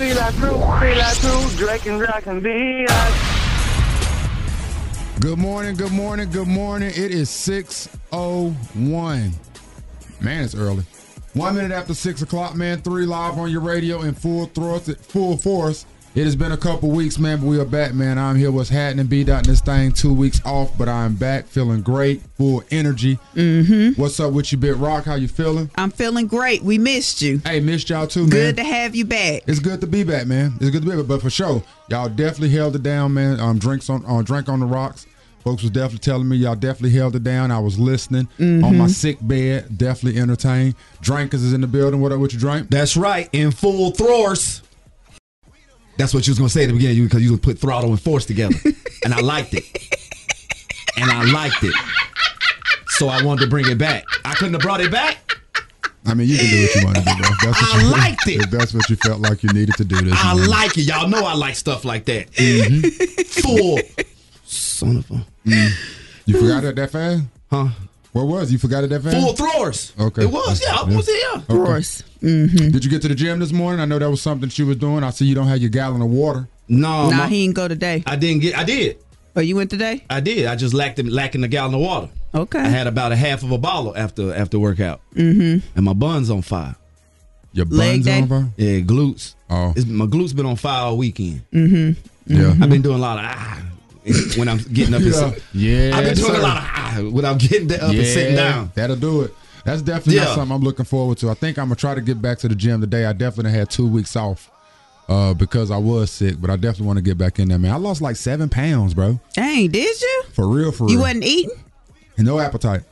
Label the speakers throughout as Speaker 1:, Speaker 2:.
Speaker 1: la cruz, de la cruz, Drake and Rock and Beat.
Speaker 2: Good morning, good morning, good morning. It is 6.01. Man, it's early. One minute after 6 o'clock, man. Three live on your radio in full thrust, full force. It has been a couple weeks, man, but we are back, man. I'm here. What's happening? B dot this thing two weeks off, but I'm back feeling great, full energy. Mm-hmm. What's up with you, Bit Rock? How you feeling?
Speaker 3: I'm feeling great. We missed you.
Speaker 2: Hey, missed y'all too, man.
Speaker 3: Good to have you back.
Speaker 2: It's good to be back, man. It's good to be back. But for sure, y'all definitely held it down, man. Um, drinks on on drink on the rocks. Folks was definitely telling me y'all definitely held it down. I was listening on
Speaker 4: Mm-hmm.
Speaker 2: my sick bed, definitely entertained. Drinkers is in the building. What up with you, drink?
Speaker 4: That's right, in full thrust. That's what you was gonna say at the beginning, because you was gonna put throttle and force together, and I liked it, and I liked it. So I wanted to bring it back. I couldn't have brought it back.
Speaker 2: I mean, you can do what you want to do. Bro. If That's what
Speaker 4: I
Speaker 2: you,
Speaker 4: liked it.
Speaker 2: If that's what you felt like you needed to do this.
Speaker 4: I
Speaker 2: morning.
Speaker 4: like it. Y'all know I like stuff like that. Full son of a
Speaker 2: You forgot it that fast?
Speaker 4: huh?
Speaker 2: What was you forgot it that fast?
Speaker 4: Full thrust.
Speaker 2: Okay.
Speaker 4: it was. Yeah, I was yeah.
Speaker 2: Okay.
Speaker 3: Royce.
Speaker 2: Did you get to the gym this morning? I know that was something she was doing. I see you don't have your gallon of water.
Speaker 4: No,
Speaker 3: nah,
Speaker 4: my-
Speaker 3: he didn't go today.
Speaker 4: I didn't get. I did.
Speaker 3: Oh, you went today?
Speaker 4: I did. I just lacked lacking a gallon of water.
Speaker 3: Okay.
Speaker 4: I had about a half of a bottle after after workout. Mm-hmm. And my bun's on fire.
Speaker 2: Your
Speaker 3: Leg
Speaker 2: buns
Speaker 3: day.
Speaker 2: on fire?
Speaker 4: Yeah, glutes.
Speaker 2: Oh.
Speaker 4: It's, my glutes been on fire all weekend.
Speaker 2: Yeah.
Speaker 4: I've been doing a lot of ah when I'm getting up. and sit-
Speaker 2: Yeah.
Speaker 4: I've been doing
Speaker 2: sir.
Speaker 4: a lot of ah when I'm getting up and sitting down.
Speaker 2: That'll do it. That's definitely
Speaker 4: Yeah.
Speaker 2: not something I'm looking forward to. I think I'm gonna try to get back to the gym today. I definitely had two weeks off uh, because I was sick, but I definitely want to get back in there, man. I lost like seven pounds, bro.
Speaker 3: Dang, did you?
Speaker 2: For real, for real.
Speaker 3: You wasn't eating?
Speaker 2: no appetite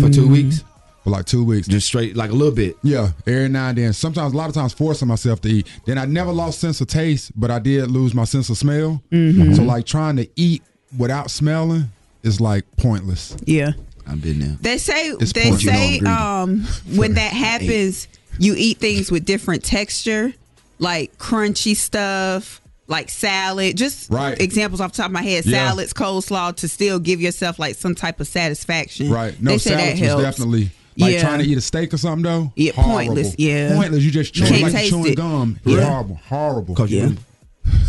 Speaker 4: for two weeks.
Speaker 2: for like two weeks.
Speaker 4: Just straight like a little bit.
Speaker 2: Yeah, every now and then. Sometimes, a lot of times, forcing myself to eat. Then I never lost sense of taste, but I did lose my sense of smell.
Speaker 3: Mm-hmm.
Speaker 2: So like trying to eat without smelling is like pointless.
Speaker 3: Yeah.
Speaker 4: I've been there.
Speaker 3: They say
Speaker 2: This
Speaker 3: they
Speaker 2: point, you know
Speaker 3: say
Speaker 2: I'm greedy.
Speaker 3: um when that happens, you eat things with different texture, like crunchy stuff, like salad. Just
Speaker 2: Right.
Speaker 3: examples off the top of my head,
Speaker 2: Yeah.
Speaker 3: salads, coleslaw, to still give yourself like some type of satisfaction.
Speaker 2: Right? No,
Speaker 3: they say that
Speaker 2: salads was
Speaker 3: helps.
Speaker 2: definitely like
Speaker 3: Yeah.
Speaker 2: trying to eat a steak or something though.
Speaker 3: Yeah,
Speaker 2: horrible.
Speaker 3: pointless, yeah.
Speaker 2: pointless. You just chewing
Speaker 3: can't
Speaker 2: like you're
Speaker 3: taste
Speaker 2: chewing
Speaker 3: it.
Speaker 2: gum.
Speaker 3: Yeah.
Speaker 2: Horrible, horrible.
Speaker 4: Cause you
Speaker 3: Yeah.
Speaker 4: remember,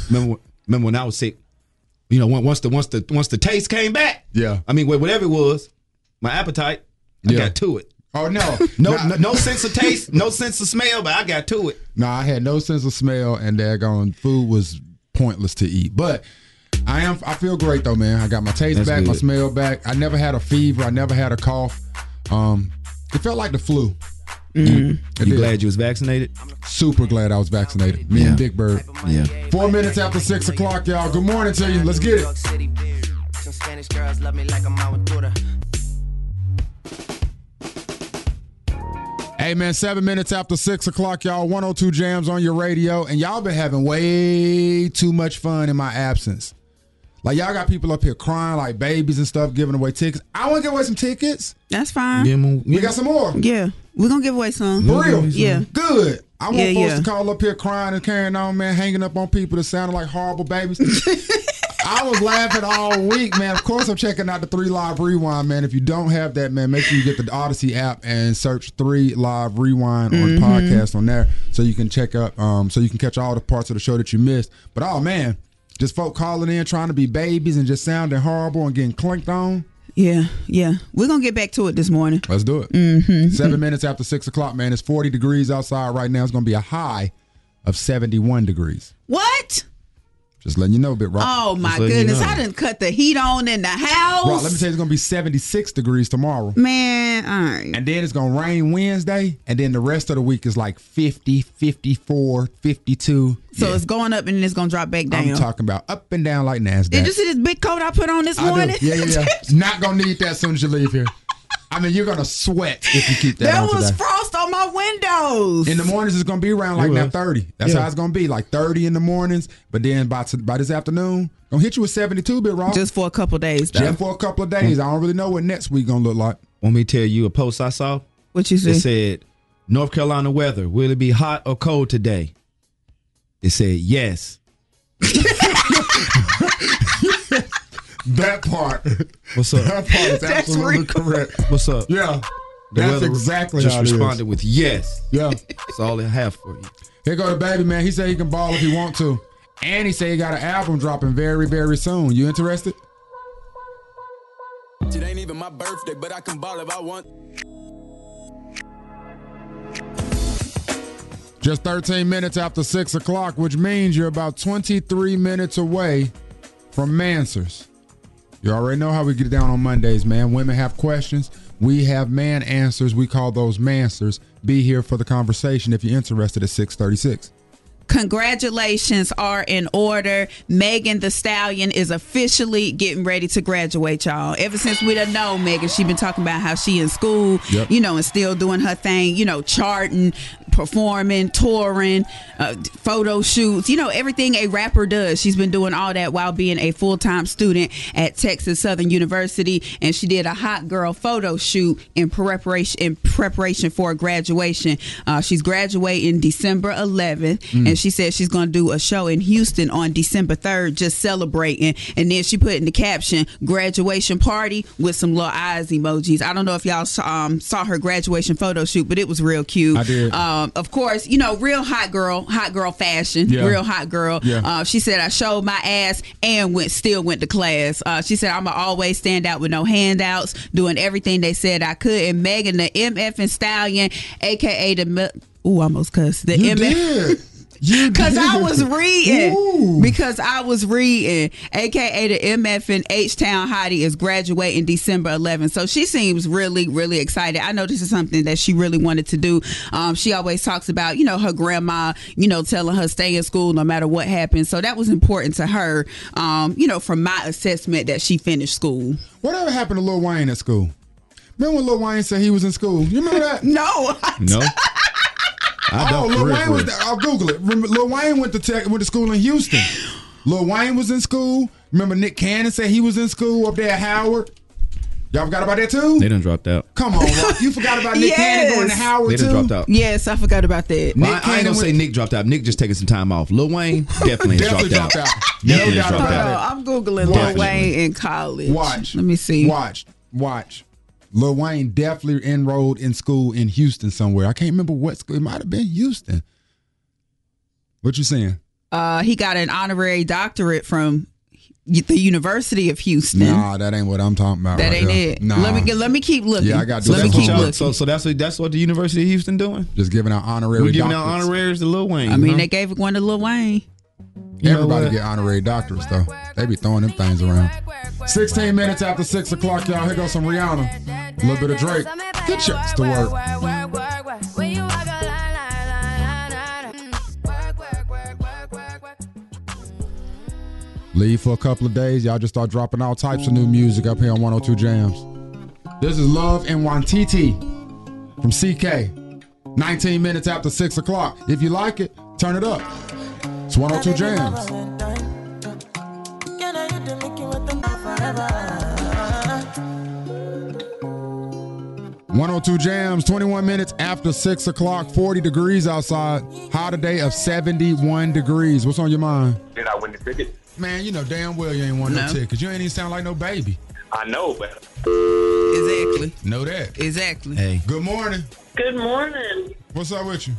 Speaker 4: remember when- remember when I was sick. You know, when- once the once the once the taste came back.
Speaker 2: Yeah.
Speaker 4: I mean, wh- whatever it was, my appetite. I
Speaker 2: Yeah.
Speaker 4: got to it.
Speaker 2: Oh no,
Speaker 4: No,
Speaker 2: Nah,
Speaker 4: no, no sense of taste, no sense of smell, but I got to it.
Speaker 2: No, I had no sense of smell, and daggone food was pointless to eat. But I am, I feel great though, man. I got my taste
Speaker 4: That's
Speaker 2: back, my
Speaker 4: good.
Speaker 2: smell back. I never had a fever. I never had a cough. Um, it felt like the flu.
Speaker 3: Mm-hmm.
Speaker 2: It
Speaker 4: You
Speaker 2: did.
Speaker 4: glad you was vaccinated?
Speaker 2: Super glad I was vaccinated. Me and
Speaker 4: Yeah.
Speaker 2: Big Bird.
Speaker 4: Yeah.
Speaker 2: Four minutes after six o'clock, y'all. Good morning to you. Let's get it.
Speaker 5: Some Spanish girls love me like I'm out with daughter.
Speaker 2: Hey man, seven minutes after six o'clock, y'all. 102 jams on your radio, and y'all been having way too much fun in my absence. Like y'all got people up here crying like babies and stuff, giving away tickets. I want to give away some tickets.
Speaker 3: That's fine.
Speaker 4: Yeah,
Speaker 3: Yeah.
Speaker 4: man.
Speaker 2: We got some more.
Speaker 3: We're gonna give away some.
Speaker 2: For real.
Speaker 3: Uh-huh. Yeah.
Speaker 2: Good. I want
Speaker 3: Yeah,
Speaker 2: folks
Speaker 3: yeah.
Speaker 2: to call up here crying and carrying on, man, hanging up on people that sounded like horrible babies. I was laughing all week, man. Of course, I'm checking out the Three Live Rewind, man. If you don't have that, man, make sure you get the Odyssey app and search Three Live Rewind on
Speaker 3: Mm-hmm.
Speaker 2: podcast on there, so you can check up, um, so you can catch all the parts of the show that you missed. But oh man, just folk calling in trying to be babies and just sounding horrible and getting clinked on.
Speaker 3: Yeah, yeah. We're gonna get back to it this morning.
Speaker 2: Let's do it.
Speaker 3: Mm-hmm.
Speaker 2: Seven minutes after six o'clock, man. It's 40 degrees outside right now. It's going to be a high of 71 degrees.
Speaker 3: What?
Speaker 2: Just letting you know, Bit Rock.
Speaker 3: Oh my
Speaker 4: Just letting you
Speaker 3: goodness!
Speaker 4: know.
Speaker 3: I didn't cut the heat on in the house.
Speaker 2: Rock, let me tell you, it's going to be 76 degrees tomorrow.
Speaker 3: Man, all right.
Speaker 2: And then it's going to rain Wednesday. And then the rest of the week is like 50, 54, 52.
Speaker 3: So
Speaker 2: Yeah.
Speaker 3: it's going up and then it's gonna drop back down.
Speaker 2: I'm talking about up and down like NASDAQ.
Speaker 3: Did you see this big coat I put on this
Speaker 2: I do.
Speaker 3: morning?
Speaker 2: Yeah, yeah, yeah. Not going to need that as soon as you leave here. I mean, you're going to sweat if you keep that
Speaker 3: there
Speaker 2: on
Speaker 3: was
Speaker 2: today.
Speaker 3: frost on my windows.
Speaker 2: In the mornings, it's gonna be around like
Speaker 4: It
Speaker 2: now
Speaker 4: was.
Speaker 2: thirty. That's
Speaker 4: Yeah.
Speaker 2: how it's gonna be, like thirty in the mornings. But then by t- by this afternoon, gonna hit you with seventy two bit raw. Just
Speaker 3: Just for a couple days, though.
Speaker 2: for a couple of days. I don't really know what next week gonna look like.
Speaker 4: Want me to tell you a post I saw?
Speaker 3: what you
Speaker 4: It
Speaker 3: see?
Speaker 4: said, North Carolina weather, will it be hot or cold today? It said, yes.
Speaker 2: That part,
Speaker 4: What's up?
Speaker 2: that part is
Speaker 3: That's
Speaker 2: absolutely
Speaker 3: real.
Speaker 2: correct.
Speaker 4: What's up?
Speaker 2: Yeah,
Speaker 4: The
Speaker 2: That's
Speaker 4: weather
Speaker 2: exactly
Speaker 4: just
Speaker 2: how it is.
Speaker 4: responded with yes.
Speaker 2: Yeah.
Speaker 4: That's all I have for you.
Speaker 2: Here go the baby man. He said he can ball if he want to, and he said he got an album dropping very very soon. You interested?
Speaker 6: It ain't even my birthday, but I can ball if I want.
Speaker 2: Just 13 minutes after six o'clock, which means you're about 23 minutes away from Mansers. You already know how we get down on Mondays, man. Women have questions. We have man answers. We call those mansers. Be here for the conversation if you're interested at 636.
Speaker 3: Congratulations are in order. Megan the Stallion is officially getting ready to graduate, y'all. Ever since we done know Megan, she been talking about how she in school,
Speaker 2: Yep.
Speaker 3: you know, and still doing her thing, you know, charting, performing, touring, uh, d- photo shoots, you know, everything a rapper does. She's been doing all that while being a full time student at Texas Southern University, and she did a hot girl photo shoot in preparation in preparation for graduation. Uh, she's graduating December 11th,
Speaker 2: Mm.
Speaker 3: and she said she's going to do a show in Houston on December 3rd, just celebrating. And then she put in the caption "graduation party" with some little eyes emojis. I don't know if y'all saw, um, saw her graduation photo shoot, but it was real cute.
Speaker 2: I did.
Speaker 3: Um, of course, you know, real hot girl, hot girl fashion,
Speaker 2: Yeah.
Speaker 3: real hot girl.
Speaker 2: Yeah.
Speaker 3: Uh, she said, "I showed my ass and went still went to class." Uh, she said, "I'ma always stand out with no handouts, doing everything they said I could." And Megan, the MF and Stallion, aka the Mi- ooh, I almost cussed the
Speaker 2: You
Speaker 3: MF.
Speaker 2: did. You
Speaker 3: Cause
Speaker 2: did.
Speaker 3: I was reading.
Speaker 2: Ooh.
Speaker 3: Because I was reading. AKA the MF and H Town Hottie is graduating December 11th. So she seems really, really excited. I know this is something that she really wanted to do. Um, she always talks about, you know, her grandma, you know, telling her stay in school no matter what happens. So that was important to her, um, you know, from my assessment that she finished school.
Speaker 2: Whatever happened to Lil Wayne at school? Remember when Lil Wayne said he was in school? You remember that?
Speaker 3: No.
Speaker 4: No. I
Speaker 2: Oh,
Speaker 4: don't
Speaker 2: Lil
Speaker 4: for real,
Speaker 2: Wayne
Speaker 4: for
Speaker 2: was.
Speaker 4: real.
Speaker 2: I'll Google it. Remember, Lil Wayne went to tech, went to school in Houston. Lil Wayne was in school. Remember Nick Cannon said he was in school up there at Howard. Y'all forgot about that too.
Speaker 4: They done dropped out.
Speaker 2: Come on, Rock. you forgot about Nick Cannon going to
Speaker 3: Yes.
Speaker 2: Howard
Speaker 4: They
Speaker 2: too.
Speaker 4: done dropped out.
Speaker 3: yes, I forgot about that.
Speaker 2: Nick
Speaker 4: Well, I- I, ain't
Speaker 2: Cannon
Speaker 4: gonna say
Speaker 2: went-
Speaker 4: Nick dropped out. Nick just taking some time off. Lil Wayne definitely, has
Speaker 2: Definitely
Speaker 4: dropped,
Speaker 2: dropped out.
Speaker 4: out.
Speaker 2: No
Speaker 4: Definitely
Speaker 2: doubt
Speaker 4: dropped
Speaker 2: about
Speaker 4: out.
Speaker 2: it.
Speaker 3: Oh, I'm Googling Lil
Speaker 4: Definitely.
Speaker 3: Wayne in college.
Speaker 2: Watch.
Speaker 3: Oh, Let me see.
Speaker 2: Watch. Watch. Lil Wayne definitely enrolled in school in Houston somewhere. I can't remember what school. It might have been Houston. What you saying?
Speaker 3: Uh, he got an honorary doctorate from the University of Houston.
Speaker 2: Nah, that ain't what I'm talking about.
Speaker 3: that
Speaker 2: right
Speaker 3: ain't
Speaker 2: there.
Speaker 3: it.
Speaker 2: Nah.
Speaker 3: Let me get, let me keep looking.
Speaker 2: Yeah, I gotta do
Speaker 4: So
Speaker 3: Let
Speaker 2: that
Speaker 3: me
Speaker 4: that's, what
Speaker 2: homework.
Speaker 3: keep
Speaker 4: y'all,
Speaker 3: looking.
Speaker 4: so, so that's what that's what the University of Houston doing.
Speaker 2: Just giving out honorary.
Speaker 4: We giving out
Speaker 2: doctorates.
Speaker 4: honoraries to Lil Wayne.
Speaker 3: I mean,
Speaker 4: huh?
Speaker 3: they gave one to Lil Wayne.
Speaker 4: You know
Speaker 2: Everybody
Speaker 4: what?
Speaker 2: get honorary doctorates though. They be throwing them things around. 16 minutes after 6 o'clock, y'all. Here goes some Rihanna. A little bit of Drake. Get your ass to work. Leave for a couple of days. Y'all just start dropping all types of new music up here on 102 Jams. This is Love and Wantiti from CK. 19 minutes after 6 o'clock. If you like it, turn it up. It's 102 Jams.
Speaker 7: Jams.
Speaker 2: 102 Jams, 21 minutes after 6 o'clock, 40 degrees outside. High today of 71 degrees. What's on your mind?
Speaker 8: Did I win the ticket?
Speaker 2: Man, you know damn well you ain't won no,
Speaker 3: No.
Speaker 2: tickets. You ain't even sound like no baby.
Speaker 8: I know, but
Speaker 3: Exactly.
Speaker 2: Know that.
Speaker 3: Exactly.
Speaker 4: Hey,
Speaker 2: Good morning.
Speaker 9: Good morning.
Speaker 2: What's up with you?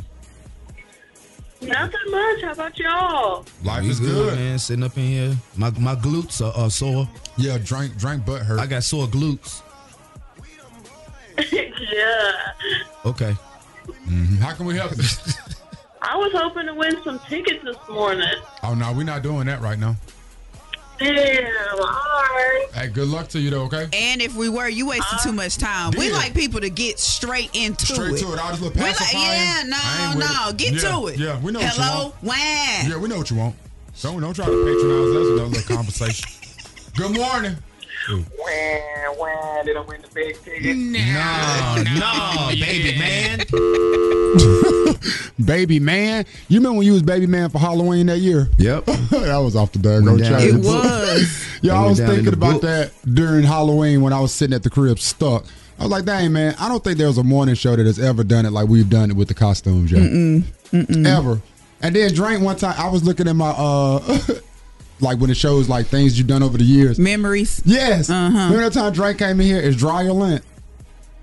Speaker 9: Nothing much. How about y'all?
Speaker 2: Life
Speaker 4: we
Speaker 2: is
Speaker 4: good,
Speaker 2: good.
Speaker 4: man. Sitting up in here. My my glutes are, are sore.
Speaker 2: Yeah, drink, drink butt hurt.
Speaker 4: I got sore glutes.
Speaker 9: yeah.
Speaker 4: Okay.
Speaker 2: How can we help you?
Speaker 9: I was hoping to win some tickets this morning.
Speaker 2: oh no, we're not doing that right now.
Speaker 9: Damn. All right.
Speaker 2: Hey, good luck to you though, okay?
Speaker 3: And if we were, you wasted too much time. We
Speaker 2: Yeah.
Speaker 3: like people to get straight into
Speaker 2: Straight
Speaker 3: it.
Speaker 2: to it. All this little
Speaker 3: We like,
Speaker 2: pacifying.
Speaker 3: yeah,
Speaker 2: I
Speaker 3: no,
Speaker 2: ain't with
Speaker 3: no,
Speaker 2: it.
Speaker 3: get
Speaker 2: Yeah,
Speaker 3: to it.
Speaker 2: Yeah, we know
Speaker 3: Hello,
Speaker 2: what you
Speaker 3: Wayne.
Speaker 2: want. Yeah, we know what you want. Don't don't try to patronize us with that little conversation. good morning.
Speaker 8: wah, wah, they don't win the big ticket.
Speaker 4: No, no, baby man.
Speaker 2: Baby man. You remember when you was baby man for Halloween that year?
Speaker 4: Yep.
Speaker 2: that was off the dog.
Speaker 4: Went down.
Speaker 3: It was.
Speaker 2: Yeah, I
Speaker 4: Going
Speaker 2: was
Speaker 4: down in
Speaker 2: thinking
Speaker 4: the
Speaker 2: about
Speaker 4: book.
Speaker 2: that during Halloween when I was sitting at the crib stuck. I was like, dang, man, I don't think there's a morning show that has ever done it like we've done it with the costumes, yeah. Ever. And then Drake one time, I was looking at my, uh like when it shows like things you've done over the years.
Speaker 3: Memories.
Speaker 4: Uh-huh.
Speaker 2: Yes. Remember that time Drake came in here, it's dry your lint.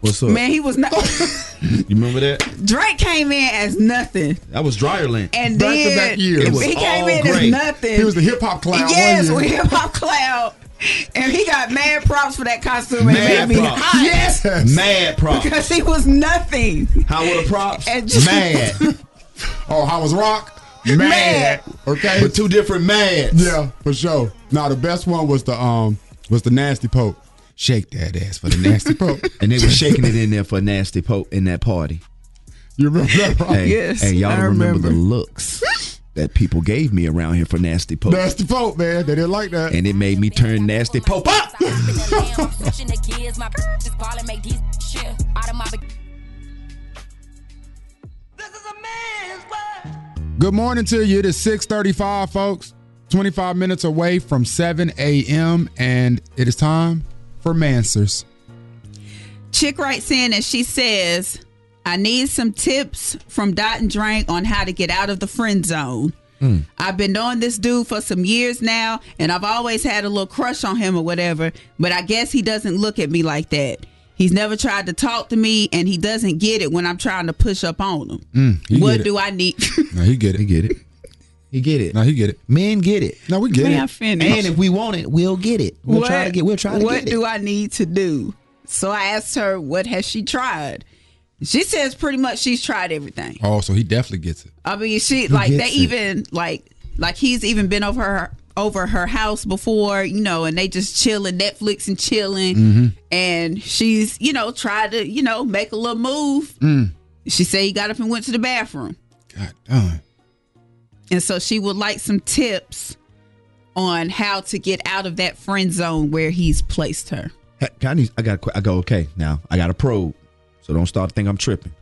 Speaker 4: What's up?
Speaker 3: Man, he was not.
Speaker 4: You remember that?
Speaker 3: Drake came in as nothing,
Speaker 4: That was Dryerland.
Speaker 3: and
Speaker 2: Back to
Speaker 3: then
Speaker 2: back years.
Speaker 4: It was
Speaker 3: he came
Speaker 4: all
Speaker 3: in
Speaker 4: great.
Speaker 3: as nothing.
Speaker 2: He was the hip hop clown.
Speaker 3: yes,
Speaker 2: one
Speaker 3: with
Speaker 2: year.
Speaker 3: hip hop cloud, and he got mad props for that costume. and
Speaker 4: Mad
Speaker 3: made me
Speaker 4: props.
Speaker 3: hot.
Speaker 2: Yes.
Speaker 4: Mad prop.
Speaker 3: because he was nothing.
Speaker 4: How were the props?
Speaker 3: And just-
Speaker 4: mad.
Speaker 2: Oh, how was Rock? Mad.
Speaker 3: Mad.
Speaker 2: Okay.
Speaker 4: But two different mads.
Speaker 2: yeah, for sure. Now the best one was the um was the nasty pope. Shake that ass for the nasty pope.
Speaker 4: And they were shaking it in there for nasty pope in that party.
Speaker 2: You remember that? Rock?
Speaker 4: Hey,
Speaker 3: Yes,
Speaker 4: hey, y'all
Speaker 3: I
Speaker 4: don't remember. the
Speaker 3: remember.
Speaker 4: looks that people gave me around here for nasty pope.
Speaker 2: Nasty pope, man. They didn't like that.
Speaker 4: and it made me turn nasty pope up.
Speaker 2: Good morning to you. It is 6:35, folks. 25 minutes away from 7 a.m. and it is time for Mansers.
Speaker 3: Chick writes in and she says, I need some tips from Dot and Drank on how to get out of the friend zone.
Speaker 2: Hmm.
Speaker 3: I've been knowing this dude for some years now, and I've always had a little crush on him or whatever, but I guess he doesn't look at me like that. He's never tried to talk to me, and he doesn't get it when I'm trying to push up on him.
Speaker 2: he get
Speaker 3: what
Speaker 2: it.
Speaker 3: do I need?
Speaker 2: Now he get
Speaker 4: He
Speaker 2: it.
Speaker 4: get it. He get it.
Speaker 2: Now he get it.
Speaker 4: Men get it.
Speaker 2: Now we get
Speaker 3: May I
Speaker 2: it.
Speaker 3: finish?
Speaker 4: And if we want it, we'll get it. We'll try to get. We'll try to
Speaker 3: what
Speaker 4: get
Speaker 3: do
Speaker 4: it.
Speaker 3: I need to do? So I asked her, what has she tried? She says pretty much she's tried everything.
Speaker 2: Oh, so he definitely gets it.
Speaker 3: I mean, she like they
Speaker 4: gets it?
Speaker 3: even like like he's even been over her over her house before, you know, and they just chilling Netflix and chilling,
Speaker 4: Mm-hmm.
Speaker 3: and she's you know tried to you know make a little move.
Speaker 4: Mm.
Speaker 3: She said he got up and went to the bathroom,
Speaker 2: God damn.
Speaker 3: and so she would like some tips on how to get out of that friend zone where he's placed her.
Speaker 4: Hey, I, need, I got. a que- I go. Okay. Now I got a probe. So don't start to think I'm tripping.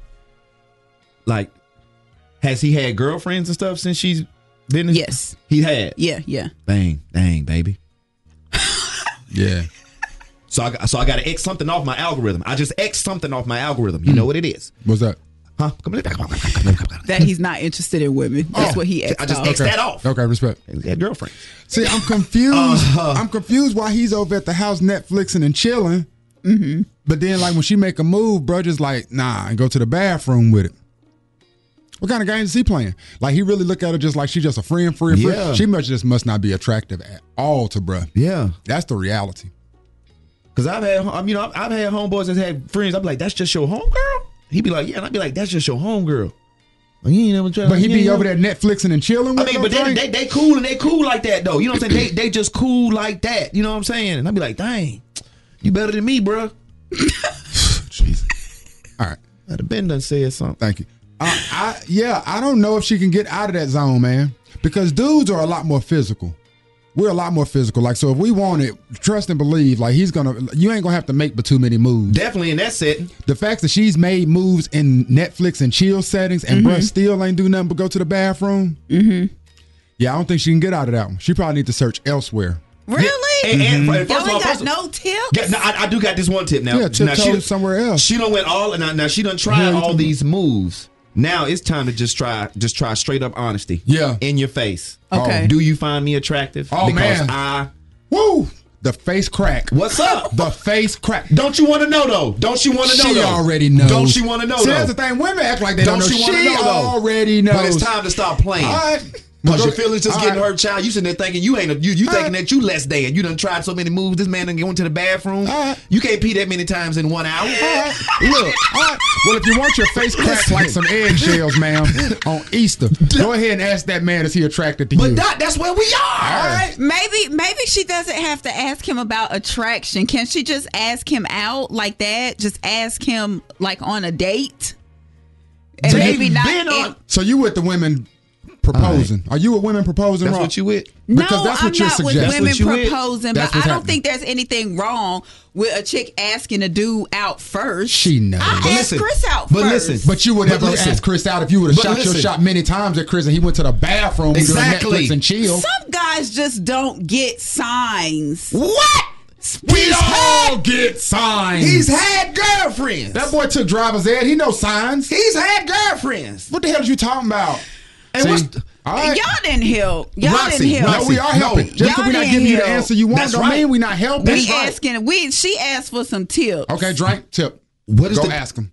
Speaker 4: Like, has he had girlfriends and stuff since she's been? in-
Speaker 3: Yes.
Speaker 4: He had.
Speaker 3: Yeah, yeah.
Speaker 4: Bang, dang, baby.
Speaker 2: Yeah.
Speaker 4: So I got- so I got to x something off my algorithm. I just x something off my algorithm. You know what it is,
Speaker 2: What's that?
Speaker 4: huh? Come on, come on, come on, come on.
Speaker 3: That he's not interested in women. That's
Speaker 2: Oh,
Speaker 3: what he asked.
Speaker 4: I just
Speaker 3: off.
Speaker 4: asked that off.
Speaker 2: Okay, respect.
Speaker 4: He had girlfriends.
Speaker 2: See, I'm confused.
Speaker 4: Uh-huh.
Speaker 2: I'm confused why he's over at the house Netflixing and chilling. But then, like when she make a move, bro, just like nah, and go to the bathroom with it. What kind of games is he playing? Like he really look at her just like she just a friend, friend, friend.
Speaker 4: Yeah.
Speaker 2: She must just must not be attractive at all to bruh.
Speaker 4: Yeah,
Speaker 2: That's the reality.
Speaker 4: Cause I've had, I'm, you know, I've, I've had homeboys that's had friends. I'm like, that's just your homegirl. He'd be like, yeah, and I'd be like, that's just your homegirl. Like, you ain't never tried.
Speaker 2: But he
Speaker 4: you
Speaker 2: be
Speaker 4: ain't
Speaker 2: over
Speaker 4: never-
Speaker 2: there Netflixing and chilling with
Speaker 4: I mean,
Speaker 2: no
Speaker 4: but they,
Speaker 2: drink?
Speaker 4: they they cool and they cool like that though. You know what I'm saying? They they just cool like that. You know what I'm saying? And I'd be like, dang, you better than me, bro.
Speaker 2: Jesus. All right.
Speaker 4: I'd have been done said something.
Speaker 2: Thank you. Uh, I yeah, I don't know if she can get out of that zone, man, because dudes are a lot more physical. We're a lot more physical. Like so, if we want it, trust and believe. Like he's gonna, you ain't gonna have to make but too many moves.
Speaker 4: Definitely in that setting.
Speaker 2: The fact that she's made moves in Netflix and chill settings, and
Speaker 4: Mm-hmm.
Speaker 2: bruh still ain't do nothing but go to the bathroom. Mm-hmm. Yeah, I don't think she can get out of that one. She probably need to search elsewhere.
Speaker 3: Really?
Speaker 4: And,
Speaker 2: Mm-hmm.
Speaker 4: and, and
Speaker 3: Y'all
Speaker 4: first of all,
Speaker 3: ain't
Speaker 4: first
Speaker 3: got
Speaker 4: of-
Speaker 3: no tips?
Speaker 4: Yeah, no, I, I do got this one tip now.
Speaker 2: Yeah,
Speaker 4: now
Speaker 2: tiptoe somewhere else.
Speaker 4: She done went all now. Now she done
Speaker 2: Yeah,
Speaker 4: tried
Speaker 2: you
Speaker 4: all
Speaker 2: talking-
Speaker 4: these moves. Now it's time to just try, just try straight up honesty.
Speaker 2: Yeah.
Speaker 4: in your face.
Speaker 3: Okay.
Speaker 4: Oh, do you find me attractive?
Speaker 2: Oh,
Speaker 4: because
Speaker 2: man.
Speaker 4: I
Speaker 2: Woo! The face crack.
Speaker 4: what's up?
Speaker 2: The face crack.
Speaker 4: Don't you want to know though? Don't you want to know?
Speaker 2: She
Speaker 4: though?
Speaker 2: already knows.
Speaker 4: Don't she want to know
Speaker 2: See,
Speaker 4: though?
Speaker 2: that's the thing. Women act like they don't,
Speaker 4: Don't
Speaker 2: know.
Speaker 4: she wanna know, though?
Speaker 2: already knows.
Speaker 4: But it's time to stop playing.
Speaker 2: All right.
Speaker 4: Cause your feelings just
Speaker 2: All
Speaker 4: getting
Speaker 2: right.
Speaker 4: hurt, child. You sitting there thinking you ain't a, you you
Speaker 2: All
Speaker 4: thinking
Speaker 2: right.
Speaker 4: that you less than. You done tried so many moves. This man done going to the bathroom.
Speaker 2: All right.
Speaker 4: You can't pee that many times in one hour.
Speaker 2: Look, all right. well, if you want your face cracked like some eggshells, ma'am, on Easter, go ahead and ask that man is he attracted to
Speaker 4: But
Speaker 2: you?
Speaker 4: Doc, that's where we are.
Speaker 2: All right.
Speaker 3: Maybe maybe she doesn't have to ask him about attraction. Can she just ask him out like that? Just ask him like on a date? And
Speaker 4: They've
Speaker 3: maybe not
Speaker 4: been on-
Speaker 2: so you with the women proposing? Are you with women proposing?
Speaker 4: That's
Speaker 2: Rob?
Speaker 4: what you with.
Speaker 2: Because
Speaker 3: no,
Speaker 2: that's what
Speaker 3: I'm
Speaker 2: you're
Speaker 3: not
Speaker 2: suggesting.
Speaker 3: with women
Speaker 4: That's what you is.
Speaker 2: That's
Speaker 3: proposing, but I
Speaker 2: what's
Speaker 3: don't
Speaker 2: happening.
Speaker 3: think there's anything wrong with a chick asking a dude out first.
Speaker 2: She knows.
Speaker 3: I
Speaker 4: But
Speaker 3: asked
Speaker 4: listen,
Speaker 3: Chris out
Speaker 4: but
Speaker 3: first.
Speaker 4: listen,
Speaker 2: But you would
Speaker 4: But
Speaker 2: never
Speaker 4: listen.
Speaker 2: ask Chris out if you would have
Speaker 4: But
Speaker 2: shot your
Speaker 4: listen.
Speaker 2: shot many times at Chris and he went to the bathroom
Speaker 4: Exactly.
Speaker 2: during Netflix and chill.
Speaker 3: Some guys just don't get signs.
Speaker 4: What?
Speaker 2: we all get signs.
Speaker 4: He's had girlfriends.
Speaker 2: That boy took driver's ed. He knows signs.
Speaker 4: He's had girlfriends.
Speaker 2: what the hell are you talking about?
Speaker 4: And
Speaker 2: See?
Speaker 4: what's-
Speaker 2: All right.
Speaker 3: Y'all didn't help. Y'all
Speaker 4: Roxy,
Speaker 3: didn't help.
Speaker 2: no, we are helping.
Speaker 4: No.
Speaker 2: Just because
Speaker 3: Y'all
Speaker 2: we're not
Speaker 3: didn't
Speaker 2: giving you the
Speaker 3: help.
Speaker 2: answer you want,
Speaker 4: That's
Speaker 2: don't
Speaker 4: right.
Speaker 2: mean we not helping.
Speaker 3: we asking we she asked for some tips.
Speaker 2: Okay, drink tip.
Speaker 4: What is
Speaker 2: Go
Speaker 4: the
Speaker 2: ask him.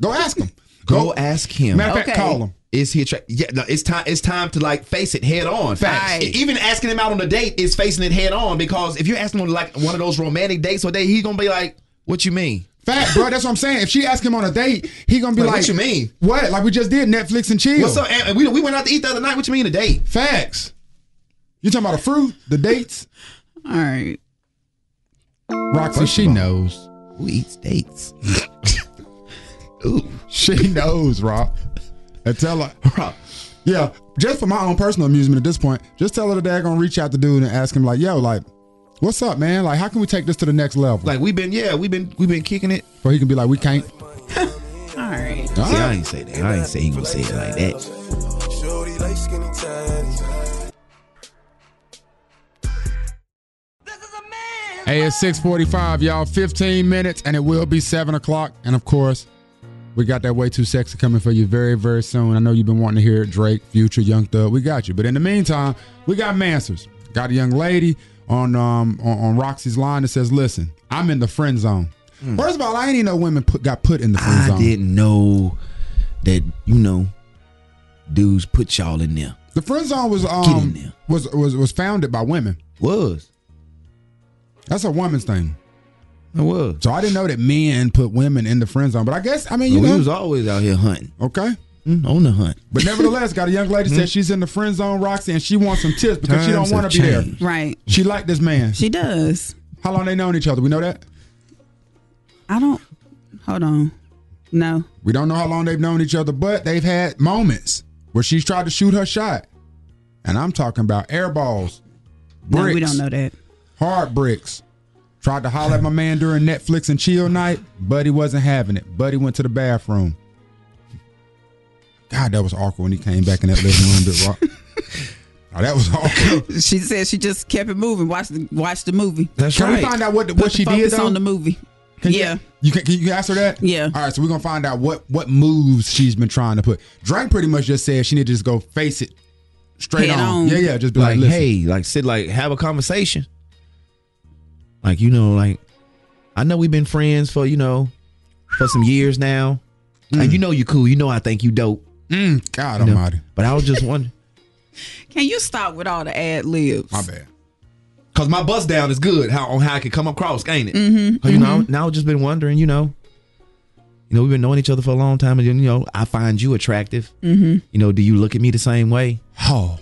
Speaker 2: Go ask him.
Speaker 4: Go ask him.
Speaker 2: Matter of fact,
Speaker 3: Okay.
Speaker 2: call him.
Speaker 4: Is he attracted? Yeah, no, it's time. It's time to like face it head on.
Speaker 2: Facts.
Speaker 3: Right.
Speaker 4: E- Even asking him out on a date is facing it head on because if you're asking him like one of those romantic dates or date, he's gonna be like, "What you mean?"
Speaker 2: Fact, bro. That's what I'm saying. If she ask him on a date, he gonna be
Speaker 4: Like,
Speaker 2: like,
Speaker 4: what you mean?
Speaker 2: What? Like we just did Netflix and chill.
Speaker 4: What's up? And we we went out to eat the other night. What you mean a date?
Speaker 2: Facts. You talking about a fruit? The dates?
Speaker 3: All right.
Speaker 2: Roxy, she knows.
Speaker 4: Who eats dates?
Speaker 2: She knows, Rob. And tell her.
Speaker 4: Bro,
Speaker 2: Yeah, just for my own personal amusement at this point, just tell her the dad gonna reach out to dude and ask him like, "Yo, like, what's up, man? Like, how can we take this to the next level?" Like,
Speaker 4: like we've been yeah we've been we've been kicking it.
Speaker 2: but he can be like, "We can't."
Speaker 3: All right.
Speaker 4: See, I ain't say that. I ain't say he gonna say it like that.
Speaker 7: Shorty like skinny tatties.
Speaker 2: Hey, it's six forty-five, y'all. Fifteen minutes, and it will be seven o'clock. And of course, we got that way too sexy coming for you very, very soon. I know you've been wanting to hear it, Drake, Future, Young Thug. We got you. But in the meantime, we got Mansers. Got a young lady on um on, on Roxy's line that says, "Listen, I'm in the friend zone." First of all, I ain't even know women put, got put in the friend
Speaker 4: Mm. I
Speaker 2: zone.
Speaker 4: didn't know that you know dudes put y'all in there.
Speaker 2: The friend zone was
Speaker 4: in
Speaker 2: um
Speaker 4: there.
Speaker 2: was was was founded by women.
Speaker 4: Was
Speaker 2: That's a woman's thing.
Speaker 4: I was.
Speaker 2: So I didn't know that men put women in the friend zone. But I guess I mean you
Speaker 4: Well, we
Speaker 2: know
Speaker 4: was always out here hunting
Speaker 2: okay.
Speaker 4: Mm, on the hunt.
Speaker 2: But nevertheless, got a young lady said she's in the friend zone, Roxy, and she wants some tips because she don't
Speaker 4: Hmm? Times
Speaker 2: want
Speaker 4: have
Speaker 2: to be there.
Speaker 4: changed.
Speaker 3: Right.
Speaker 2: She liked this man.
Speaker 3: She does.
Speaker 2: How long they known each other? We know that.
Speaker 3: I don't. Hold on. No.
Speaker 2: We don't know how long they've known each other, but they've had moments where she's tried to shoot her shot, and I'm talking about airballs,
Speaker 3: No,
Speaker 2: bricks,
Speaker 3: we don't know that.
Speaker 2: hard bricks. Tried to holler at my man during Netflix and chill night. Buddy wasn't having it. Buddy went to the bathroom. God, that was awkward when he came back in that living room. Bit rock. Oh, that was awkward.
Speaker 3: She said she just kept it moving. Watch the watch the movie.
Speaker 4: That's
Speaker 2: Can we find out what
Speaker 3: Put
Speaker 2: what
Speaker 3: the
Speaker 2: she did
Speaker 3: focus
Speaker 2: though?
Speaker 3: on the movie.
Speaker 2: Can you-
Speaker 3: yeah.
Speaker 2: You can, can you answer that?
Speaker 3: Yeah.
Speaker 2: All right, so we're gonna find out what what moves she's been trying to put. Drake pretty much just said she need to just go face it straight
Speaker 3: Head
Speaker 2: on.
Speaker 3: on.
Speaker 2: Yeah, yeah. Just be like,
Speaker 4: like,
Speaker 2: listen,
Speaker 4: hey, like sit, like have a conversation. Like you know, like I know we've been friends for you know for some years now, and you know you cool. You know I think you dope.
Speaker 2: mm, God
Speaker 4: you know?
Speaker 2: Almighty,
Speaker 4: But I was just wondering
Speaker 3: Can you stop with all the ad libs?
Speaker 2: my bad.
Speaker 4: because my bust down is good how on how I can come across, ain't it? Mm-hmm, you know, now I've just been wondering. You know, you know we've been knowing each other for a long time, and you know I find you attractive. Mm-hmm. You know, do you look at me the same way?
Speaker 2: Oh,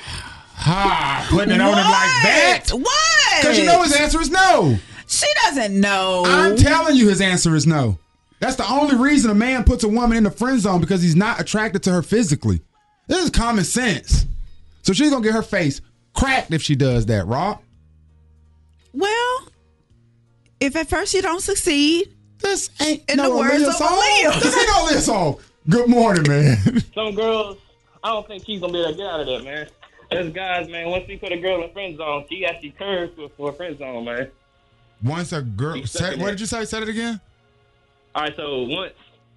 Speaker 2: ha, putting it on him like that.
Speaker 3: What?
Speaker 2: Because you know his answer is no.
Speaker 3: she doesn't know.
Speaker 2: I'm telling you his answer is no. That's the only reason a man puts a woman in the friend zone because he's not attracted to her physically. This is common sense. So she's gonna get her face cracked if she does that, Rock.
Speaker 3: well, if at first you don't succeed,
Speaker 2: This ain't
Speaker 3: In
Speaker 2: no
Speaker 3: the words
Speaker 2: Aaliyah
Speaker 3: of
Speaker 2: song.
Speaker 3: Aaliyah.
Speaker 2: This ain't no Aaliyah song. Good morning, man.
Speaker 8: Some girls, I don't think she's gonna be able to get out of that, man. There's guys, man. Once we put a girl in a friend zone, she actually curves for, for a friend zone, man.
Speaker 2: Once a girl,
Speaker 8: You
Speaker 2: say-
Speaker 8: sucking
Speaker 2: what
Speaker 8: it.
Speaker 2: did you say? Said it again.
Speaker 8: All right, so once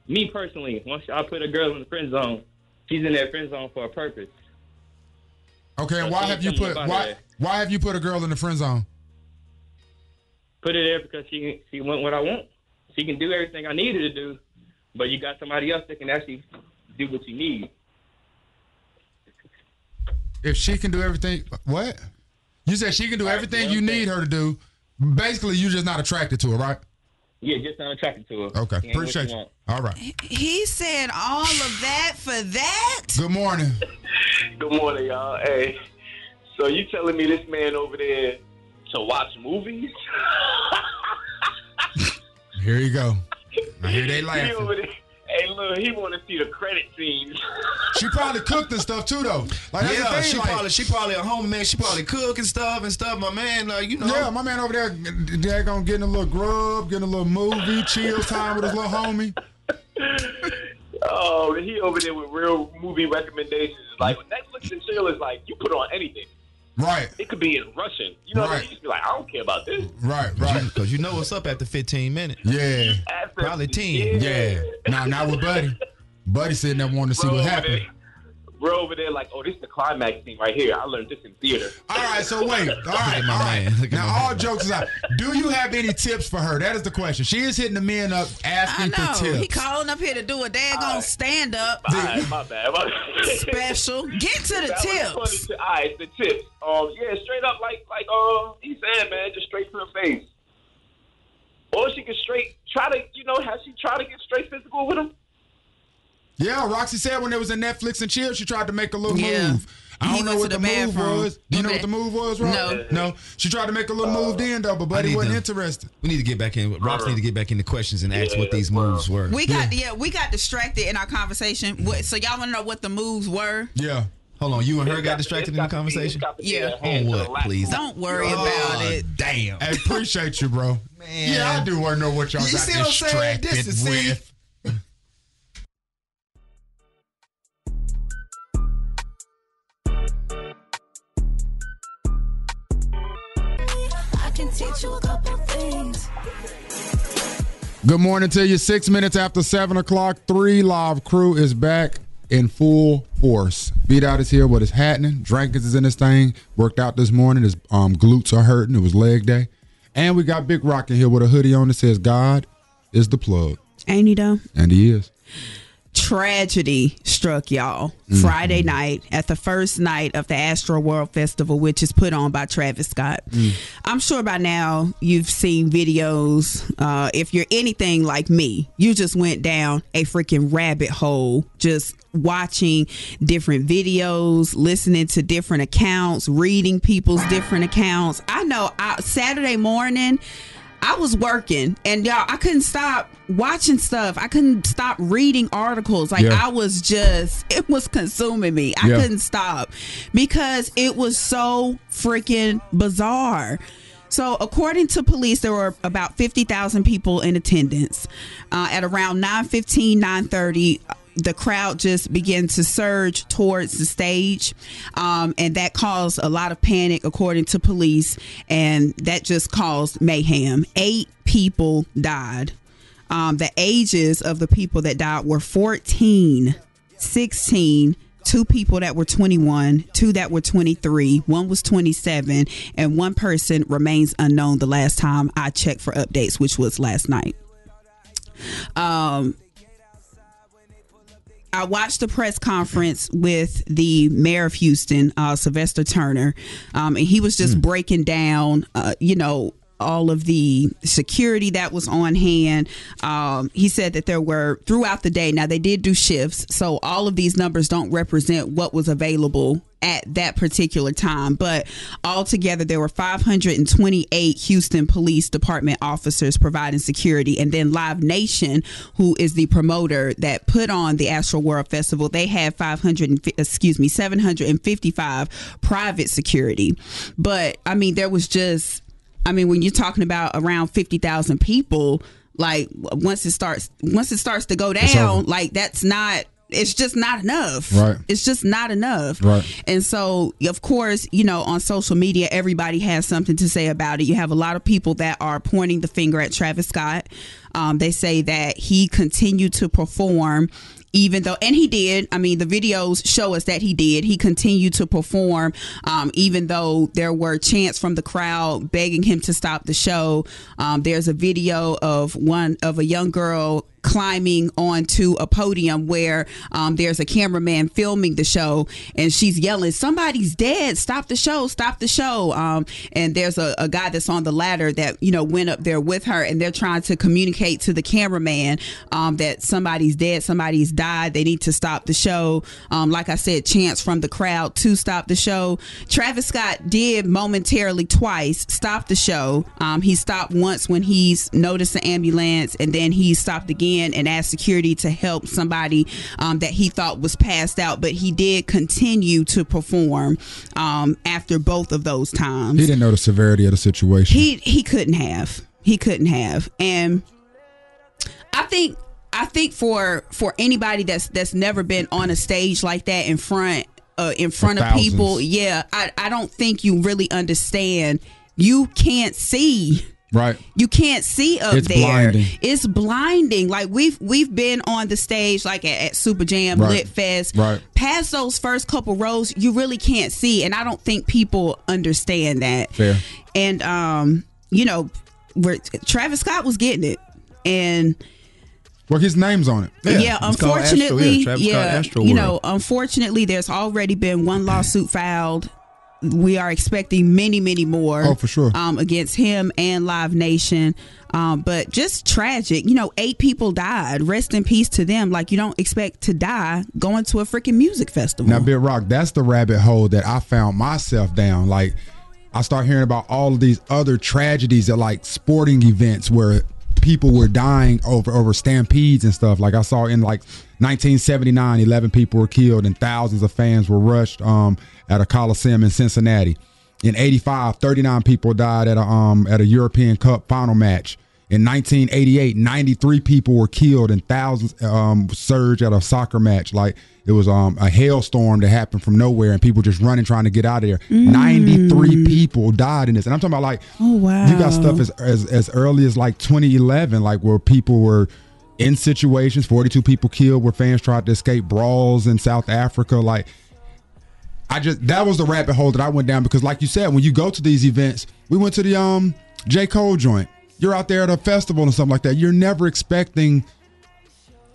Speaker 8: me personally, once I put a girl in the friend zone, she's in that friend zone for a purpose.
Speaker 2: Okay, and
Speaker 8: That's
Speaker 2: why
Speaker 8: what
Speaker 2: have
Speaker 8: I'm
Speaker 2: you
Speaker 8: talking
Speaker 2: put
Speaker 8: about
Speaker 2: why
Speaker 8: here.
Speaker 2: why have you put a girl in the friend zone?
Speaker 8: Put her there because she she want what I want. She can do everything I need her to do, but you got somebody else that can actually do what you need.
Speaker 2: If she can do everything, what? You said she can do everything you need her to do. Basically, you're just not attracted to her, right?
Speaker 8: Yeah, just not attracted to her.
Speaker 2: Okay,
Speaker 8: She ain't what
Speaker 2: appreciate you.
Speaker 8: want.
Speaker 2: All right.
Speaker 3: he said all of that for that.
Speaker 2: Good morning.
Speaker 7: Good morning, y'all. Hey, so you telling me this man over there to watch movies?
Speaker 2: Here you go. I hear
Speaker 7: he
Speaker 2: they
Speaker 7: over
Speaker 2: laughing.
Speaker 7: there. Hey, look, he want to see the credit scenes.
Speaker 2: She probably cooked and stuff too, though. Like that's the
Speaker 4: yeah,
Speaker 2: thing.
Speaker 4: she
Speaker 2: like-
Speaker 4: probably she probably a home man. She probably cook and stuff and stuff. My man, like you know,
Speaker 2: Yeah, my man over there, they're gonna get in a little grub, getting a little movie, chill time with his little homie.
Speaker 7: oh, he over there with real movie recommendations. Like Netflix and chill is like you put on anything.
Speaker 2: Right,
Speaker 7: It could be in Russian. You know what I
Speaker 2: Right.
Speaker 7: mean? You just be like, I don't care about this.
Speaker 2: right, right.
Speaker 4: because you know what's up after 15 minutes.
Speaker 2: Yeah,
Speaker 7: Ask them-
Speaker 4: Probably 10.
Speaker 2: yeah. Nah, not with Buddy. Buddy sitting there wanting to see
Speaker 7: Bro,
Speaker 2: what
Speaker 7: over there-
Speaker 2: happened.
Speaker 7: we're over there like, oh, this is the climax scene right here. I learned this in theater.
Speaker 2: All right, so wait. All right,
Speaker 4: my
Speaker 2: all right.
Speaker 4: man. Look at
Speaker 2: Now,
Speaker 4: my
Speaker 2: all
Speaker 4: man.
Speaker 2: jokes aside, do you have any tips for her? That is the question. She is hitting the men up
Speaker 3: I
Speaker 2: asking for
Speaker 3: know.
Speaker 2: tips.
Speaker 3: He calling up here to do a daggone stand up
Speaker 7: All right, my bad. My bad.
Speaker 3: special. Get to the
Speaker 7: That was funny
Speaker 3: tips.
Speaker 7: too. All right, the tips. Um, yeah, straight up, like like um, he said, man, just straight to the face. Or she could straight try to, you know, how she try to get straight physical with him.
Speaker 2: yeah, Roxy said when it was in Netflix and chill, she tried to make a little
Speaker 3: Yeah.
Speaker 2: move. I
Speaker 3: He
Speaker 2: don't know
Speaker 3: went
Speaker 2: what
Speaker 3: to
Speaker 2: the,
Speaker 3: the
Speaker 2: move
Speaker 3: bathroom.
Speaker 2: was. Do you know
Speaker 3: Okay.
Speaker 2: what the move was, Rob?
Speaker 3: No.
Speaker 2: No. She tried to make a little move then, though, but
Speaker 4: I
Speaker 2: Buddy
Speaker 4: need
Speaker 2: wasn't
Speaker 4: them.
Speaker 2: interested.
Speaker 4: We need to get back in. Rox need to get back into questions and ask what these moves were.
Speaker 3: We got yeah. we got distracted in our conversation. What, so y'all want to know what the moves were?
Speaker 2: Yeah.
Speaker 4: Hold on, you and her got distracted in the conversation.
Speaker 3: Yeah.
Speaker 4: On what, please?
Speaker 3: Don't worry about
Speaker 4: Oh,
Speaker 3: it.
Speaker 4: Damn.
Speaker 2: I appreciate you, bro.
Speaker 4: Man.
Speaker 2: Yeah, I do want to know what y'all
Speaker 4: You
Speaker 2: got
Speaker 4: see what I'm saying?
Speaker 2: distracted
Speaker 4: This is- see?
Speaker 2: with.
Speaker 10: I can teach you a couple things.
Speaker 2: Good morning to you. Six minutes after seven o'clock, three live crew is back in full force. Beat out is here. What is happening? Drankins is in this thing. Worked out this morning. His um, glutes are hurting. It was leg day, and we got Big Rock in here with a hoodie on that says "God is the plug,"
Speaker 3: Ain't he though?
Speaker 2: and he is.
Speaker 3: tragedy struck y'all Friday night at the first night of the Astro World Festival, which is put on by Travis Scott. I'm sure by now you've seen videos. Uh, if you're anything like me, you just went down a freaking rabbit hole just watching different videos, listening to different accounts, reading people's different accounts. I know I, Saturday morning, I was working and y'all, I couldn't stop watching stuff. I couldn't stop reading articles. Like
Speaker 2: Yeah.
Speaker 3: I was just, it was consuming me. I
Speaker 2: Yeah.
Speaker 3: couldn't stop because it was so freaking bizarre. So, according to police, there were about 50,000 people in attendance. Uh, at around 9.15, 9.30, the crowd just began to surge towards the stage. Um, and that caused a lot of panic, according to police. And that just caused mayhem. Eight people died. Um, the ages of the people that died were 14, 16, two people that were 21, two that were 23, one was 27, and one person remains unknown the last time I checked for updates, which was last night. Um, I watched the press conference with the mayor of Houston, uh, Sylvester Turner, um, and he was just breaking down, uh, you know, all of the security that was on hand. Um, he said that there were throughout the day. Now they did do shifts, so all of these numbers don't represent what was available at that particular time. But altogether, there were 528 Houston Police Department officers providing security. And then Live Nation, who is the promoter that put on the Astro World Festival, they had 500, and fi- excuse me, 755 private security. But I mean, there was just, I mean, when you're talking about around 50,000 people, like w- once it starts, once it starts to go
Speaker 2: over.
Speaker 3: down, like that's not, it's just not enough.
Speaker 2: Right.
Speaker 3: It's just not enough.
Speaker 2: Right.
Speaker 3: And so, of course, you know, on social media, everybody has something to say about it. You have a lot of people that are pointing the finger at Travis Scott. Um, they say that he continued to perform. Even though, and he did. I mean, the videos show us that he did. He continued to perform, um, even though there were chants from the crowd begging him to stop the show. Um, there's a video of one of a young girl climbing onto a podium where um, there's a cameraman filming the show and she's yelling somebody's dead stop the show stop the show um, and there's a, a guy that's on the ladder that you know went up there with her and they're trying to communicate to the cameraman um, that somebody's dead somebody's died they need to stop the show um, like i said chants from the crowd to stop the show travis scott did momentarily twice stop the show um, he stopped once when he's noticed the ambulance and then he stopped again and asked security to help somebody um, that he thought was passed out but he did continue to perform um, after both of those times
Speaker 2: He didn't know the severity of the situation.
Speaker 3: he he couldn't have he couldn't have and i think i think for for anybody that's that's never been on a stage like that in front uh in front of
Speaker 2: thousands.
Speaker 3: people yeah i i don't think you really understand you can't see
Speaker 2: Right.
Speaker 3: You can't see up
Speaker 2: It's
Speaker 3: there.
Speaker 2: blinding.
Speaker 3: It's blinding. Like we've we've been on the stage like at, at Super Jam,
Speaker 2: Right.
Speaker 3: Lit Fest.
Speaker 2: Right.
Speaker 3: Past those first couple rows, you really can't see, and I don't think people understand that.
Speaker 2: Fair.
Speaker 3: And um, you know, where Travis Scott was getting it, and
Speaker 2: Well, his name's on it.
Speaker 3: yeah, unfortunately, yeah, you know,
Speaker 2: World.
Speaker 3: unfortunately, there's already been one lawsuit filed. We are expecting many, many more.
Speaker 2: Oh, for sure.
Speaker 3: Um, against him and Live Nation, um, but just tragic. You know, eight people died. Rest in peace to them. Like you don't expect to die going to a freaking music festival.
Speaker 2: Now, Bit Rock, that's the rabbit hole that I found myself down. Like, I start hearing about all of these other tragedies at like sporting events where people were dying over over stampedes and stuff. Like I saw in like 1979, 11 people were killed and thousands of fans were rushed um, at a coliseum in Cincinnati. In 85, 39 people died at a um, at a European Cup final match. In 1988, 93 people were killed and thousands um, surged at a soccer match. Like it was um, a hailstorm that happened from nowhere, and people just running trying to get out of there. 93 people died in this, and I'm talking about like
Speaker 3: Mm. Oh, wow.
Speaker 2: you got stuff as, as as early as like 2011, like where people were in situations. 42 people killed where fans tried to escape brawls in South Africa. Like I just that was the rabbit hole that I went down because, like you said, when you go to these events, we went to the um J Cole joint. You're out there at a festival and something like that. You're never expecting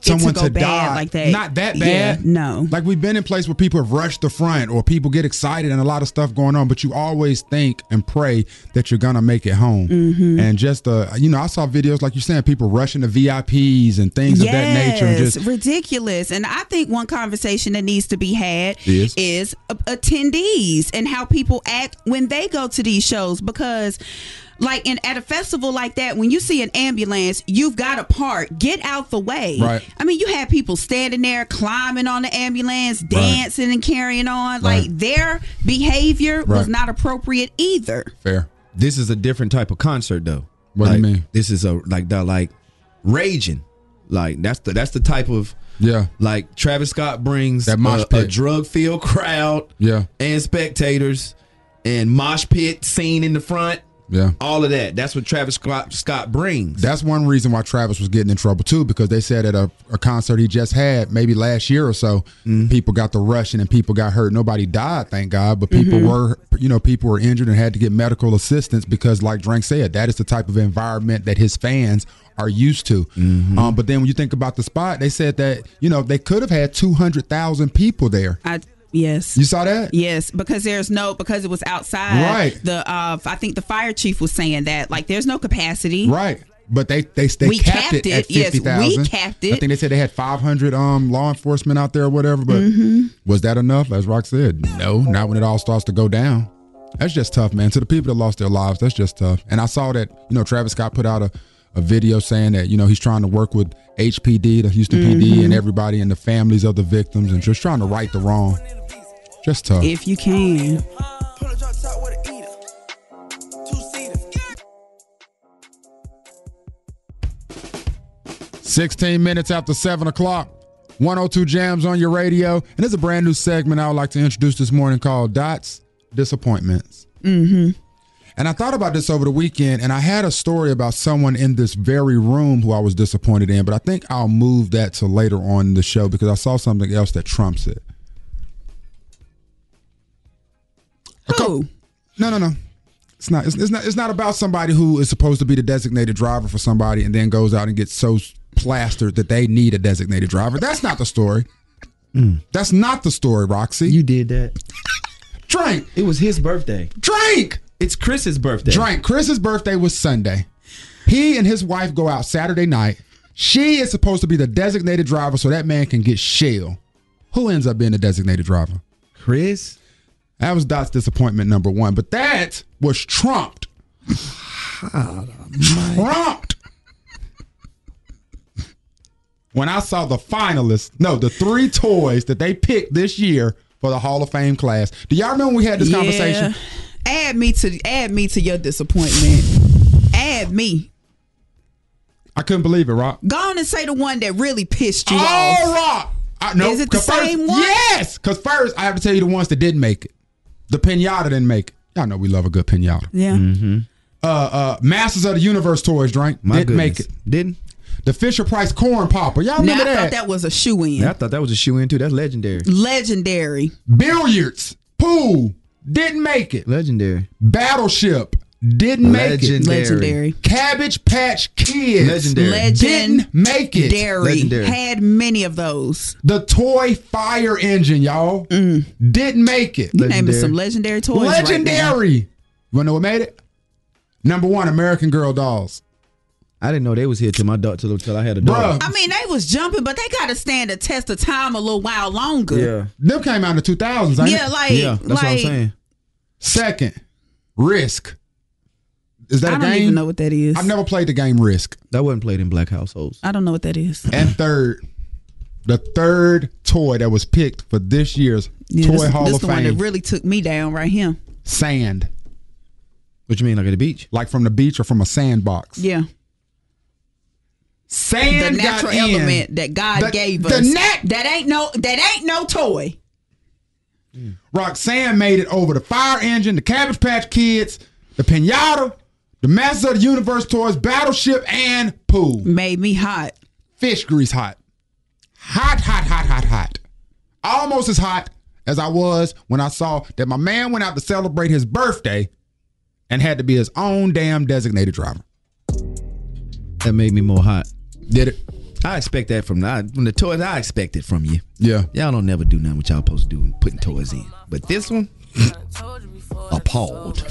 Speaker 2: someone
Speaker 3: go
Speaker 2: to,
Speaker 3: bad
Speaker 2: die
Speaker 3: like that.
Speaker 2: Not that
Speaker 3: Yeah,
Speaker 2: bad.
Speaker 3: no.
Speaker 2: Like we've been in place where people have rushed the front or people get excited and a lot of stuff going on, but you always think and pray that you're gonna make it home.
Speaker 3: Mm-hmm.
Speaker 2: And just uh, you know, I saw videos like you're saying, people rushing the VIPs and things of that nature. And just
Speaker 3: ridiculous. And I think one conversation that needs to be had
Speaker 2: Is?
Speaker 3: a- attendees and how people act when they go to these shows because. Like in at a festival like that, when you see an ambulance, you've got to park, get out the way.
Speaker 2: Right.
Speaker 3: I mean, you had people standing there, climbing on the ambulance, dancing and carrying on.
Speaker 4: Right.
Speaker 3: Like their behavior was
Speaker 4: Right.
Speaker 3: not appropriate either.
Speaker 2: fair.
Speaker 4: This is a different type of concert though.
Speaker 2: What do
Speaker 4: like,
Speaker 2: you mean?
Speaker 4: This is a like the like raging. Like that's the that's the type of
Speaker 2: Yeah.
Speaker 4: like Travis Scott brings
Speaker 2: That mosh
Speaker 4: a, a
Speaker 2: pit.
Speaker 4: drug filled crowd
Speaker 2: Yeah.
Speaker 4: and spectators and mosh pit scene in the front.
Speaker 2: Yeah.
Speaker 4: All of that. That's what Travis Scott, Scott brings.
Speaker 2: That's one reason why Travis was getting in trouble too, because they said at a, a concert he just had, maybe last year or so, people got the rushing and people got hurt. Nobody died, thank God, but people were, you know, people were injured and had to get medical assistance because, like Drank said, that is the type of environment that his fans are used to. Um, but then when you think about the spot, they said that you know they could have had two hundred thousand people there.
Speaker 3: I yes.
Speaker 2: You saw that?
Speaker 3: Yes, because there's no because it was outside.
Speaker 2: Right.
Speaker 3: The uh, I think the fire chief was saying that like there's no capacity.
Speaker 2: Right. But they they, they
Speaker 3: We
Speaker 2: capped,
Speaker 3: capped
Speaker 2: it at
Speaker 3: it. Yes,
Speaker 2: fifty
Speaker 3: we
Speaker 2: thousand.
Speaker 3: capped
Speaker 2: I
Speaker 3: it.
Speaker 2: think they said they had five hundred um law enforcement out there or whatever. But
Speaker 3: Mm-hmm.
Speaker 2: was that enough? As Rock said, no. Not when it all starts to go down. That's just tough, man. To the people that lost their lives, that's just tough. And I saw that you know Travis Scott put out a, a video saying that you know he's trying to work with HPD, the Houston PD,
Speaker 3: Mm-hmm.
Speaker 2: and everybody and the families of the victims, and just trying to right the wrong. Just tough.
Speaker 3: If you can.
Speaker 5: Pull a drop top with a eater. Two seater.
Speaker 2: 16 minutes after 7 o'clock. 102 Jams on your radio. And there's a brand new segment I would like to introduce this morning called Dots Disappointments. Mm-hmm. And I thought about this over the weekend, and I had a story about someone in this very room who I was disappointed in, but I think I'll move that to later on in the show because I saw something else that trumps it.
Speaker 3: Who?
Speaker 2: No, no, no. It's not. It's, it's not. It's not about somebody who is supposed to be the designated driver for somebody and then goes out and gets so plastered that they need a designated driver. That's not the story. That's not the story, Roxy.
Speaker 4: you did that.
Speaker 2: drink,
Speaker 4: It was his birthday.
Speaker 2: drink,
Speaker 4: It's Chris's birthday.
Speaker 2: drink. Chris's birthday was Sunday. He and his wife go out Saturday night. She is supposed to be the designated driver so that man can get shell. Who ends up being the designated driver?
Speaker 4: Chris?
Speaker 2: That was Dot's disappointment number one. But that was trumped. trumped. When I saw the finalists, no, the three toys that they picked this year for the Hall of Fame class. Do y'all remember when we had this conversation?
Speaker 3: Add me to add me to your disappointment. Add me.
Speaker 2: I couldn't believe it, Rock.
Speaker 3: Go on and say the one that really pissed you off.
Speaker 2: All Rock. I, no,
Speaker 3: Is it the
Speaker 2: 'cause first-
Speaker 3: same one?
Speaker 2: Yes, because first I have to tell you the ones that didn't make it. The pinata didn't make it. Y'all know we love a good pinata.
Speaker 3: Yeah.
Speaker 2: uh, uh, Masters of the Universe toys, drink.
Speaker 4: My
Speaker 2: Didn't make it.
Speaker 4: goodness. Didn't?
Speaker 2: The Fisher Price corn popper. Y'all
Speaker 3: Now, I
Speaker 2: remember that?
Speaker 3: thought that was a shoe in.
Speaker 4: I thought that was a shoe in too. That's legendary.
Speaker 3: Legendary.
Speaker 2: Billiards. Pool. Didn't make it.
Speaker 4: Legendary.
Speaker 2: Battleship. Didn't make it.
Speaker 4: Legendary.
Speaker 3: Legendary.
Speaker 2: Cabbage Patch Kids.
Speaker 4: Legendary.
Speaker 2: Didn't make it.
Speaker 3: Dairy.
Speaker 4: Legendary.
Speaker 3: Had many of those.
Speaker 2: The toy fire engine, y'all. Didn't make it.
Speaker 3: You naming
Speaker 4: Legendary.
Speaker 3: some legendary toys. Mm. right now.
Speaker 2: Legendary. you wanna know what made it? Number one, American Girl dolls.
Speaker 4: I didn't know they was here till my dog till, till I had a
Speaker 2: Bruh,
Speaker 4: dog.
Speaker 3: I mean, they was jumping, but they got to stand the test of time a little while longer.
Speaker 4: Yeah.
Speaker 2: them came out in the 2000s. Ain't
Speaker 3: Yeah,
Speaker 2: it?
Speaker 3: like,
Speaker 4: Yeah. That's
Speaker 3: like
Speaker 4: what I'm saying.
Speaker 2: Second, Risk. Is that
Speaker 3: I
Speaker 2: a
Speaker 3: don't
Speaker 2: game?
Speaker 3: even know what that is.
Speaker 2: I've never played the game Risk.
Speaker 4: That wasn't played in black households.
Speaker 3: I don't know what that is.
Speaker 2: And third, the third toy that was picked for this year's
Speaker 3: Yeah,
Speaker 2: Toy
Speaker 3: this,
Speaker 2: Hall
Speaker 3: this
Speaker 2: of
Speaker 3: the one that
Speaker 2: Fame,
Speaker 3: really took me down right here.
Speaker 2: sand,
Speaker 4: What you mean, like at the beach?
Speaker 2: like from the beach or from a sandbox.
Speaker 3: Yeah, the
Speaker 2: Sand
Speaker 3: natural
Speaker 2: got in.
Speaker 3: element that God
Speaker 2: The-
Speaker 3: gave
Speaker 2: the
Speaker 3: us.
Speaker 2: nat-
Speaker 3: that ain't no that ain't no toy.
Speaker 2: Roxanne made it over the Fire Engine, the Cabbage Patch Kids, the Pinata, the Masters of the Universe toys, Battleship, and Pool.
Speaker 3: Made me hot.
Speaker 2: Fish grease hot. Hot, hot, hot, hot, hot. Almost as hot as I was when I saw that my man went out to celebrate his birthday and had to be his own damn designated driver.
Speaker 4: That made me more hot.
Speaker 2: Did it?
Speaker 4: I expect that from the from the toys. I expect it from you.
Speaker 2: Yeah.
Speaker 4: Y'all don't never do nothing what y'all supposed to do, putting toys in. But this one, appalled.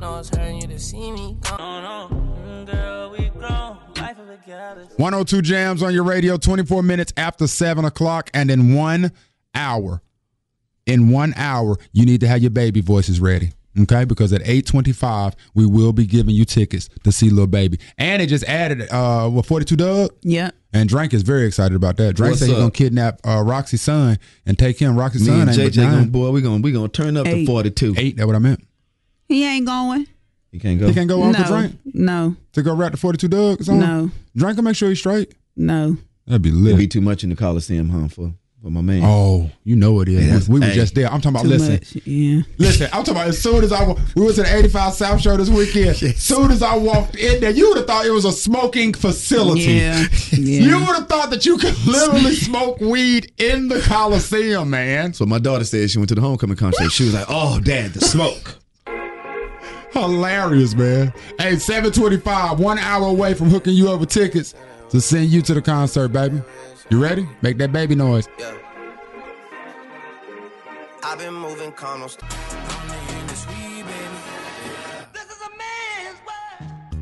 Speaker 10: No, it's hurting you to see me. Gone. Mm, Girl, we grown. Life of a gal is
Speaker 2: 102 jams on your radio, 24 minutes after 7 o'clock, and in one hour, in one hour, you need to have your baby voices ready. Okay, because at 825, we will be giving you tickets to see Lil Baby. And it just added uh what 42 Doug?
Speaker 3: Yeah,
Speaker 2: And Drank is very excited about that. Drank
Speaker 4: What's
Speaker 2: said he's
Speaker 4: up?
Speaker 2: gonna kidnap uh Roxy's son and take him. Roxy's
Speaker 4: Me
Speaker 2: son
Speaker 4: and
Speaker 2: ain't but
Speaker 4: JJ, gonna,
Speaker 2: nine.
Speaker 4: boy, we gonna we gonna turn up to
Speaker 3: Eight.
Speaker 4: forty two.
Speaker 2: eight, that what I meant.
Speaker 3: he ain't going.
Speaker 4: You can't go.
Speaker 2: He can't go on
Speaker 3: no,
Speaker 2: to Drank
Speaker 3: no,
Speaker 2: to go rap the 42 Doug or something?
Speaker 3: no,
Speaker 2: Drank will make sure he's straight.
Speaker 3: no.
Speaker 2: That'd be
Speaker 4: It'd
Speaker 2: lit.
Speaker 4: be too much in the Coliseum, huh? For for my man.
Speaker 2: oh, you know it
Speaker 4: Yeah,
Speaker 2: is.
Speaker 4: that's-
Speaker 2: we we were
Speaker 4: hey.
Speaker 2: just there. I'm talking about
Speaker 3: Too
Speaker 2: listen.
Speaker 3: much. Yeah.
Speaker 2: Listen, I'm talking about as soon as I wa- we was at the 85 South Show this weekend. As soon as I walked in there, you would have thought it was a smoking facility.
Speaker 3: Yeah. yeah.
Speaker 2: You would have thought that you could literally smoke weed in the Coliseum, man.
Speaker 4: So my daughter said she went to the homecoming concert. She was like, "Oh, Dad, the smoke."
Speaker 2: Hilarious, man. Hey, 725, one hour away from hooking you up with tickets to send you to the concert, baby. You ready? Make that baby noise.
Speaker 5: Yeah. I've been moving calm, no st-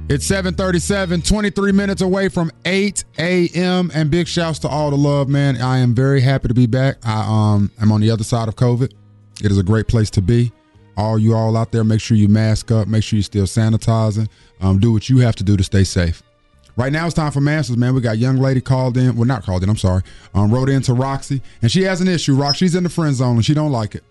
Speaker 2: It's 737, 23 minutes away from 8 a.m. And big shouts to all the love, man. I am very happy to be back. I um am on the other side of COVID. It is a great place to be. All you all out there, make sure you mask up, make sure you're still sanitizing. Um, do what you have to do to stay safe. Right now it's time for masters, man. We got a young lady called in. Well, not called in, I'm sorry. Um, wrote in to Roxy, and she has an issue. Roxy's in the friend zone and she don't like it.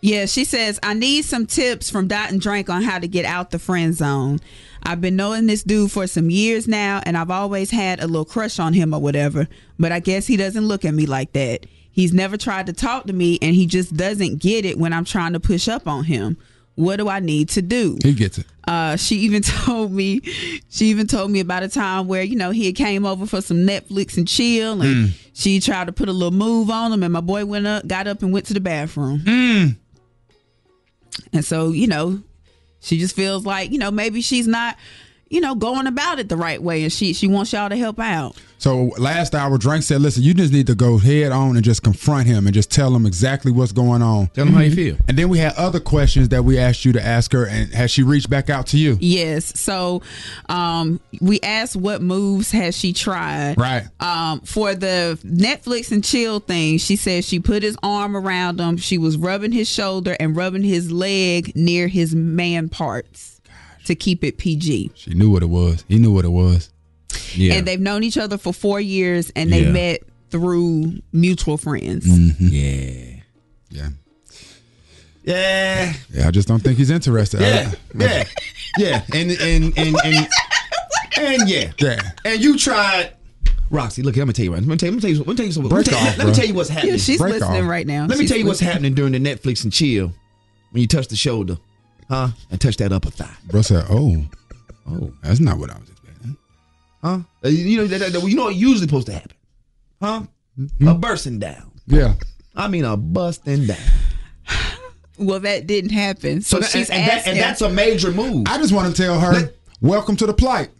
Speaker 3: Yeah, she says, I need some tips from Dot and Drink on how to get out the friend zone. I've been knowing this dude for some years now, and I've always had a little crush on him or whatever, but I guess he doesn't look at me like that. He's never tried to talk to me, and he just doesn't get it when I'm trying to push up on him. What do I need to do?
Speaker 2: He gets it.
Speaker 3: Uh, she even told me, she even told me about a time where you know he had came over for some Netflix and chill, and she tried to put a little move on him, and my boy went up, got up, and went to the bathroom. And so you know, she just feels like you know maybe she's not, you know, going about it the right way, and she she wants y'all to help out.
Speaker 2: So last hour, Drake said, "Listen, you just need to go head on and just confront him and just tell him exactly what's going on."
Speaker 4: Tell them how you feel.
Speaker 2: And then we had other questions that we asked you to ask her, and has she reached back out to you?
Speaker 3: Yes. So um, we asked what moves has she tried.
Speaker 2: Right.
Speaker 3: Um, for the Netflix and chill thing, she said she put his arm around him. She was rubbing his shoulder and rubbing his leg near his man parts to keep it PG.
Speaker 2: She knew what it was. He knew what it was.
Speaker 4: Yeah.
Speaker 3: And they've known each other for four years and they
Speaker 4: Yeah. Mm.
Speaker 3: met through mutual friends.
Speaker 4: yeah.
Speaker 2: Yeah.
Speaker 4: Yeah.
Speaker 2: Yeah. I just don't think he's interested.
Speaker 4: Yeah.
Speaker 2: I-
Speaker 4: Yeah. Yeah. And and and and and yeah.
Speaker 2: yeah.
Speaker 4: And you tried. Roxy, look, I'm gonna tell you right. I'm gonna tell you. I'm gonna tell you, I'm gonna tell you something.
Speaker 2: Break
Speaker 4: let, me-
Speaker 2: off,
Speaker 4: let me
Speaker 2: bruh.
Speaker 4: tell you what's happening.
Speaker 3: Yeah, she's
Speaker 2: Break
Speaker 3: listening
Speaker 2: off.
Speaker 3: right now.
Speaker 4: Let me
Speaker 3: She's
Speaker 4: tell you what's
Speaker 3: listening.
Speaker 4: happening during the Netflix and chill when you touch the shoulder. huh? And touch that upper thigh.
Speaker 2: Bro said, "Oh, oh, that's not what I was."
Speaker 4: Huh? Uh, You know that, that- that- you know what usually supposed to happen, huh? A bursting down.
Speaker 2: Yeah.
Speaker 4: I mean a busting down.
Speaker 3: Well, that didn't happen. So,
Speaker 4: that-
Speaker 3: she's
Speaker 4: and, and, that-
Speaker 3: asking.
Speaker 4: and that's a major move.
Speaker 2: I just want to tell her, welcome to the plight.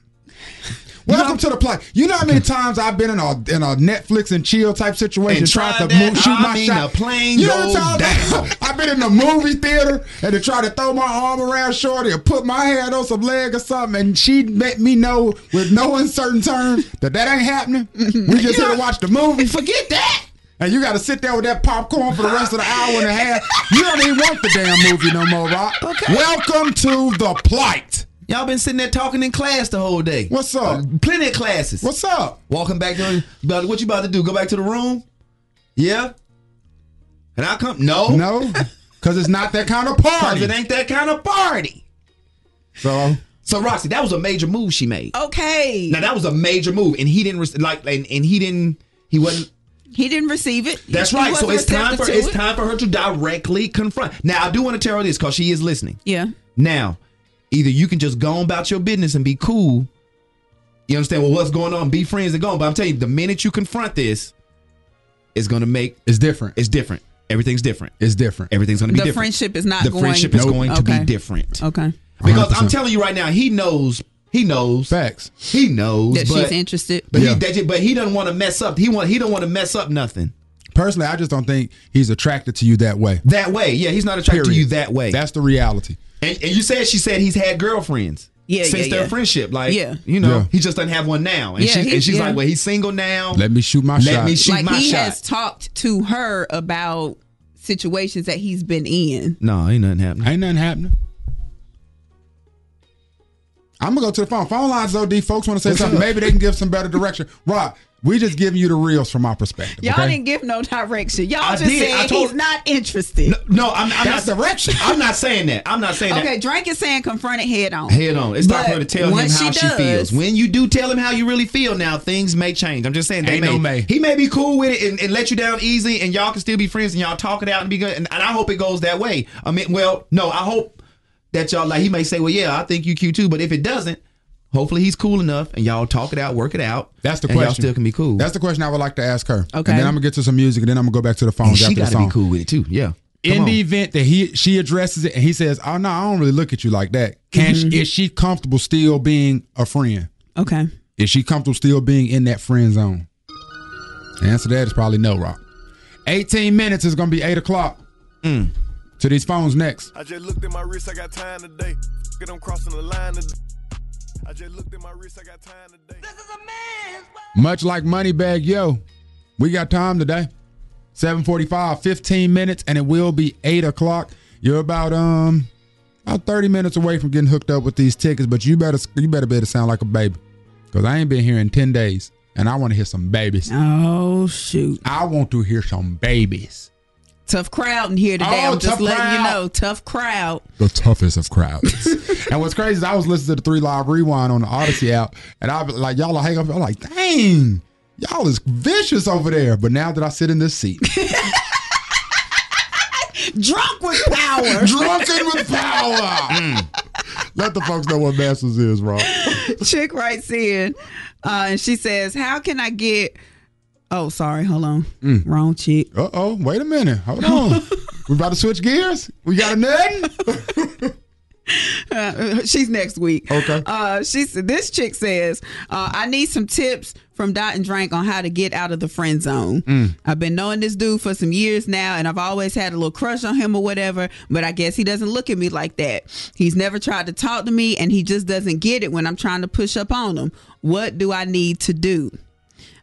Speaker 2: Welcome to the plight. You know how many times I've been in a in a Netflix and chill type situation
Speaker 4: And
Speaker 2: trying to
Speaker 4: tried that?
Speaker 2: move, shoot
Speaker 4: I
Speaker 2: my
Speaker 4: mean,
Speaker 2: shot.
Speaker 4: the plane
Speaker 2: you know
Speaker 4: goes
Speaker 2: how many times I- I've been in the movie theater and to try to throw my arm around shorty or put my hand on some leg or something, and she let me know with no uncertain terms that that ain't happening. We just here to watch the movie.
Speaker 4: Forget that.
Speaker 2: And you got to sit there with that popcorn for the rest of the hour and a half. You don't even want the damn movie no more, Rock. Welcome to the plight.
Speaker 4: Y'all been sitting there talking in class the whole day. Uh,
Speaker 2: What's up?
Speaker 4: Plenty of classes.
Speaker 2: What's up?
Speaker 4: Walking back to you about- what you about to do? Go back to the room? Yeah. And I come? No.
Speaker 2: No, because it's not that kind of party.
Speaker 4: oh. Cause it ain't that kind of party.
Speaker 2: So
Speaker 4: So Roxy, that was a major move she made.
Speaker 3: okay.
Speaker 4: Now that was a major move, and he didn't re- like, and, and he didn't, he wasn't.
Speaker 3: He didn't receive it.
Speaker 4: That's
Speaker 3: He
Speaker 4: right. So
Speaker 3: wasn't
Speaker 4: it's time
Speaker 3: receptive
Speaker 4: for
Speaker 3: to
Speaker 4: it's
Speaker 3: it.
Speaker 4: time for her to directly confront. Now I do want to tell her this because she is listening.
Speaker 3: Yeah.
Speaker 4: Now, either you can just go on about your business and be cool. You understand? Well, what's going on? Be friends and go on. But I'm telling you, the minute you confront this, it's gonna make
Speaker 2: it's different.
Speaker 4: it's different. Everything's different.
Speaker 2: It's different.
Speaker 4: Everything's gonna
Speaker 3: The
Speaker 4: be different.
Speaker 3: friendship is not
Speaker 4: the
Speaker 3: going.
Speaker 4: friendship is going to
Speaker 3: Okay.
Speaker 4: be different.
Speaker 3: Okay.
Speaker 4: Because i am
Speaker 2: 100%.
Speaker 4: telling you right now, he knows. He knows.
Speaker 2: Facts.
Speaker 4: He knows.
Speaker 3: That
Speaker 4: but,
Speaker 3: she's interested.
Speaker 4: But
Speaker 2: Yeah.
Speaker 4: he that, but he doesn't want to mess up. He want he don't want to mess up nothing.
Speaker 2: Personally, I just don't think he's attracted to you that way.
Speaker 4: That way. Yeah, he's not attracted to
Speaker 2: Period.
Speaker 4: you that way.
Speaker 2: That's the reality.
Speaker 4: And, and you said she said he's had girlfriends.
Speaker 3: Yeah,
Speaker 4: since
Speaker 3: yeah,
Speaker 4: their
Speaker 3: yeah.
Speaker 4: friendship, like
Speaker 3: Yeah.
Speaker 4: you know,
Speaker 2: Yeah.
Speaker 4: he just doesn't have one now, and,
Speaker 3: Yeah,
Speaker 4: she,
Speaker 3: he-
Speaker 4: and she's
Speaker 3: yeah.
Speaker 4: like, well, he's single now.
Speaker 2: Let me shoot my
Speaker 4: Let
Speaker 2: shot.
Speaker 4: me shoot
Speaker 3: like
Speaker 4: my
Speaker 3: he
Speaker 4: shot.
Speaker 3: has talked to her about situations that he's been in.
Speaker 4: no, ain't nothing happening.
Speaker 2: ain't nothing happening. I'm gonna go to the phone. Phone lines though, D. Folks want to say something. Maybe they can give some better direction. Rock, we just giving you the reels from our perspective.
Speaker 3: Y'all
Speaker 2: okay?
Speaker 3: didn't give no direction. Y'all
Speaker 4: I
Speaker 3: just
Speaker 4: did. I
Speaker 3: said
Speaker 4: told-
Speaker 3: he's not interested.
Speaker 4: No, I'm, I'm
Speaker 2: That's
Speaker 4: not
Speaker 2: direction.
Speaker 4: I'm not saying that. I'm not saying
Speaker 3: okay, Drake is saying confront it head on.
Speaker 4: that. Head on. It's time
Speaker 3: But
Speaker 4: for her to tell him how
Speaker 3: once
Speaker 4: she,
Speaker 3: she does-
Speaker 4: feels. When you do tell him how you really feel, now things may change. I'm just saying they
Speaker 2: Ain't no may.
Speaker 4: He may be cool with it and, and let you down easy, and y'all can still be friends and y'all talk it out and be good. And, and I hope it goes that way. I mean, well, no, I hope that y'all like. He may say, well, yeah, I think you cute too, but if it doesn't. Hopefully he's cool enough, and y'all talk it out, work it out.
Speaker 2: That's the
Speaker 4: and
Speaker 2: question.
Speaker 4: Y'all still can be cool.
Speaker 2: That's the question I would like to ask her.
Speaker 3: Okay.
Speaker 2: And then I'm gonna get to some music, and then I'm gonna go back to the
Speaker 4: and
Speaker 2: phones
Speaker 4: she
Speaker 2: after the
Speaker 4: got to
Speaker 2: song.
Speaker 4: be cool with it too. Yeah.
Speaker 2: in
Speaker 4: Come
Speaker 2: the
Speaker 4: on.
Speaker 2: event that he she addresses it and he says, "Oh no, I don't really look at you like that." Can she,
Speaker 4: Mm-hmm.
Speaker 2: is she comfortable still being a friend?
Speaker 3: Okay.
Speaker 2: Is she comfortable still being in that friend zone? The answer to that is probably no, Rock. 18 minutes is gonna be eight o'clock.
Speaker 4: Mm.
Speaker 2: To these phones next.
Speaker 6: I just looked at my wrist, I got time today. F- it, I'm crossing the line today. I just looked at my wrist, I got time today.
Speaker 2: Much like Moneybag Yo, we got time today. 745, 15 minutes, and it will be 8 o'clock. You're about um about 30 minutes away from getting hooked up with these tickets, but you better you better better sound like a baby. Cause I ain't been here in 10 days. And I want to hear some babies.
Speaker 3: Oh shoot.
Speaker 2: I want to hear some babies.
Speaker 3: Tough crowd in here today.
Speaker 2: Oh,
Speaker 3: I'm just
Speaker 2: tough
Speaker 3: letting you
Speaker 2: crowd.
Speaker 3: know. Tough crowd.
Speaker 2: The toughest of crowds. and what's crazy is I was listening to the three live rewind on the Odyssey app, and I was like, y'all are hang up. I'm like, dang, y'all is vicious over there. But now that I sit in this seat.
Speaker 3: Drunk with power.
Speaker 2: Drunken with power.
Speaker 3: Mm.
Speaker 2: Let the folks know what Masters is, Rob.
Speaker 3: Chick writes in, uh, and she says, "How can I get?" Oh, sorry. Hold on.
Speaker 4: Mm.
Speaker 3: Wrong chick.
Speaker 2: Uh oh, wait a minute. Hold on. we about to switch gears? We got a nothing?
Speaker 3: Uh, she's next week.
Speaker 2: Okay.
Speaker 3: Uh, she s- this chick says, uh, I need some tips from Dot and Drank on how to get out of the friend zone. I've been knowing this dude for some years now, and I've always had a little crush on him or whatever. But I guess he doesn't look at me like that. He's never tried to talk to me, and he just doesn't get it when I'm trying to push up on him. What do I need to do?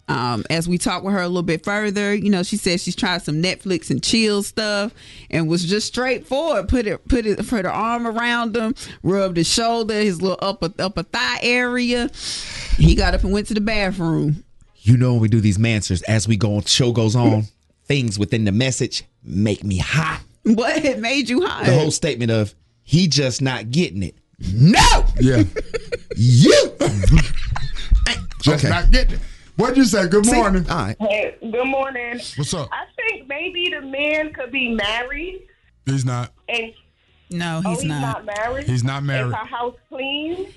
Speaker 3: Um, as we talked with her a little bit further, you know, she said she's tried some Netflix and chill stuff and was just straightforward. Put it, put it, put her arm around him, rubbed his shoulder, his little upper upper thigh area. He got up and went to the bathroom.
Speaker 4: you know when we do these mansers as we go on show goes on things within the message make me hot
Speaker 3: What it made you hot?
Speaker 4: the whole statement of he just not getting it no
Speaker 2: yeah.
Speaker 4: you
Speaker 2: Just
Speaker 4: Okay.
Speaker 2: not getting it. What'd you say? Good
Speaker 4: all
Speaker 3: uh,
Speaker 2: morning.
Speaker 4: right
Speaker 9: Hey, good morning.
Speaker 2: What's up?
Speaker 9: I think maybe the man could be married
Speaker 2: He's not.
Speaker 9: and
Speaker 3: No,
Speaker 9: oh,
Speaker 3: he's not.
Speaker 9: married.
Speaker 2: He's not married.
Speaker 9: Is her house clean?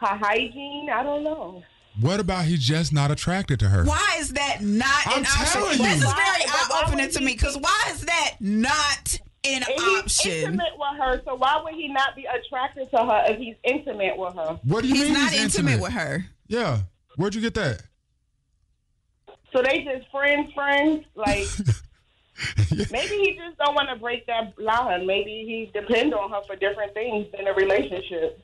Speaker 9: Her hygiene? I don't know.
Speaker 2: What about he's just not attracted to her?
Speaker 3: Why is that not
Speaker 2: I'm
Speaker 3: an option?
Speaker 2: telling you.
Speaker 3: This is very
Speaker 9: Why- but why
Speaker 3: eye opening
Speaker 9: would
Speaker 3: to
Speaker 9: he-
Speaker 3: me because why is that not an
Speaker 9: And he's
Speaker 3: option?
Speaker 9: intimate with her, so why would he not be attracted to her if he's intimate with her?
Speaker 2: What do you
Speaker 3: He's
Speaker 2: mean
Speaker 3: not
Speaker 2: he's
Speaker 3: intimate, with her.
Speaker 2: Yeah. Where'd you get that?
Speaker 9: So they just friends, friends. Like maybe he just don't want to break that line. Maybe he depend on her for different things in a relationship.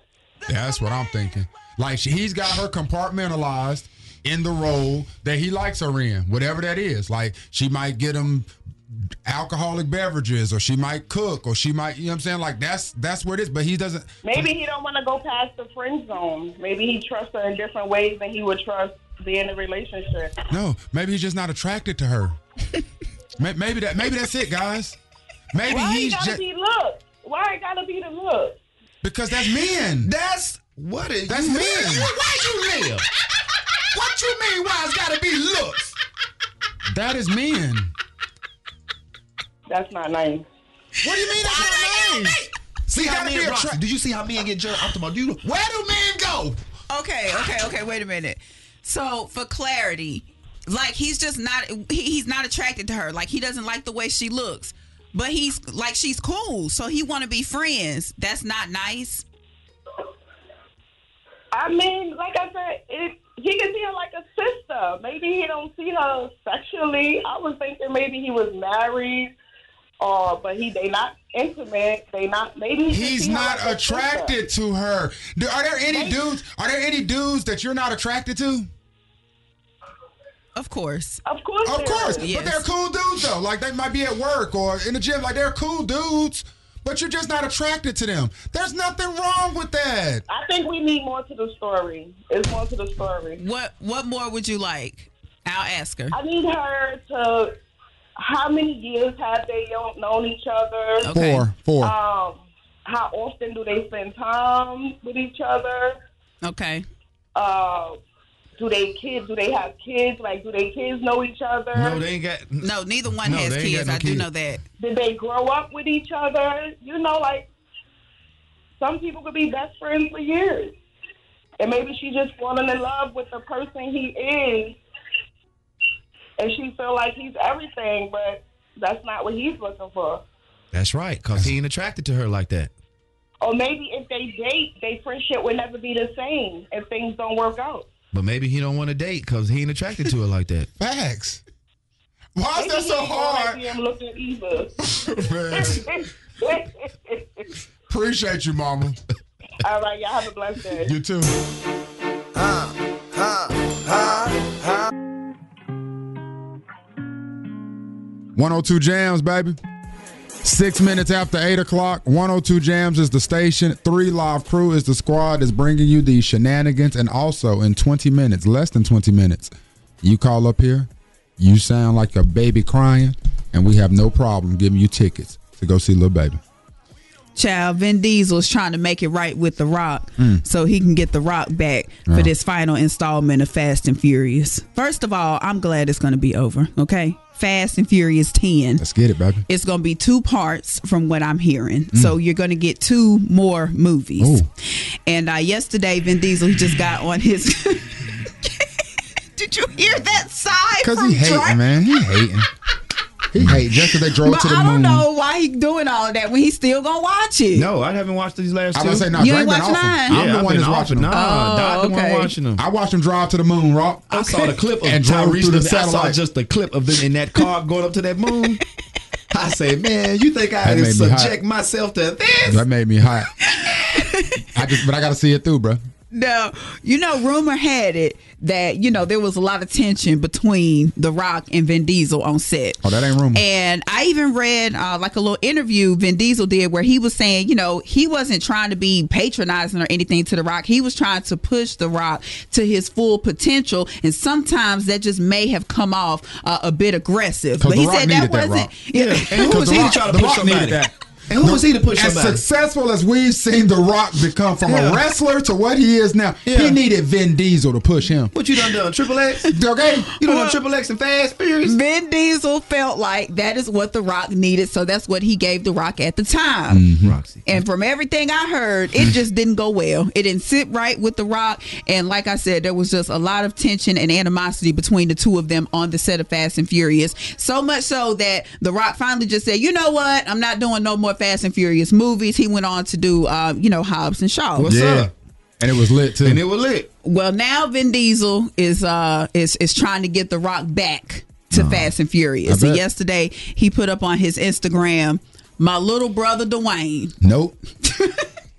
Speaker 2: That's what I'm thinking. Like she, he's got her compartmentalized in the role that he likes her in, whatever that is. Like she might get him alcoholic beverages, or she might cook, or she might. You know what I'm saying? Like that's that's where it is. But he doesn't.
Speaker 9: Maybe he don't want to go past the friend zone. Maybe he trusts her in different ways than he would trust being in a relationship.
Speaker 2: No, maybe he's just not attracted to her. May- maybe that. Maybe that's it, guys. Maybe
Speaker 9: Why it
Speaker 2: he's
Speaker 9: gotta
Speaker 2: just
Speaker 9: be look? Why it gotta be the look?
Speaker 2: because that's men.
Speaker 4: That's what is
Speaker 2: That's
Speaker 4: you,
Speaker 2: men.
Speaker 4: Where you live? What you mean? Why it's gotta be looks?
Speaker 2: That is men.
Speaker 9: That's not nice.
Speaker 4: What do you mean that's not nice? See how
Speaker 2: gotta
Speaker 4: men
Speaker 2: be
Speaker 4: rock.
Speaker 2: attra-
Speaker 4: Do you see how men get judged? I'm talking about, do you, where do men go?
Speaker 3: Okay, okay, okay. Wait a minute. So for clarity, like he's just not he, he's not attracted to her. Like he doesn't like the way she looks, but he's like she's cool, so he want to be friends. That's not nice.
Speaker 9: I mean, like I said, it, he can see her like a sister. Maybe he don't see her sexually. I was thinking maybe he was married, or but he they not intimate. They not maybe he can
Speaker 2: He's
Speaker 9: see her
Speaker 2: not
Speaker 9: like a sister.
Speaker 2: attracted to her. Do- Are there any dudes? Are there any dudes that you're not attracted to?
Speaker 3: Of course.
Speaker 9: Of course,
Speaker 2: Of
Speaker 9: there
Speaker 2: course,
Speaker 9: is.
Speaker 2: but
Speaker 3: Yes.
Speaker 2: they're cool dudes though. Like they might be at work or in the gym. Like they're cool dudes, but you're just not attracted to them. There's nothing wrong with that.
Speaker 9: I think we need more to the story. It's more to the story.
Speaker 3: What what more would you like? I'll ask her.
Speaker 9: I need her to. How many years have they yo- known each other?
Speaker 3: Okay.
Speaker 2: Four, four.
Speaker 9: Um, how often do they spend time with each other?
Speaker 3: Okay.
Speaker 9: Uh, do they kids? Do they have kids? Like, do they kids know each other?
Speaker 4: ain't got.
Speaker 3: No, neither one
Speaker 2: No,
Speaker 3: has
Speaker 2: they ain't got
Speaker 3: kids.
Speaker 2: no
Speaker 3: I do
Speaker 2: kids.
Speaker 3: know that.
Speaker 9: Did they grow up with each other? You know, like some people could be best friends for years, and maybe she just falling in love with the person he is, and she feel like he's everything, but that's not what he's looking for.
Speaker 4: That's right, because he ain't attracted to her like that.
Speaker 9: Or maybe if they date, their friendship would never be the same if things don't work out.
Speaker 4: But maybe he don't want to date because he ain't attracted to her like that.
Speaker 2: Facts. Why is that
Speaker 9: Maybe
Speaker 2: so
Speaker 9: he ain't gonna like
Speaker 2: hard?
Speaker 9: him looking either.
Speaker 2: Man, appreciate you, mama.
Speaker 9: All right, y'all have a blessed day.
Speaker 2: You too. One hundred two jams, baby. Six minutes after eight o'clock, 102 Jams is the station. Three Live Crew is the squad that's bringing you these shenanigans. And also, in 20 minutes, less than 20 minutes, you call up here, you sound like a baby crying, and we have no problem giving you tickets to go see Lil Baby.
Speaker 3: Child, Vin Diesel's trying to make it right with The Rock
Speaker 2: Hmm.
Speaker 3: so he can get The Rock back for this final installment of Fast and Furious. First of all, I'm glad it's going to be over, okay? Fast and Furious 10.
Speaker 2: Let's get it, baby.
Speaker 3: It's going to be two parts from what I'm hearing. So you're going to get two more movies.
Speaker 2: Hmm. Ooh.
Speaker 3: And uh, yesterday, Vin Diesel he just got on his. Did you hear that sigh?
Speaker 2: Because
Speaker 3: from
Speaker 2: he hating,
Speaker 3: Drake?
Speaker 2: man. He hating. He hating. Just 'cause they drove
Speaker 3: But
Speaker 2: to the
Speaker 3: I don't
Speaker 2: moon.
Speaker 3: know why he doing all that when he's still going to watch it.
Speaker 4: No, I haven't watched these last
Speaker 2: I
Speaker 4: two.
Speaker 2: was gonna say, nah,
Speaker 3: You
Speaker 2: Drake
Speaker 3: ain't
Speaker 2: been
Speaker 3: watch
Speaker 2: off him.
Speaker 3: mine?
Speaker 2: I'm the one that's watching him.
Speaker 4: Nah, Doc the
Speaker 3: okay.
Speaker 4: one watching them.
Speaker 2: I watched him drive to the moon, Rock.
Speaker 4: I saw the clip of
Speaker 2: and drove
Speaker 4: Tyrese.
Speaker 2: through the
Speaker 4: and I
Speaker 2: satellite.
Speaker 4: saw just the clip of them in that car going up to that moon. I said, man, you think
Speaker 2: That
Speaker 4: I
Speaker 2: made
Speaker 4: would
Speaker 2: me
Speaker 4: subject myself to this?
Speaker 2: That made me hot. I just, but I gotta see it through, bro.
Speaker 3: No, you know, rumor had it that you know there was a lot of tension between The Rock and Vin Diesel on set.
Speaker 2: Oh, that ain't rumor.
Speaker 3: And I even read uh, like a little interview Vin Diesel did where he was saying, you know, he wasn't trying to be patronizing or anything to The Rock. He was trying to push The Rock to his full potential, and sometimes that just may have come off uh, a bit aggressive.
Speaker 2: 'Cause
Speaker 3: But
Speaker 2: The
Speaker 3: he
Speaker 2: Rock
Speaker 3: said
Speaker 2: needed
Speaker 3: that
Speaker 2: that,
Speaker 3: wasn't.
Speaker 2: Rock.
Speaker 3: Yeah,
Speaker 4: and
Speaker 3: who
Speaker 4: because
Speaker 3: was
Speaker 4: The
Speaker 3: he
Speaker 4: Rock-
Speaker 3: trying
Speaker 4: to
Speaker 2: the
Speaker 4: push
Speaker 2: Rock needed
Speaker 4: somebody.
Speaker 2: that.
Speaker 4: And who was he to push
Speaker 2: as
Speaker 4: somebody?
Speaker 2: successful as we've seen The Rock become from
Speaker 4: Yeah.
Speaker 2: a wrestler to what he is now, he needed Vin Diesel to push him.
Speaker 4: What you done done? Triple X?
Speaker 2: okay.
Speaker 4: You done done Triple X and Fast Furious?
Speaker 3: Vin Diesel felt like that is what The Rock needed, so that's what he gave The Rock at the time.
Speaker 2: Mm-hmm.
Speaker 4: Roxy.
Speaker 3: And from everything I heard, it just didn't go well. It didn't sit right with The Rock. And like I said, there was just a lot of tension and animosity between the two of them on the set of Fast and Furious. So much so that The Rock finally just said, you know what? I'm not doing no more Fast and Furious movies. He went on to do, uh, you know, Hobbs and Shaw.
Speaker 2: And it was lit too.
Speaker 4: And it was lit.
Speaker 3: Well, now Vin Diesel is uh is is trying to get The Rock back to Fast and Furious.
Speaker 2: I
Speaker 3: And
Speaker 2: bet.
Speaker 3: yesterday he put up on his Instagram, my little brother Dwayne.
Speaker 2: Nope.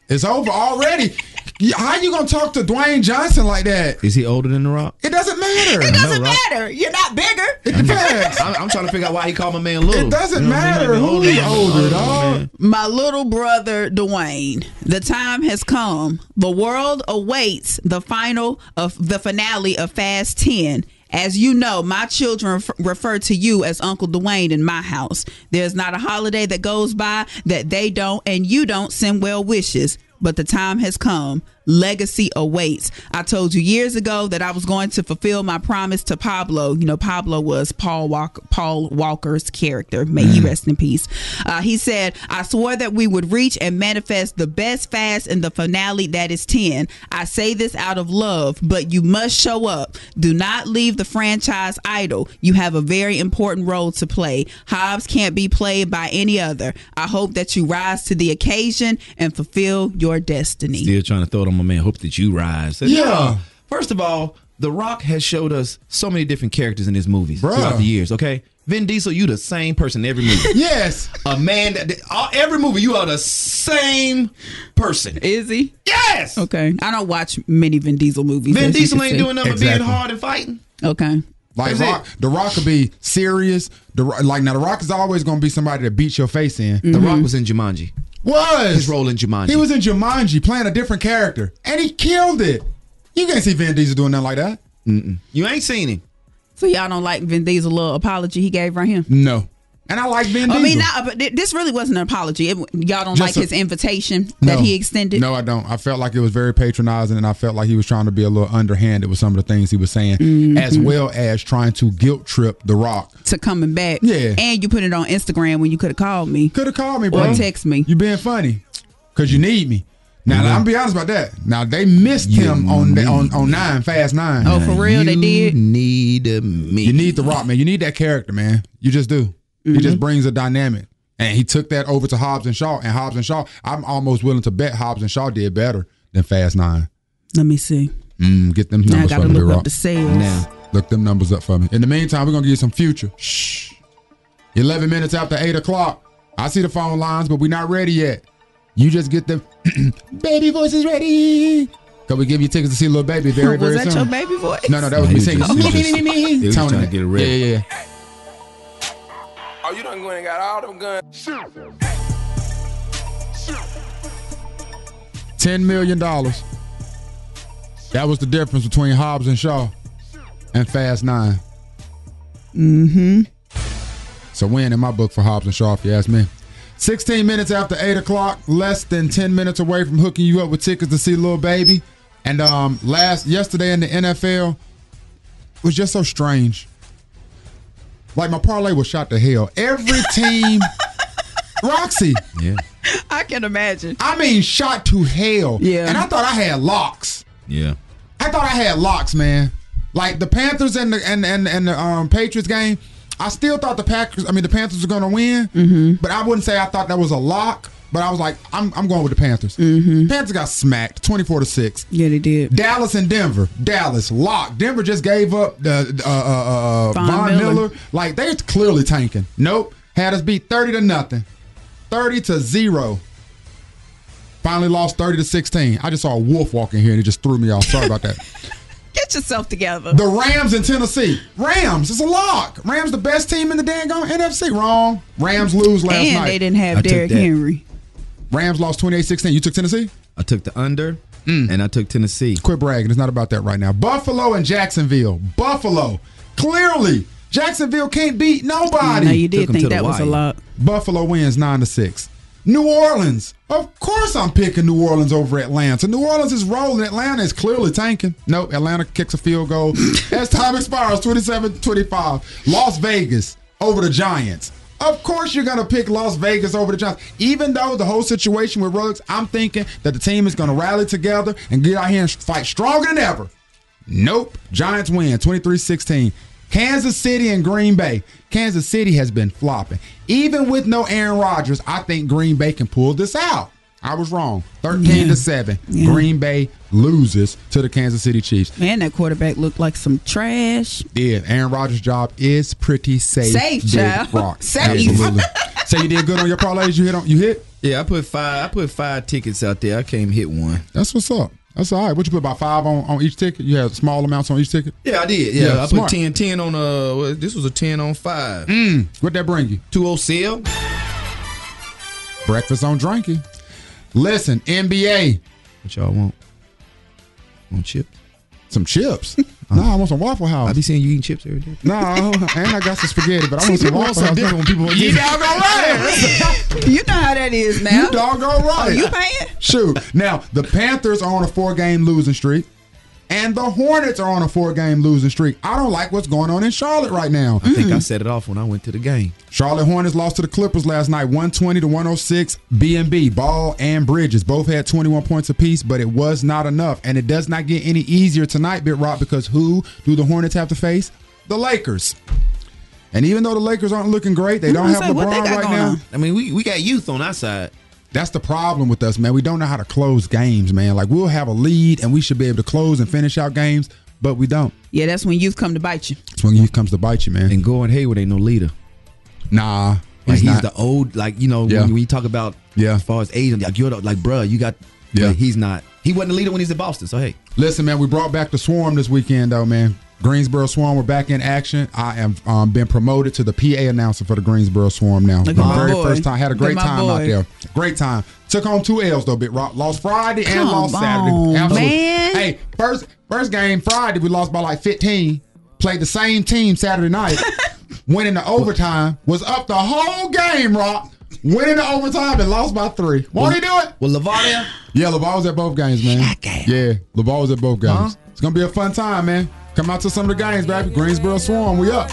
Speaker 2: it's over already. You- How you gonna talk to Dwayne Johnson like that?
Speaker 4: Is he older than The Rock?
Speaker 2: It doesn't matter.
Speaker 3: It doesn't
Speaker 4: know, right?
Speaker 3: matter. You're not bigger.
Speaker 2: It depends.
Speaker 4: I'm, I'm trying to figure out why he called my man little.
Speaker 2: It doesn't
Speaker 4: You know what I mean?
Speaker 2: matter
Speaker 4: He might be
Speaker 2: who's
Speaker 4: than him,
Speaker 2: older,
Speaker 4: but I don't
Speaker 2: dog.
Speaker 4: know, man.
Speaker 3: My little brother Dwayne. The time has come. The world awaits the final of the finale of Fast 10. As you know, my children ref- refer to you as Uncle Dwayne in my house. There's not a holiday that goes by that they don't and you don't send well wishes. But the time has come. Legacy awaits. I told you years ago that I was going to fulfill my promise to Pablo. You know, Pablo was Paul Walker, Paul Walker's character. May he rest in peace. Uh, he said, "I swore that we would reach and manifest the best fast in the finale that is ten. I say this out of love, but you must show up. Do not leave the franchise idle. You have a very important role to play. Hobbs can't be played by any other. I hope that you rise to the occasion and fulfill your destiny."
Speaker 4: Still trying to throw it on my man. Hope that you rise. Said,
Speaker 2: Yeah.
Speaker 4: "No." First of all, The Rock has showed us so many different characters in his movies
Speaker 2: Bruh.
Speaker 4: throughout the years. Okay, Vin Diesel, you the same person in every movie.
Speaker 2: Yes.
Speaker 4: A man that all, every movie you are the same person.
Speaker 3: Is he?
Speaker 4: Yes.
Speaker 3: Okay. I don't watch many Vin Diesel movies.
Speaker 4: Vin
Speaker 3: as you
Speaker 4: Diesel
Speaker 3: can Mm-hmm.
Speaker 4: ain't
Speaker 3: see.
Speaker 4: doing nothing but
Speaker 2: Exactly.
Speaker 4: being hard and fighting.
Speaker 3: Okay.
Speaker 2: Like
Speaker 4: That's
Speaker 2: rock,
Speaker 4: it.
Speaker 2: the Rock could be serious. The Rock- like now, the Rock is always gonna be somebody that beats your face in.
Speaker 4: The Rock was in Jumanji.
Speaker 2: Was
Speaker 4: Mm. His role in Jumanji.
Speaker 2: He was in Jumanji playing a different character, and he killed it. You can't see Vin Diesel doing nothing like that.
Speaker 4: You ain't seen him.
Speaker 3: So y'all don't like Vin Diesel little apology he gave right here?
Speaker 2: No. And I like Vin Diesel.
Speaker 3: I mean, not, but th- this really wasn't an apology. It, y'all don't
Speaker 2: Just
Speaker 3: like
Speaker 2: a-
Speaker 3: his invitation
Speaker 2: No.
Speaker 3: that he extended.
Speaker 2: No, I don't. I felt like it was very patronizing, and I felt like he was trying to be a little underhanded with some of the things he was saying, as
Speaker 3: Mm-hmm.
Speaker 2: well as trying to guilt trip The Rock.
Speaker 3: To coming back,
Speaker 2: Yeah.
Speaker 3: and you put it on Instagram when you could have called me.
Speaker 2: Could have called me,
Speaker 3: Or
Speaker 2: bro.
Speaker 3: text me.
Speaker 2: You being funny because you need me. Now,
Speaker 4: Yeah.
Speaker 2: I'm be honest about that. Now they missed him on the, on on nine fast nine.
Speaker 3: Oh, for real, they
Speaker 4: You
Speaker 3: did.
Speaker 4: Need me.
Speaker 2: You need the rock, man. You need that character, man. You just do. He
Speaker 3: Mm-hmm.
Speaker 2: just brings a dynamic. And he took that over to Hobbs and Shaw. And Hobbs and Shaw, I'm almost willing to bet Hobbs and Shaw did better than Fast Nine.
Speaker 3: Let me see.
Speaker 2: Mm, get them
Speaker 3: Now I
Speaker 2: numbers
Speaker 3: gotta
Speaker 2: for me,
Speaker 3: look
Speaker 2: rock.
Speaker 3: up the sales.
Speaker 4: Now,
Speaker 2: Look them numbers up for me. In the meantime, we're gonna give you some future. Shh. Eleven minutes after eight o'clock. I see the phone lines, but we're not ready yet. You just get the baby voices ready. Cause we give you tickets to see little baby very,
Speaker 3: Was
Speaker 2: very
Speaker 3: that your
Speaker 2: soon.
Speaker 3: baby voice?
Speaker 2: no, no, that was
Speaker 4: He
Speaker 2: me
Speaker 4: was
Speaker 2: singing.
Speaker 4: just- he was just- he was trying to get it ready.
Speaker 2: Yeah, yeah, yeah.
Speaker 6: Oh, you done went and got all them guns. Shoot.
Speaker 2: 10 million dollars. That was the difference between Hobbs and Shaw and Fast 9. Mm-hmm. So win in my book for Hobbs and Shaw, if you ask me. 16 minutes after 8 o'clock, less than 10 minutes away from hooking you up with tickets to see Lil Baby. And um last yesterday in the NFL was just so strange. Like my parlay was shot to hell. Every team Roxy.
Speaker 4: yeah,
Speaker 3: I can imagine.
Speaker 2: I mean, shot to hell.
Speaker 3: Yeah.
Speaker 2: And I thought I had locks.
Speaker 4: yeah.
Speaker 2: I thought I had locks, man. Like the Panthers and the and and, and the um, Patriots game, I still thought the Packers. I mean, the Panthers were going to win, but I wouldn't say I thought that was a lock. But I was like, I'm, I'm going with the Panthers. Panthers got smacked, 24 to six.
Speaker 3: Yeah, they did.
Speaker 2: Dallas and Denver. Dallas locked. Denver just gave up the uh, uh, uh,
Speaker 3: Von
Speaker 2: Von Miller.
Speaker 3: Miller.
Speaker 2: Like they're clearly tanking. Nope, had us beat thirty to nothing, thirty to zero. Finally lost thirty to sixteen. I just saw a wolf walking here and it just threw me off. Sorry about that.
Speaker 3: Get yourself together.
Speaker 2: The Rams in Tennessee. Rams, it's a lock. Rams the best team in the daggone NFC. Wrong. Rams lose last
Speaker 3: and
Speaker 2: night.
Speaker 3: they didn't
Speaker 4: I
Speaker 3: have
Speaker 4: took
Speaker 3: Derrick
Speaker 4: that.
Speaker 3: Henry.
Speaker 2: Rams lost 28-16. You took Tennessee?
Speaker 4: I took the under, and I took Tennessee.
Speaker 2: Quit bragging. It's not about that right now. Buffalo and Jacksonville. Buffalo. Clearly, Jacksonvely Jacksonville can't beat
Speaker 3: Now you
Speaker 2: nobody.
Speaker 3: did
Speaker 4: took 'em to
Speaker 3: think
Speaker 4: the
Speaker 3: that was a
Speaker 4: wire.
Speaker 3: lot.
Speaker 2: Buffalo wins nine to six. New Orleans. Of course I'm picking New Orleans over Atlanta. New Orleans is rolling. Atlanta is clearly tanking. No, Atlanta kicks a field goal. As time expires, 27-25. Las Vegas over the Giants. Of course you're going to pick Las Vegas over the Giants. Even though the whole situation with Ruggs, I'm thinking that the team is going to rally together and get out here and fight stronger than ever. Nope. Giants win 23 16. Kansas City and Green Bay. Kansas City has been flopping. Even with no Aaron Rodgers, I think Green Bay can pull this out. I was wrong. 13 to 7. Green Bay loses to the Kansas City Chiefs.
Speaker 3: Man, that quarterback looked like some trash.
Speaker 2: Yeah, Aaron Rodgers' job is pretty safe.
Speaker 3: Safe,
Speaker 2: Big
Speaker 3: child.
Speaker 2: Rock.
Speaker 3: Safe.
Speaker 2: Absolutely. so you did good on your parlays you hit on you hit?
Speaker 11: Yeah, I put five. I put five tickets out there. I came hit one.
Speaker 2: That's what's up. That's all right. What you put about five on, on each ticket? You have small amounts on each ticket?
Speaker 11: Yeah, I did. Yeah, I
Speaker 2: smart.
Speaker 11: put 10, 10 on. Uh, well, this was a ten on five.
Speaker 2: Mm, what that bring you?
Speaker 11: Two oh O sale.
Speaker 2: Breakfast on Drinky. Listen, NBA.
Speaker 11: What y'all want? Want chips?
Speaker 2: Some chips? nah, I want some Waffle House. I
Speaker 11: be seeing you eating chips every day.
Speaker 2: Nah, I want- and I got some spaghetti, but I want
Speaker 11: See,
Speaker 2: some
Speaker 11: people want
Speaker 2: Waffle House.
Speaker 11: something different when people are
Speaker 2: you
Speaker 11: eating.
Speaker 2: doggone right.
Speaker 3: you know how that is now.
Speaker 2: You doggone right.
Speaker 3: Oh, you paying?
Speaker 2: Shoot. Now the Panthers are on a four-game losing streak. And the Hornets are on a four-game losing streak. I don't like what's going on in Charlotte right now.
Speaker 11: I think I
Speaker 4: Mm.
Speaker 11: set it off when I went to the game.
Speaker 2: Charlotte Hornets lost to the Clippers last night, 120 to 106. B&B, Ball and Bridges both had 21 points apiece, but it was not enough. And it does not get any easier tonight, Bit Rock, because who do the Hornets have to face? The Lakers. And even though the Lakers aren't looking great, they don't have LeBron right now.
Speaker 11: I mean, we, we got youth on our side.
Speaker 2: That's the problem with us, man. We don't know how to close games, man. Like we'll have a lead and we should be able to close and finish out games, but we don't.
Speaker 3: Yeah, that's when youth come to bite you.
Speaker 2: That's when youth comes to bite you, man.
Speaker 11: And Gordon Hayward ain't no leader.
Speaker 2: Nah,
Speaker 11: Like he's,
Speaker 2: not.
Speaker 11: the old, like you know,
Speaker 2: Yeah.
Speaker 11: when, when you talk about
Speaker 2: Yeah.
Speaker 11: as far as age, like you're the, like bruh, you got.
Speaker 2: Yeah.
Speaker 11: but he's not. He wasn't a leader when he's in Boston. So hey,
Speaker 2: Listen, man, we brought back the Swarm this weekend, though, man. Greensboro Swarm, we're back in action. I have um, been promoted to the PA announcer for the Greensboro Swarm now.
Speaker 3: Look at my
Speaker 2: very
Speaker 3: boy.
Speaker 2: first time. Had a
Speaker 3: Look at
Speaker 2: great
Speaker 3: my
Speaker 2: time out
Speaker 3: boy.
Speaker 2: there. Great time. Took home two L's though, Big Rock. Lost Friday and
Speaker 3: Come
Speaker 2: lost
Speaker 3: on,
Speaker 2: Saturday.
Speaker 3: man.
Speaker 2: Hey, first first game Friday, we lost by like 15. Played the same team Saturday night. went into overtime. Was up the whole game, Rock. Went into overtime and lost by three. Won't he do it?
Speaker 11: well, Lavadia,
Speaker 2: Yeah, LeVar was at both games, man. Yeah, LeVar was at both games.
Speaker 11: Huh?
Speaker 2: It's gonna be a fun time, man. Come out to some of the games, baby. Greensboro Swarm, we up.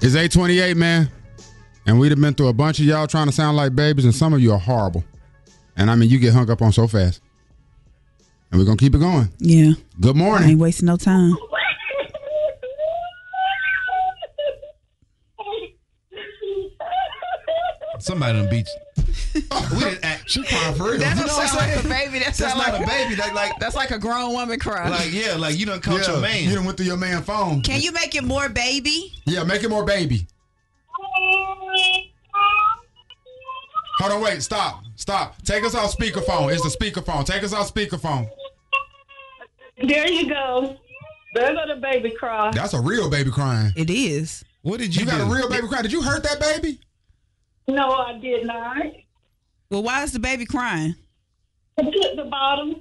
Speaker 2: It's 828, man. And we'd have been through a bunch of y'all trying to sound like babies, and some of you are horrible. And I mean you get hung up on so fast. And we're gonna keep it going.
Speaker 3: Yeah.
Speaker 2: Good
Speaker 3: I ain't
Speaker 2: morning.
Speaker 3: wasting no time.
Speaker 11: somebody on the beach. we didn't act.
Speaker 2: She crying for real.
Speaker 3: That
Speaker 11: You
Speaker 3: don't
Speaker 11: know what
Speaker 3: sound
Speaker 11: I'm
Speaker 3: like a
Speaker 11: saying?
Speaker 3: baby. That
Speaker 11: That's
Speaker 3: sound
Speaker 11: not
Speaker 3: like
Speaker 11: a baby. That like
Speaker 3: That's like a grown woman cry.
Speaker 11: like yeah, like you done caught
Speaker 2: Yeah,
Speaker 11: your
Speaker 2: You
Speaker 11: man.
Speaker 2: done went through your man phone.
Speaker 3: Can you make it more baby?
Speaker 2: Yeah, make it more baby. Hold on, wait, stop, stop. Take us off speakerphone. It's the speakerphone. Take us off speakerphone.
Speaker 9: There you go. There go the baby cry.
Speaker 2: That's a real baby crying.
Speaker 3: It is.
Speaker 11: What did you,
Speaker 2: You got
Speaker 11: do?
Speaker 2: a real baby crying. Did you hurt that baby?
Speaker 9: No, I did not.
Speaker 3: Well, why is the baby crying?
Speaker 9: I took the bottom.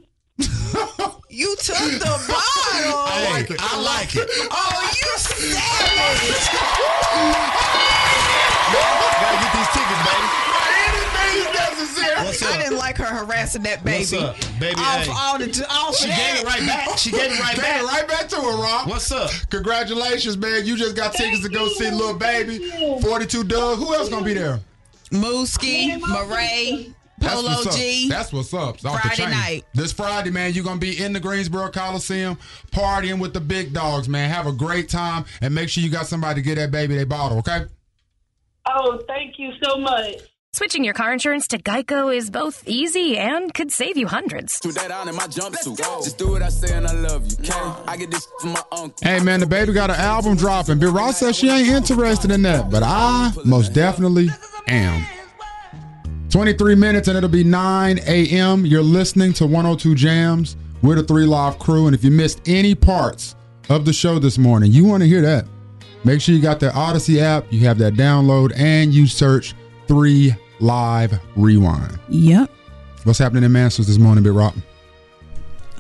Speaker 3: You took the
Speaker 2: Oh,
Speaker 3: bottle.
Speaker 11: I like it. I like it.
Speaker 3: Oh, you savage.
Speaker 11: Gotta get these tickets, baby.
Speaker 2: Anything necessary.
Speaker 11: What's
Speaker 3: I
Speaker 11: up?
Speaker 3: didn't like her harassing that baby.
Speaker 11: What's up, baby?
Speaker 3: Off
Speaker 11: Hey.
Speaker 3: all the all
Speaker 11: She gave it right back. She gave it right
Speaker 2: Gave
Speaker 11: back.
Speaker 2: it right back to her, Rob.
Speaker 11: What's up?
Speaker 2: Congratulations, man. You just got tickets to go see Little Baby. 42 Doug. Who else gonna be there?
Speaker 3: Mooski, Marae,
Speaker 2: That's
Speaker 3: Polo
Speaker 2: what's up.
Speaker 3: G.
Speaker 2: That's what's up. It's off the
Speaker 3: Friday
Speaker 2: chain.
Speaker 3: night.
Speaker 2: This Friday, man, you're going to be in the Greensboro Coliseum partying with the big dogs, man. Have a great time and make sure you got somebody to get that baby their bottle, okay?
Speaker 9: Oh, thank you so much.
Speaker 12: Switching your car insurance to Geico is both easy and could save you hundreds.
Speaker 13: Put that on in my jumpsuit. Just do what I say and I love you. Okay? I get this from my uncle.
Speaker 2: Hey, man, the baby got an album dropping. Big Ross says she ain't interested in that, but I most definitely am. 23 minutes and it'll be 9 a.m. You're listening to 102 Jams. We're the Three Live Crew. And if you missed any parts of the show this morning, you want to hear that. Make sure you got that Odyssey app, you have that download, and you search Three Live Rewind.
Speaker 3: Yep. Oh,
Speaker 2: What's happening in Masters this morning, Big Rock?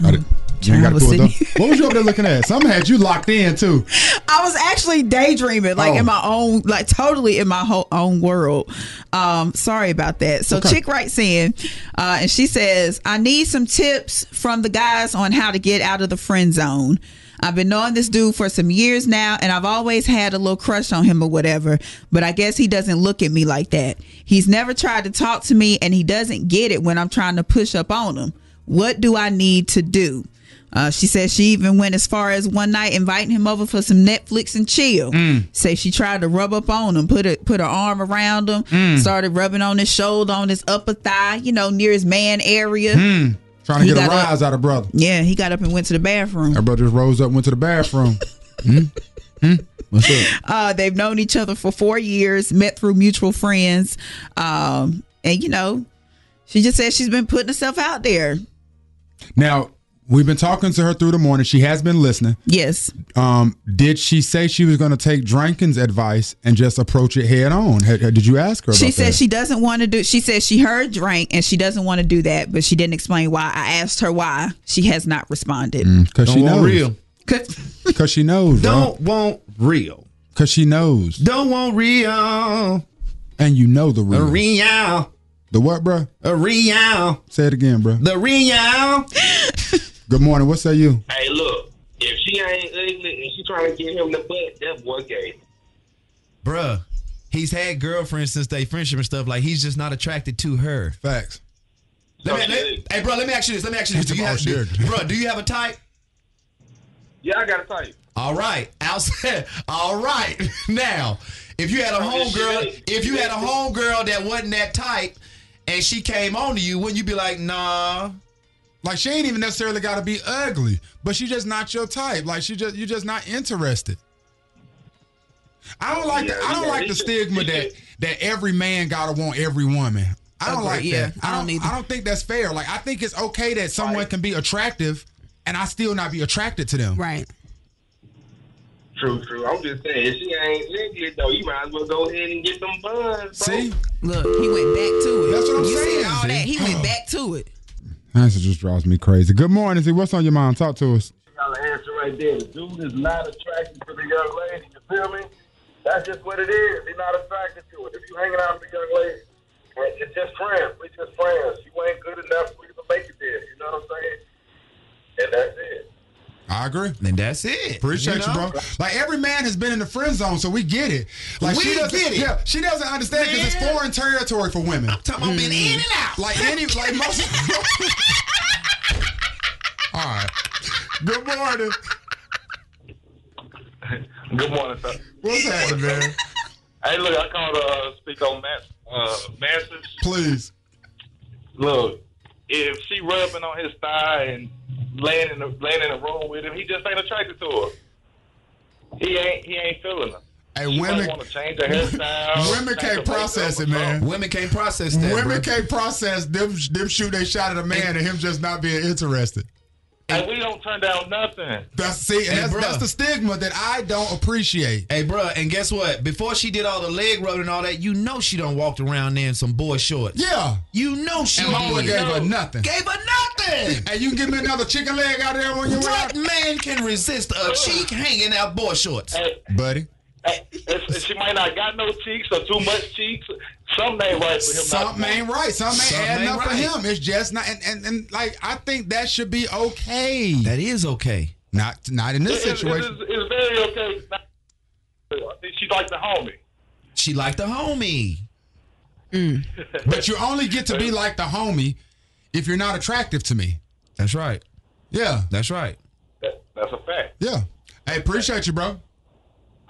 Speaker 2: Got it. You
Speaker 3: I
Speaker 2: gotta
Speaker 3: was
Speaker 2: pull it
Speaker 3: sitting
Speaker 2: up. What was you over there looking at? Something had you locked in too.
Speaker 3: I was actually daydreaming, like
Speaker 2: Oh.
Speaker 3: in my own, like totally in my whole own world. Um, sorry about that. So
Speaker 14: Okay.
Speaker 3: chick writes in, uh, and she says, "I need some tips from the guys on how to get out of the friend zone." I've been knowing this dude for some years now, and I've always had a little crush on him or whatever, but I guess he doesn't look at me like that. He's never tried to talk to me, and he doesn't get it when I'm trying to push up on him. What do I need to do? Uh, she says she even went as far as one night inviting him over for some Netflix and chill. Say she tried to rub up on him, put a, put her arm around him,
Speaker 2: Mm.
Speaker 3: started rubbing on his shoulder, on his upper thigh, you know, near his man area.
Speaker 2: Mm. Trying to
Speaker 3: He
Speaker 2: get a
Speaker 3: got up-
Speaker 2: rise out of brother.
Speaker 3: Yeah, he got up and went to the bathroom.
Speaker 2: Her brother just rose up, went to the bathroom. mm. Mm. What's up?
Speaker 3: Uh, they've known each other for four years, met through mutual friends, um, and you know, she just says she's been putting herself out there.
Speaker 2: Now we've been talking to her through the morning. She has been listening.
Speaker 3: Yes.
Speaker 2: Um, did she say she was going to take Drankin's advice and just approach it head on? Had- had- Did you ask her? About
Speaker 3: She said
Speaker 2: that?
Speaker 3: she doesn't want to do. She said she heard drink and she doesn't want to do that, but she didn't explain why. I asked her why. She has not responded.
Speaker 2: because she knows. Real. Because she knows.
Speaker 11: Don't
Speaker 2: want real. Because she knows.
Speaker 11: Don't want real.
Speaker 2: And you know the real.
Speaker 11: Real.
Speaker 2: The what, bro?
Speaker 11: A real.
Speaker 2: Say it again, bro.
Speaker 11: The real.
Speaker 2: Good morning. What say you?
Speaker 15: Hey, look, if she ain't ugly and she trying to get him the butt, that boy gay.
Speaker 4: Bruh, he's had girlfriends since they friendship and stuff. Like he's just not attracted to her.
Speaker 2: Facts.
Speaker 11: Oh,
Speaker 4: Let me, let- hey, bro, let me ask you this. Let me ask you this. Do you have, do, bro, do you have a type?
Speaker 15: Yeah, I got a type.
Speaker 4: All right, outside. All right, now, if you had a homegirl, if you had a homegirl that wasn't that type, and she came on to you, wouldn't you be like, nah?
Speaker 2: Like she ain't even necessarily got to be ugly, but she just not your type. Like she just you just not interested. I don't like the, I don't like the stigma that that every man gotta want every woman. I don't
Speaker 3: Agree,
Speaker 2: like
Speaker 3: yeah,
Speaker 2: that. I don't. I don't, think that's fair. Like I think it's okay that someone can be attractive, and I still not be attracted to them.
Speaker 3: Right.
Speaker 15: True, true. I'm just saying, if she ain't ugly though, you might as well go ahead and get them buns.
Speaker 2: See,
Speaker 3: look, he went back to it.
Speaker 2: That's what I'm
Speaker 3: you
Speaker 2: saying,
Speaker 3: Said all
Speaker 2: see?
Speaker 3: that. He went back to it.
Speaker 2: That just drives me crazy. Good morning, Z. What's on your mind? Talk to us.
Speaker 15: Y'all answer right there. The dude is not attracted to the young lady. You feel me? That's just what it is. He's not attracted to it. If you hanging out with a young lady, and it's just friends. We just friends. You ain't good enough for you to make it there. You know what I'm saying? And that's it.
Speaker 2: I agree.
Speaker 4: Then that's it.
Speaker 2: Appreciate you,
Speaker 4: know?
Speaker 2: bro. Like every man has been in the friend zone, so we get it. Like
Speaker 4: We
Speaker 2: she doesn't
Speaker 4: get it.
Speaker 2: Yeah, she doesn't understand because it's foreign territory for women. I'm
Speaker 4: talking about being in and out.
Speaker 2: Like any, like most. All right. Good morning.
Speaker 16: Good morning, sir.
Speaker 2: What's happening, man?
Speaker 16: Hey, look, I called uh, speak on Matt, uh, Masters.
Speaker 2: Please.
Speaker 16: Look, if she rubbing on his thigh and laying in the laying in the room with him, he just ain't attracted to her. He ain't he ain't feeling her.
Speaker 2: Hey,
Speaker 16: she
Speaker 2: women-
Speaker 16: want to change her hairstyle.
Speaker 2: Women
Speaker 16: change
Speaker 2: can't
Speaker 16: her makeup.
Speaker 2: process it, man.
Speaker 4: Women can't process
Speaker 16: that, bro.
Speaker 2: Women can't process them. Them shoot they shot at a man and him just not being interested.
Speaker 16: Hey, we don't turn down nothing.
Speaker 2: That's see, and
Speaker 4: Hey,
Speaker 2: that's,
Speaker 4: bruh.
Speaker 2: that's the stigma that I don't appreciate.
Speaker 4: Hey, bro, and guess what? Before she did all the leg rubbing and all that, you know she done walked around there in some boy shorts.
Speaker 2: Yeah.
Speaker 4: You know she
Speaker 2: And my boy
Speaker 4: did.
Speaker 2: gave her nothing.
Speaker 4: Gave her nothing.
Speaker 2: And you can give me another chicken leg out there on your way
Speaker 4: What man can resist a cheek hanging out boy shorts?
Speaker 2: buddy.
Speaker 16: If- if she might not got no cheeks or too much cheeks. Something ain't right for him. not to
Speaker 2: Something ain't
Speaker 16: want.
Speaker 2: right. Something ain't
Speaker 16: Something
Speaker 2: adding
Speaker 16: ain't
Speaker 2: up for
Speaker 16: right.
Speaker 2: him. It's just not. And, and and like I think that should be okay.
Speaker 4: That is okay.
Speaker 2: Not not in this
Speaker 16: It- it-
Speaker 2: situation.
Speaker 16: It's, it's very okay. I think she like the homie.
Speaker 4: She liked the homie.
Speaker 2: But you only get to be like the homie if you're not attractive to me.
Speaker 4: That's right.
Speaker 2: Yeah.
Speaker 4: That's right.
Speaker 16: That's a fact.
Speaker 2: Yeah. Hey, appreciate you, bro.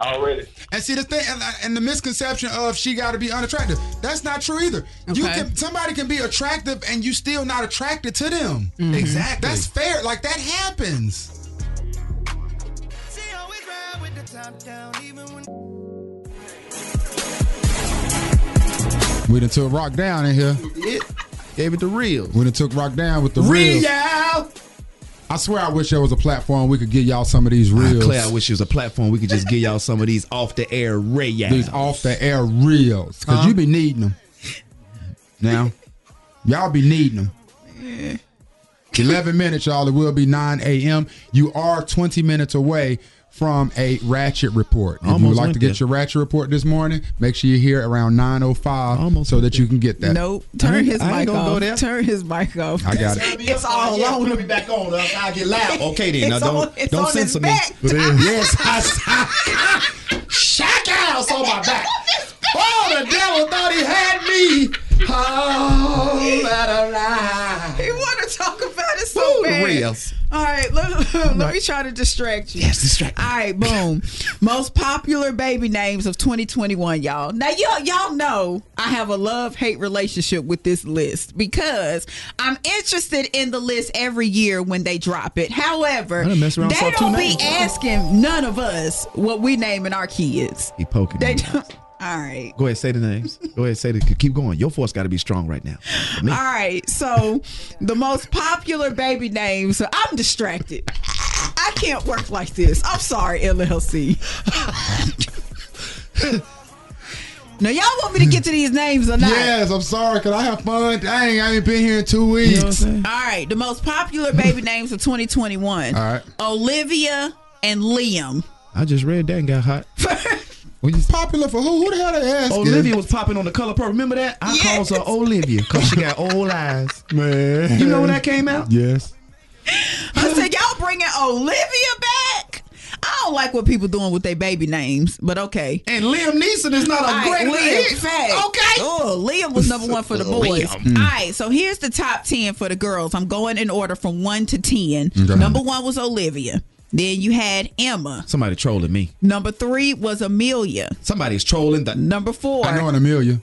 Speaker 16: Already.
Speaker 2: And see the thing, and, and the misconception of she got to be unattractive. That's not true either. You
Speaker 4: Okay.
Speaker 2: can somebody can be attractive and you still not attracted to them.
Speaker 4: Mhm. Exactly.
Speaker 2: That's fair. Like that happens. We done took rock down in here.
Speaker 11: Gave it the real.
Speaker 2: We done took rock down with the real.
Speaker 11: Real.
Speaker 2: I swear, I wish there was a platform we could get y'all some of these reels.
Speaker 4: Claire, I wish it was a platform we could just give y'all some of these off the air ray
Speaker 2: these off the air reels because you be needing them now. Y'all be needing them. 11 minutes, y'all. It will be 9 a.m. You are 20 minutes away from a ratchet report. If you would
Speaker 11: Almost
Speaker 2: like
Speaker 11: like
Speaker 2: to get
Speaker 11: that.
Speaker 2: your ratchet report this morning, make sure you're here around 9.05 so that you can get that.
Speaker 3: Nope. Turn his mic off. Turn his mic off.
Speaker 2: I got it.
Speaker 4: It's all on. Let me back on. Else I'll get loud. Okay then. Now
Speaker 3: It's
Speaker 4: don't
Speaker 3: on- it's on
Speaker 4: don't
Speaker 3: his
Speaker 4: censor me.
Speaker 3: back.
Speaker 4: But it is. yes, I, I shack ass on my back. Oh, the devil thought he had me. Oh, that a lie.
Speaker 3: He want to talk about it so
Speaker 4: Woo, the
Speaker 3: bad.
Speaker 4: reels.
Speaker 3: All right, let, let me try to distract you. Yes,
Speaker 4: distract.
Speaker 3: All right, boom. Most popular baby names of 2021, y'all. Now y'all y'all know I have a love hate relationship with this list because I'm interested in the list every year when they drop it. However,
Speaker 11: I done messed around and
Speaker 3: they
Speaker 11: saw two
Speaker 3: don't be
Speaker 11: names.
Speaker 3: asking none of us what we naming our kids.
Speaker 4: He poking.
Speaker 3: They
Speaker 4: me.
Speaker 3: don't. All right.
Speaker 4: Go ahead, say the names. Go ahead, say the. Keep going. Your force got to be strong right now. Me.
Speaker 3: All right, so the most popular baby names. I'm distracted. I can't work like this. I'm sorry, LLC. now y'all want me to get to these names or not?
Speaker 2: Yes, I'm sorry, cause I have fun. Dang, I ain't been here in two weeks.
Speaker 3: All right, the most popular baby names of 2021.
Speaker 4: All right.
Speaker 3: Olivia and Liam.
Speaker 4: I just read that and got hot. When you
Speaker 2: popular for who? Who the hell they asking?
Speaker 4: Olivia was popping on the color purple. Remember that? I called her Olivia because she got old eyes. Man, you know when that came out?
Speaker 2: Yes.
Speaker 3: I said y'all bringing Olivia back. I don't like what people doing with their baby names, but okay.
Speaker 4: And Liam Neeson is not a
Speaker 3: All
Speaker 4: great
Speaker 3: Liam,
Speaker 4: hit.
Speaker 3: fact.
Speaker 4: Okay. Mm.
Speaker 3: Oh, Liam was number one for the boys.
Speaker 4: Liam.
Speaker 3: All right, so here's the top ten for the girls. I'm going in order from one to ten.
Speaker 4: Okay.
Speaker 3: Number one was Olivia. Then you had Emma.
Speaker 4: Somebody trolling me.
Speaker 3: Number three was Amelia.
Speaker 4: Somebody's trolling the
Speaker 3: number four.
Speaker 2: I know an Amelia.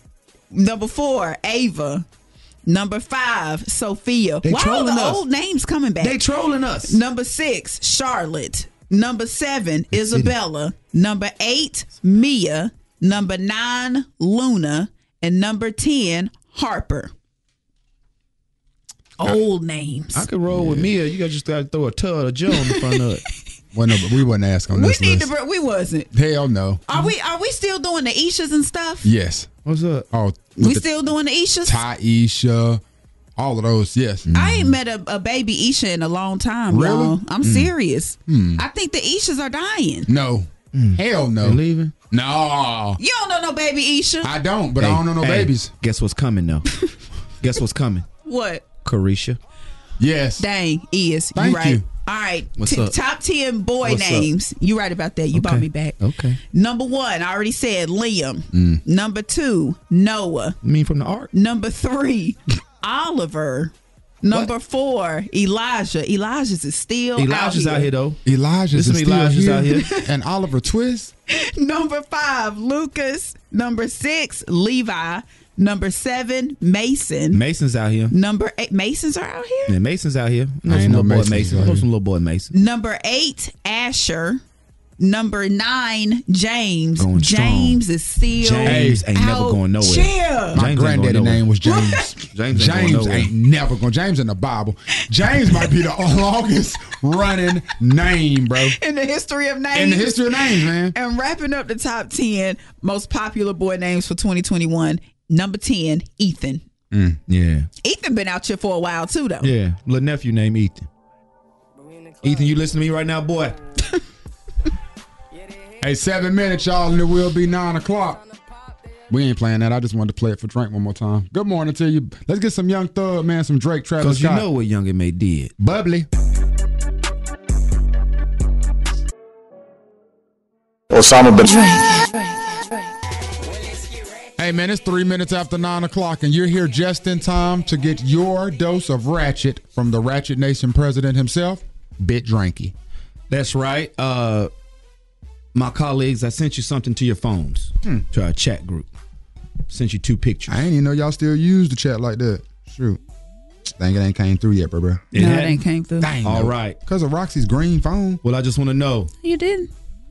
Speaker 3: Number four, Ava. Number five, Sophia.
Speaker 4: They
Speaker 3: Why are the
Speaker 4: trolling us.
Speaker 3: old names coming back?
Speaker 4: They trolling us.
Speaker 3: Number six, Charlotte. Number seven, Isabella. Number eight, Mia. Number nine, Luna. And number ten, Harper. Old names.
Speaker 11: I could roll with Mia. You got just got to throw a tub of Joe in front of it.
Speaker 2: well, no, but we wasn't asking on
Speaker 3: We
Speaker 2: this
Speaker 3: need to.
Speaker 2: list.
Speaker 3: br- We wasn't.
Speaker 2: Hell no.
Speaker 3: Are we? Are we still doing the Ishas and stuff?
Speaker 2: Yes. What's up? Oh,
Speaker 3: We
Speaker 2: with the
Speaker 3: still doing the Ishas.
Speaker 2: Taisha, all of those. Yes.
Speaker 11: Mm.
Speaker 3: I ain't met a, a baby Isha in a long time,
Speaker 2: Really?
Speaker 3: y'all. I'm
Speaker 2: Mm.
Speaker 3: serious.
Speaker 2: Hmm.
Speaker 3: I think the Ishas are dying.
Speaker 2: No.
Speaker 11: Mm.
Speaker 2: Hell no.
Speaker 4: They leaving?
Speaker 2: No.
Speaker 3: You don't know no baby Isha.
Speaker 2: I don't, but I don't know no babies.
Speaker 4: Guess what's coming though? guess what's coming?
Speaker 3: What?
Speaker 4: Carisha.
Speaker 2: Yes.
Speaker 3: Dang, is
Speaker 4: Thank
Speaker 3: you right?
Speaker 4: you.
Speaker 3: All right.
Speaker 4: What's
Speaker 3: T-
Speaker 4: up?
Speaker 3: Top ten boy
Speaker 4: What's up?
Speaker 3: names. You right about that. You bought
Speaker 4: Okay.
Speaker 3: me back.
Speaker 4: Okay.
Speaker 3: Number one, I already said Liam.
Speaker 4: Mm.
Speaker 3: Number two, Noah.
Speaker 4: Me from the ark.
Speaker 3: Number three, Oliver. Number four, Elijah. Elijah's is still
Speaker 11: Elijah's out here though.
Speaker 2: Elijah's
Speaker 11: There's
Speaker 2: is
Speaker 11: some
Speaker 2: still
Speaker 11: Elijahs
Speaker 2: here.
Speaker 11: out
Speaker 2: and Oliver Twist.
Speaker 3: Number five, Lucas. Number six, Levi. Number seven, Mason.
Speaker 11: Mason's out here.
Speaker 3: Number eight, Masons are out here.
Speaker 11: Yeah, Mason's out here. I know
Speaker 4: ain't
Speaker 11: some
Speaker 4: no
Speaker 11: little boy
Speaker 4: Masons
Speaker 11: Mason. I
Speaker 4: out
Speaker 11: know
Speaker 4: here.
Speaker 11: some little boy Mason.
Speaker 3: Number eight, Asher. Number nine, James.
Speaker 11: Going strong.
Speaker 3: James is still
Speaker 11: James ain't never
Speaker 3: out
Speaker 11: going nowhere.
Speaker 3: Yeah.
Speaker 11: James ain't
Speaker 2: My
Speaker 11: going
Speaker 2: granddaddy
Speaker 11: nowhere.
Speaker 2: name was James.
Speaker 11: James ain't going nowhere.
Speaker 2: ain't never going. James in the Bible. James might be the longest running name, bro.
Speaker 3: in the history of names.
Speaker 2: In the history of names, man.
Speaker 3: And wrapping up the top ten most popular boy names for 2021. Number ten, Ethan.
Speaker 11: Yeah.
Speaker 3: Ethan been out here for a while too, though.
Speaker 11: Yeah. Little nephew named Ethan. Ethan, you listen to me right now, boy.
Speaker 2: Hey, seven minutes, y'all, and it will be nine o'clock. We ain't playing that. I just wanted to play it for Drake one more time. Good morning to you. Let's get some Young Thug, man. Some Drake, Travis
Speaker 11: Because you
Speaker 2: Scott.
Speaker 11: know what Young and May did.
Speaker 2: Bubbly.
Speaker 14: Osama bin
Speaker 2: Hey, man, it's three minutes after nine o'clock, and you're here just in time to get your dose of ratchet from the Ratchet Nation president himself, Bit Dranky.
Speaker 11: That's right. Uh my colleagues, I sent you something to your phones. To our chat group. Sent you two pictures.
Speaker 2: Hmm. I ain't even know y'all still use the chat like that. Shoot. Dang, it ain't came through yet, bro, bro.
Speaker 11: It
Speaker 3: no, it
Speaker 11: hadn't?
Speaker 3: ain't came through.
Speaker 2: Dang.
Speaker 11: All
Speaker 2: no.
Speaker 11: right.
Speaker 2: Because of Roxy's green phone.
Speaker 11: Well, I just want to know
Speaker 3: You didn't.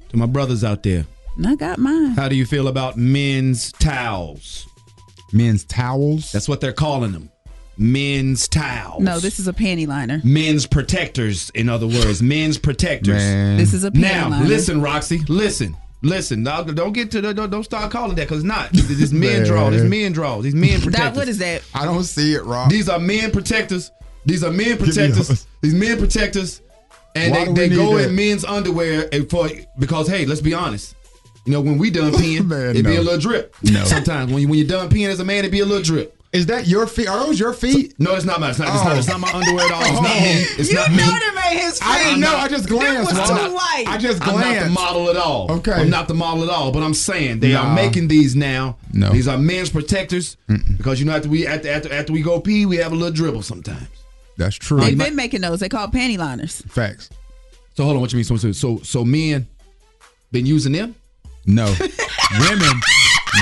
Speaker 11: to my brothers out there,
Speaker 3: And I got mine.
Speaker 11: how do you feel about men's towels?
Speaker 2: Men's towels?
Speaker 11: That's what they're calling them. Men's towels.
Speaker 3: No, this is a panty liner.
Speaker 11: men's protectors, in other words, men's protectors.
Speaker 2: Man.
Speaker 3: This is a panty
Speaker 11: now.
Speaker 3: liner.
Speaker 11: Listen, Roxy, listen, listen. Now, don't get to the don't, don't start calling that because not this men draw, this
Speaker 2: Man.
Speaker 11: men draw, these men
Speaker 3: Doc,
Speaker 11: protectors.
Speaker 3: what is that?
Speaker 2: I don't see it, Rob.
Speaker 11: These are men protectors
Speaker 4: These are men protectors. These men protectors, and
Speaker 17: Why do we
Speaker 4: they, they
Speaker 17: need
Speaker 4: go
Speaker 17: that?
Speaker 4: in men's underwear and for because hey, let's be honest. You know when we done peeing, it be
Speaker 17: no.
Speaker 4: a little drip.
Speaker 17: No.
Speaker 4: Sometimes when you when you're done peeing as a man, it be a little drip.
Speaker 2: Is that your feet? Are those your feet?
Speaker 4: No, it's not my. It's not, it's not, it's not my underwear at all. It's not me. It's
Speaker 3: you
Speaker 4: not
Speaker 3: know
Speaker 4: me.
Speaker 3: that ain't his.
Speaker 2: I didn't
Speaker 4: I'm
Speaker 2: know.
Speaker 4: not-
Speaker 2: I just glanced.
Speaker 4: I'm
Speaker 2: bro.
Speaker 4: not-
Speaker 2: I just glanced.
Speaker 4: I'm not the model at all.
Speaker 2: Okay.
Speaker 4: I'm not the model at all. But I'm saying they
Speaker 2: Nah.
Speaker 4: are making these now.
Speaker 2: No.
Speaker 4: These are men's protectors because you know after we after, after after we go pee, we have a little dribble sometimes.
Speaker 2: That's true.
Speaker 3: They've been making those. They call panty liners.
Speaker 2: Facts.
Speaker 4: So hold on, what you mean? So so so, so men been using them?
Speaker 2: No. women,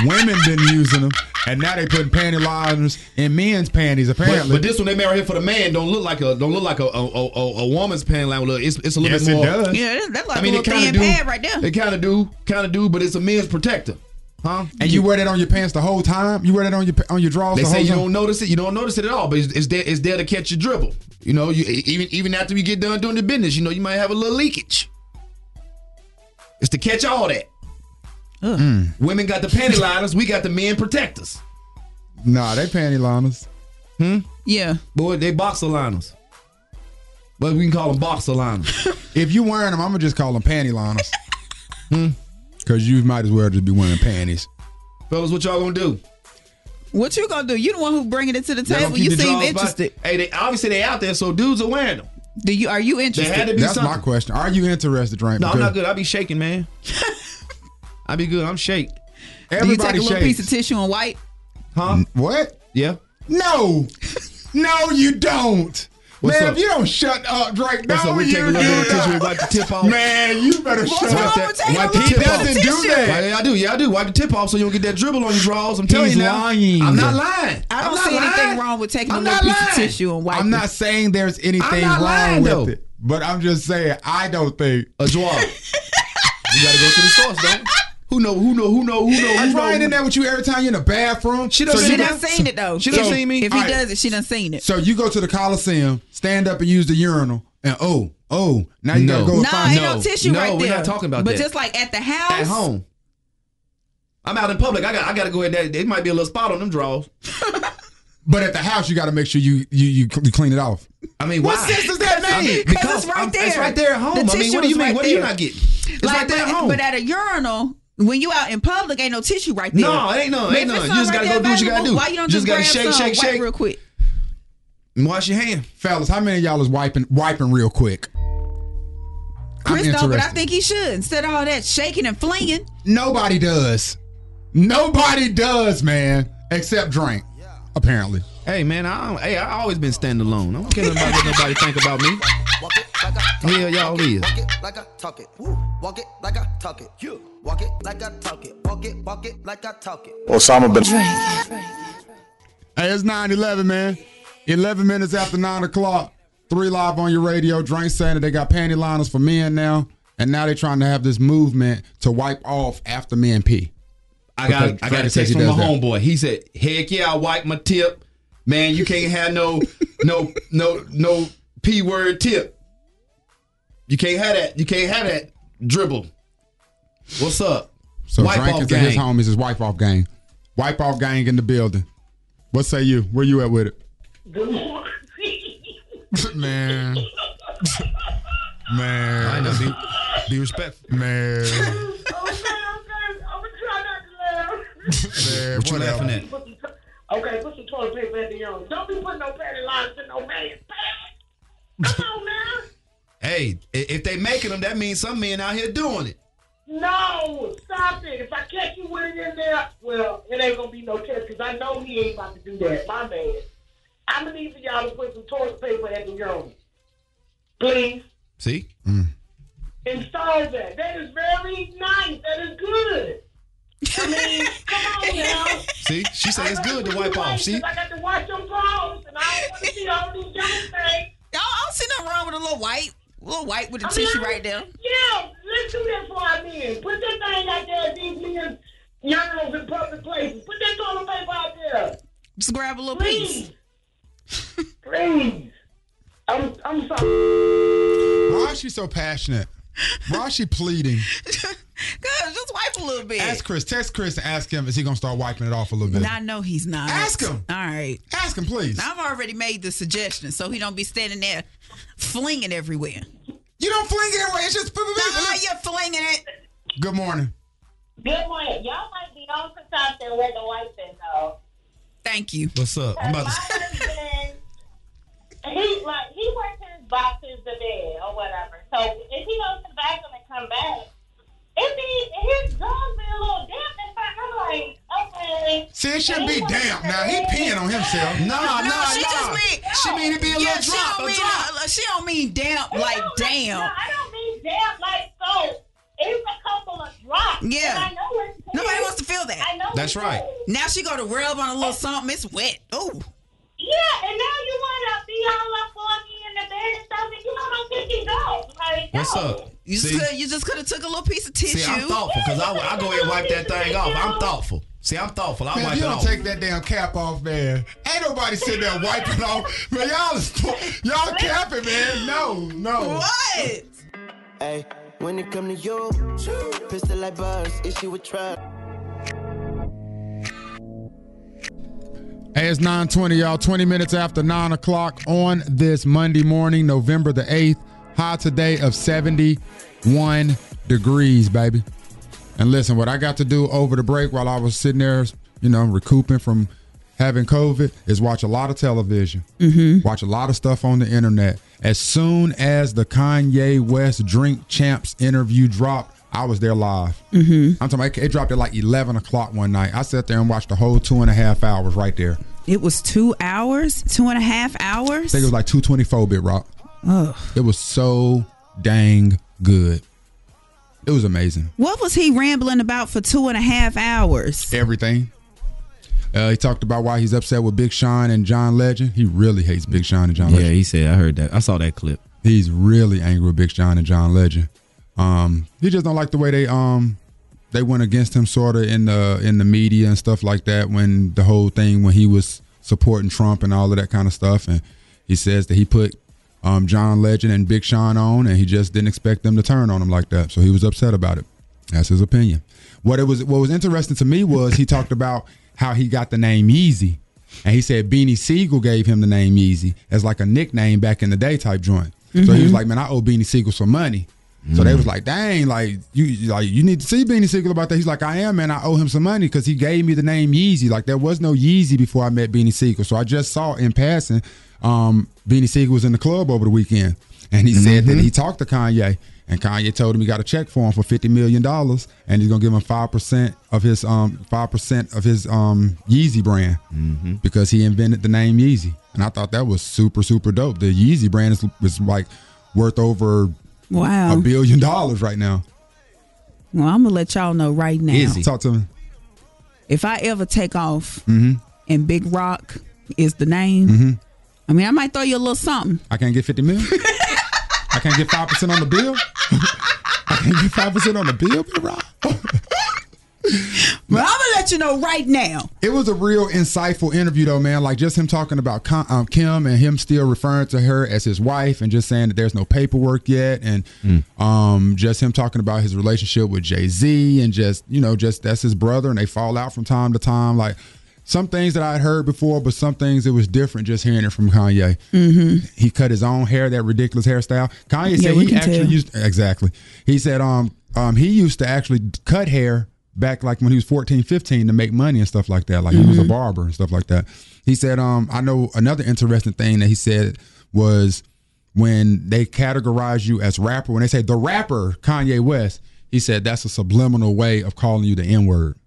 Speaker 2: women been using them, and now they putting panty liners in men's panties.
Speaker 4: But,
Speaker 2: Apparently,
Speaker 4: but this one they married here for the man don't look like a don't look like a a, a, a- a woman's panty line. Look, It's, it's a little
Speaker 2: Yes,
Speaker 4: bit
Speaker 2: it
Speaker 4: more.
Speaker 2: does.
Speaker 3: Yeah, that's- that's like
Speaker 4: I mean,
Speaker 3: a
Speaker 4: it
Speaker 3: little
Speaker 4: kind of
Speaker 3: thin
Speaker 4: do.
Speaker 3: pad right there.
Speaker 4: It kind of do, kind of do, but it's a men's protector, huh?
Speaker 2: and you wear that on your pants the whole time. You wear that on your on your drawers.
Speaker 4: They
Speaker 2: the
Speaker 4: say
Speaker 2: whole
Speaker 4: you
Speaker 2: time?
Speaker 4: don't notice it. You don't notice it at all, but it's, it's there. It's there to catch your dribble. You know, you e, even even after you get done doing the business, you know, you might have a little leakage. It's to catch all that. Mm. Women got the panty liners. We got the men protectors.
Speaker 2: Nah, they panty liners.
Speaker 4: Hmm.
Speaker 3: Yeah.
Speaker 4: Boy, they boxer liners. But we can call them boxer liners.
Speaker 2: if you wearing them, I'm gonna just call them panty liners. hmm. Cause you might as well just be wearing panties.
Speaker 4: Fellas, what y'all gonna do?
Speaker 3: What you gonna do? You the one who bringing it to the
Speaker 4: Y'all gonna
Speaker 3: table.
Speaker 4: keep
Speaker 3: You
Speaker 4: the
Speaker 3: seem
Speaker 4: drawers by-
Speaker 3: interested.
Speaker 4: Hey, they obviously they out there, so dudes are wearing them.
Speaker 3: Do you? Are you interested?
Speaker 4: had to be
Speaker 2: That's
Speaker 4: something.
Speaker 2: my question. Are you interested, Drake?
Speaker 4: No, I'm not
Speaker 2: Because
Speaker 4: good. I be shaking, man. I be good. I'm shake.
Speaker 3: do you take a
Speaker 4: Everybody
Speaker 3: little
Speaker 4: shakes.
Speaker 3: piece of tissue and wipe?
Speaker 4: Huh?
Speaker 2: What?
Speaker 4: Yeah.
Speaker 2: No, no, you don't.
Speaker 4: What's
Speaker 2: man,
Speaker 4: up?
Speaker 2: if you don't shut up, Drake,
Speaker 4: What's
Speaker 2: no,
Speaker 4: up? We
Speaker 2: you
Speaker 4: take a little
Speaker 2: do
Speaker 4: bit of tissue and
Speaker 2: not.
Speaker 4: wipe the tip off.
Speaker 2: Man, you better
Speaker 4: What's
Speaker 2: shut
Speaker 4: wrong
Speaker 2: up.
Speaker 4: with taking
Speaker 2: Wipe
Speaker 4: a
Speaker 2: the
Speaker 4: little
Speaker 2: tip
Speaker 4: bit of
Speaker 2: off. He doesn't do
Speaker 4: tissue?
Speaker 2: that.
Speaker 4: Yeah, I do. Yeah, I do. Wipe the tip off so you don't get that dribble on your drawers. I'm telling
Speaker 2: He's
Speaker 4: you now.
Speaker 2: lying.
Speaker 4: I'm not lying.
Speaker 3: I
Speaker 4: I'm
Speaker 3: don't
Speaker 4: not
Speaker 3: see anything
Speaker 4: lying.
Speaker 3: wrong with taking
Speaker 4: I'm
Speaker 3: a
Speaker 4: not
Speaker 3: little piece of
Speaker 4: lying.
Speaker 3: tissue and wiping.
Speaker 2: I'm not saying there's anything
Speaker 4: not
Speaker 2: wrong
Speaker 4: lying,
Speaker 2: with
Speaker 4: though.
Speaker 2: it, but I'm just saying I don't think
Speaker 4: a draw. You Uh, gotta go to the source, though. Who know? Who know? Who know? Who know?
Speaker 2: I'm
Speaker 4: Who know?
Speaker 2: right in there with you every time you're in the bathroom.
Speaker 4: She done
Speaker 2: So you
Speaker 3: She
Speaker 4: seen it.
Speaker 2: go-
Speaker 3: done seen it though.
Speaker 4: She done
Speaker 3: So,
Speaker 4: seen me?
Speaker 3: If he
Speaker 2: Alright.
Speaker 3: does it, she done seen it.
Speaker 2: So you go to the Coliseum, stand up and use the urinal, and oh, oh, now you
Speaker 4: No.
Speaker 2: gotta go and
Speaker 3: No,
Speaker 2: find
Speaker 3: ain't no, tissue
Speaker 4: No,
Speaker 3: right there.
Speaker 4: we're not talking about
Speaker 3: but
Speaker 4: that.
Speaker 3: just like at the house,
Speaker 4: at home. I'm out in public. I got. I gotta go ahead. and- It might be a little spot on them drawers.
Speaker 2: But at the house, you gotta make sure you you you, cl- you clean it off.
Speaker 4: I mean,
Speaker 2: What
Speaker 4: why?
Speaker 2: sense does that
Speaker 4: I mean,
Speaker 2: make?
Speaker 3: Because
Speaker 4: because
Speaker 3: it's right
Speaker 4: I'm- It's
Speaker 3: there.
Speaker 4: right there at home.
Speaker 3: The
Speaker 4: I mean,
Speaker 3: tissue
Speaker 4: what do you
Speaker 3: is
Speaker 4: mean?
Speaker 3: right
Speaker 4: what are you
Speaker 3: there.
Speaker 4: not getting? It's
Speaker 3: like,
Speaker 4: right there
Speaker 3: but,
Speaker 4: at home.
Speaker 3: but at a urinal, when you out in public, ain't no tissue right there.
Speaker 4: No, it ain't none,
Speaker 3: But
Speaker 4: ain't
Speaker 3: if
Speaker 4: none.
Speaker 3: it's
Speaker 4: You
Speaker 3: not
Speaker 4: just
Speaker 3: right
Speaker 4: gotta
Speaker 3: there
Speaker 4: go do what you gotta
Speaker 3: available,
Speaker 4: do.
Speaker 3: Why you don't just,
Speaker 4: Just gotta
Speaker 3: grab some,
Speaker 4: shake, shake,
Speaker 3: wipe
Speaker 4: shake.
Speaker 3: real quick?
Speaker 4: Wash your hand.
Speaker 2: Fellas, how many of y'all is wiping wiping real quick?
Speaker 3: Chris though, but I
Speaker 2: interested.
Speaker 3: think he should instead of all that shaking and flinging.
Speaker 2: Nobody does. Nobody does, man. Except drink, apparently.
Speaker 4: Hey man, I don't, hey, I always been standing alone. I don't care nothing about what nobody think about me.
Speaker 18: Walk it like I talk
Speaker 4: Yeah,
Speaker 18: it.
Speaker 4: y'all
Speaker 18: Walk it,
Speaker 4: is.
Speaker 18: Walk it like I talk it. Woo. Walk it like I talk it. You. Walk it like I talk it. Walk it, walk it like I talk it.
Speaker 19: Osama bin
Speaker 2: Hey, it's 9 11, man. 11 minutes after 9 o'clock. Three live on your radio. Drink saying that they got panty liners for men now. And now they're trying to have this movement to wipe off after men pee.
Speaker 4: I got
Speaker 2: Because
Speaker 4: I got
Speaker 2: Drake
Speaker 4: a
Speaker 2: says
Speaker 4: text
Speaker 2: he
Speaker 4: from my
Speaker 2: does that.
Speaker 4: homeboy. He said, "Heck yeah, I wipe my tip, man. You can't have no no no no p word tip. You can't have that. You can't have that dribble. What's up?
Speaker 2: So
Speaker 4: wipe
Speaker 2: Drake
Speaker 4: off
Speaker 2: is in his
Speaker 4: gang.
Speaker 2: homies is wipe off gang. Wipe off gang in the building. What say you? Where you at with it?
Speaker 9: Good morning.
Speaker 2: man. man.
Speaker 4: I know. Be, be respectful,
Speaker 2: man.
Speaker 4: man what you laughing at?
Speaker 9: Okay, put some toilet paper at the end. Don't be putting no panty lines in no man's pants. Come on now.
Speaker 4: Hey, i- if they making them, that means some men out here doing it.
Speaker 9: No, stop it. If I catch you with it in there, well, it ain't gonna be no test because I know he ain't about to do that. My man. I'm gonna need for y'all to put some toilet paper at the urinal. Please.
Speaker 4: See,
Speaker 9: Install that. That is very nice. That is good. I mean, come on now.
Speaker 4: see, she said it's good to wipe off. See,
Speaker 9: I got to wash them clothes, and I don't want to see all these young things.
Speaker 3: Y'all, I don't see nothing wrong with a little wipe, a little wipe with the
Speaker 9: I mean,
Speaker 3: tissue
Speaker 9: I-
Speaker 3: right there.
Speaker 9: Yeah, let's do that for our men. Put that thing out there, these men, urinals in public places. Put that toilet paper out there.
Speaker 3: Just grab a little piece.
Speaker 9: Please. Please. I'm, I'm sorry.
Speaker 2: Why is she so passionate? Why is she pleading?
Speaker 3: Cause just wipe a little bit.
Speaker 2: Ask Chris. Text Chris and ask him, is he going to start wiping it off a little bit?
Speaker 3: I know he's not.
Speaker 2: Ask him.
Speaker 3: All right.
Speaker 2: Ask him, please.
Speaker 3: I've already made the suggestion, so he don't be standing there flinging everywhere.
Speaker 2: You don't fling it everywhere. It's just.
Speaker 3: Nah, you're flinging it.
Speaker 2: Good morning.
Speaker 20: Good morning. Y'all might be on for something with the wiping though.
Speaker 3: Thank you.
Speaker 11: What's up? I'm about to.
Speaker 20: He like he works his boxes to bed or whatever. So if he goes to the bathroom and come back, it be his dog be a little damp in front. I'm like, okay.
Speaker 2: See, it shouldn't
Speaker 3: Oh,
Speaker 2: be damp. Now he peeing on himself.
Speaker 11: Nah, nah,
Speaker 3: she
Speaker 11: nah.
Speaker 3: just mean
Speaker 11: She mean it be a
Speaker 3: yeah,
Speaker 11: little
Speaker 3: she
Speaker 11: drop, a
Speaker 3: don't mean uh,
Speaker 11: drop.
Speaker 3: she don't mean damp
Speaker 20: I
Speaker 3: like
Speaker 20: don't mean-
Speaker 3: damn.
Speaker 20: no, I don't mean damp like so. It's a couple of drops.
Speaker 3: Yeah.
Speaker 20: And I know it's
Speaker 3: Nobody wants to feel that.
Speaker 20: I know it's his.
Speaker 3: Now she go to rub on a little something. It's wet. Oh,
Speaker 20: Yeah, and now you wanna be all up on me in the bed and stuff, and you know how picky go. Like,
Speaker 11: What's
Speaker 20: no.
Speaker 11: up?
Speaker 3: You just
Speaker 11: See?
Speaker 3: coulda- you just could have took a little piece of tissue.
Speaker 11: See, I'm thoughtful because I, I go ahead and wipe that thing off. I'm thoughtful. See, I'm thoughtful. I
Speaker 2: Man, if
Speaker 11: wipe
Speaker 2: you
Speaker 11: it
Speaker 2: don't
Speaker 11: off.
Speaker 2: take that damn cap off, man. Ain't nobody sitting there wiping off. Man, y'all is y'all capping, man. No, no.
Speaker 3: What?
Speaker 21: Hey, when it come to you, pistol like buzz, issue with trust.
Speaker 2: Hey, it's 920, y'all. 20 minutes after 9 o'clock on this Monday morning, November the 8th. High today of 71 degrees, baby. And listen, what I got to do over the break while I was sitting there, you know, recouping from having COVID is watch a lot of television, mm-hmm. watch a lot of stuff on the internet. As soon as the Kanye West Drink Champs interview dropped, I was there live. Mm-hmm. I'm talking about it it dropped at like 11 o'clock one night. I sat there and watched the whole two and a half hours right there.
Speaker 3: It was two hours, two and a half
Speaker 2: I
Speaker 3: hours.
Speaker 2: think it was like 224 bit rock.
Speaker 3: Ugh.
Speaker 2: It was so dang good. It was amazing.
Speaker 3: What was he rambling about for two and a half hours?
Speaker 2: Everything. Uh, he talked about why he's upset with Big Sean and John Legend. He really hates Big Sean and John Legend.
Speaker 4: he said. I heard that. I saw that clip.
Speaker 2: He's really angry with Big Sean and John Legend. Um, he just don't like the way they um they went against him sort of in the in the media and stuff like that when the whole thing when he was supporting Trump and all of that kind of stuff and he says that he put um, John Legend and Big Sean on and he just didn't expect them to turn on him like that so he was upset about it. That's his opinion. What it was what was interesting to me was he talked about how he got the name Yeezy. And he said Beanie Siegel gave him the name Yeezy as like a nickname back in the day type joint. So he was
Speaker 11: Mhm.
Speaker 2: like, Man, I owe Beanie Siegel some money. So they was like, dang, like you like you need to see Beanie Siegel about that. He's like, I am, man. I owe him some money because he gave me the name Yeezy. Like there was no Yeezy before I met Beanie Siegel. So I just saw in passing, um, Beanie Siegel was in the club over the weekend. And he said that he talked to Kanye. And Kanye told him he got a check for him for fifty million dollars, and he's gonna give him five percent of his um five percent of his um Yeezy brand because he invented the name Yeezy. And I thought that was super super dope. The Yeezy brand is, is like worth over
Speaker 3: Wow.
Speaker 2: a billion dollars right now.
Speaker 3: Well, I'm gonna let y'all know right now.
Speaker 2: Talk to me.
Speaker 3: If I ever take off
Speaker 2: Mm-hmm.
Speaker 3: and Big Rock is the name, I mean, I might throw you a little something.
Speaker 2: I can't get fifty million. I can't get five percent on the bill. I can't get five percent on the bill, Big Rock.
Speaker 3: But I'm gonna let you know right now.
Speaker 2: It was a real insightful interview, though, man. Like just him talking about Con- um, Kim and him still referring to her as his wife, and just saying that there's no paperwork yet, and um, just him talking about his relationship with Jay Z, and just you know, just that's his brother, and they fall out from time to time. Like some things that I had heard before, but some things it was different just hearing it from Kanye.
Speaker 11: Mm-hmm.
Speaker 2: He cut his own hair, that ridiculous hairstyle. Kanye
Speaker 11: Yeah,
Speaker 2: said
Speaker 11: we
Speaker 2: he
Speaker 11: can
Speaker 2: actually
Speaker 11: tell.
Speaker 2: used exactly. He said um um he used to actually cut hair back like when he was 14, 15 to make money and stuff like that. Like he
Speaker 11: Mm-hmm.
Speaker 2: was a barber and stuff like that. He said um I know another interesting thing that he said was when they categorize you as rapper when they say the rapper Kanye West, he said that's a subliminal way of calling you the N word.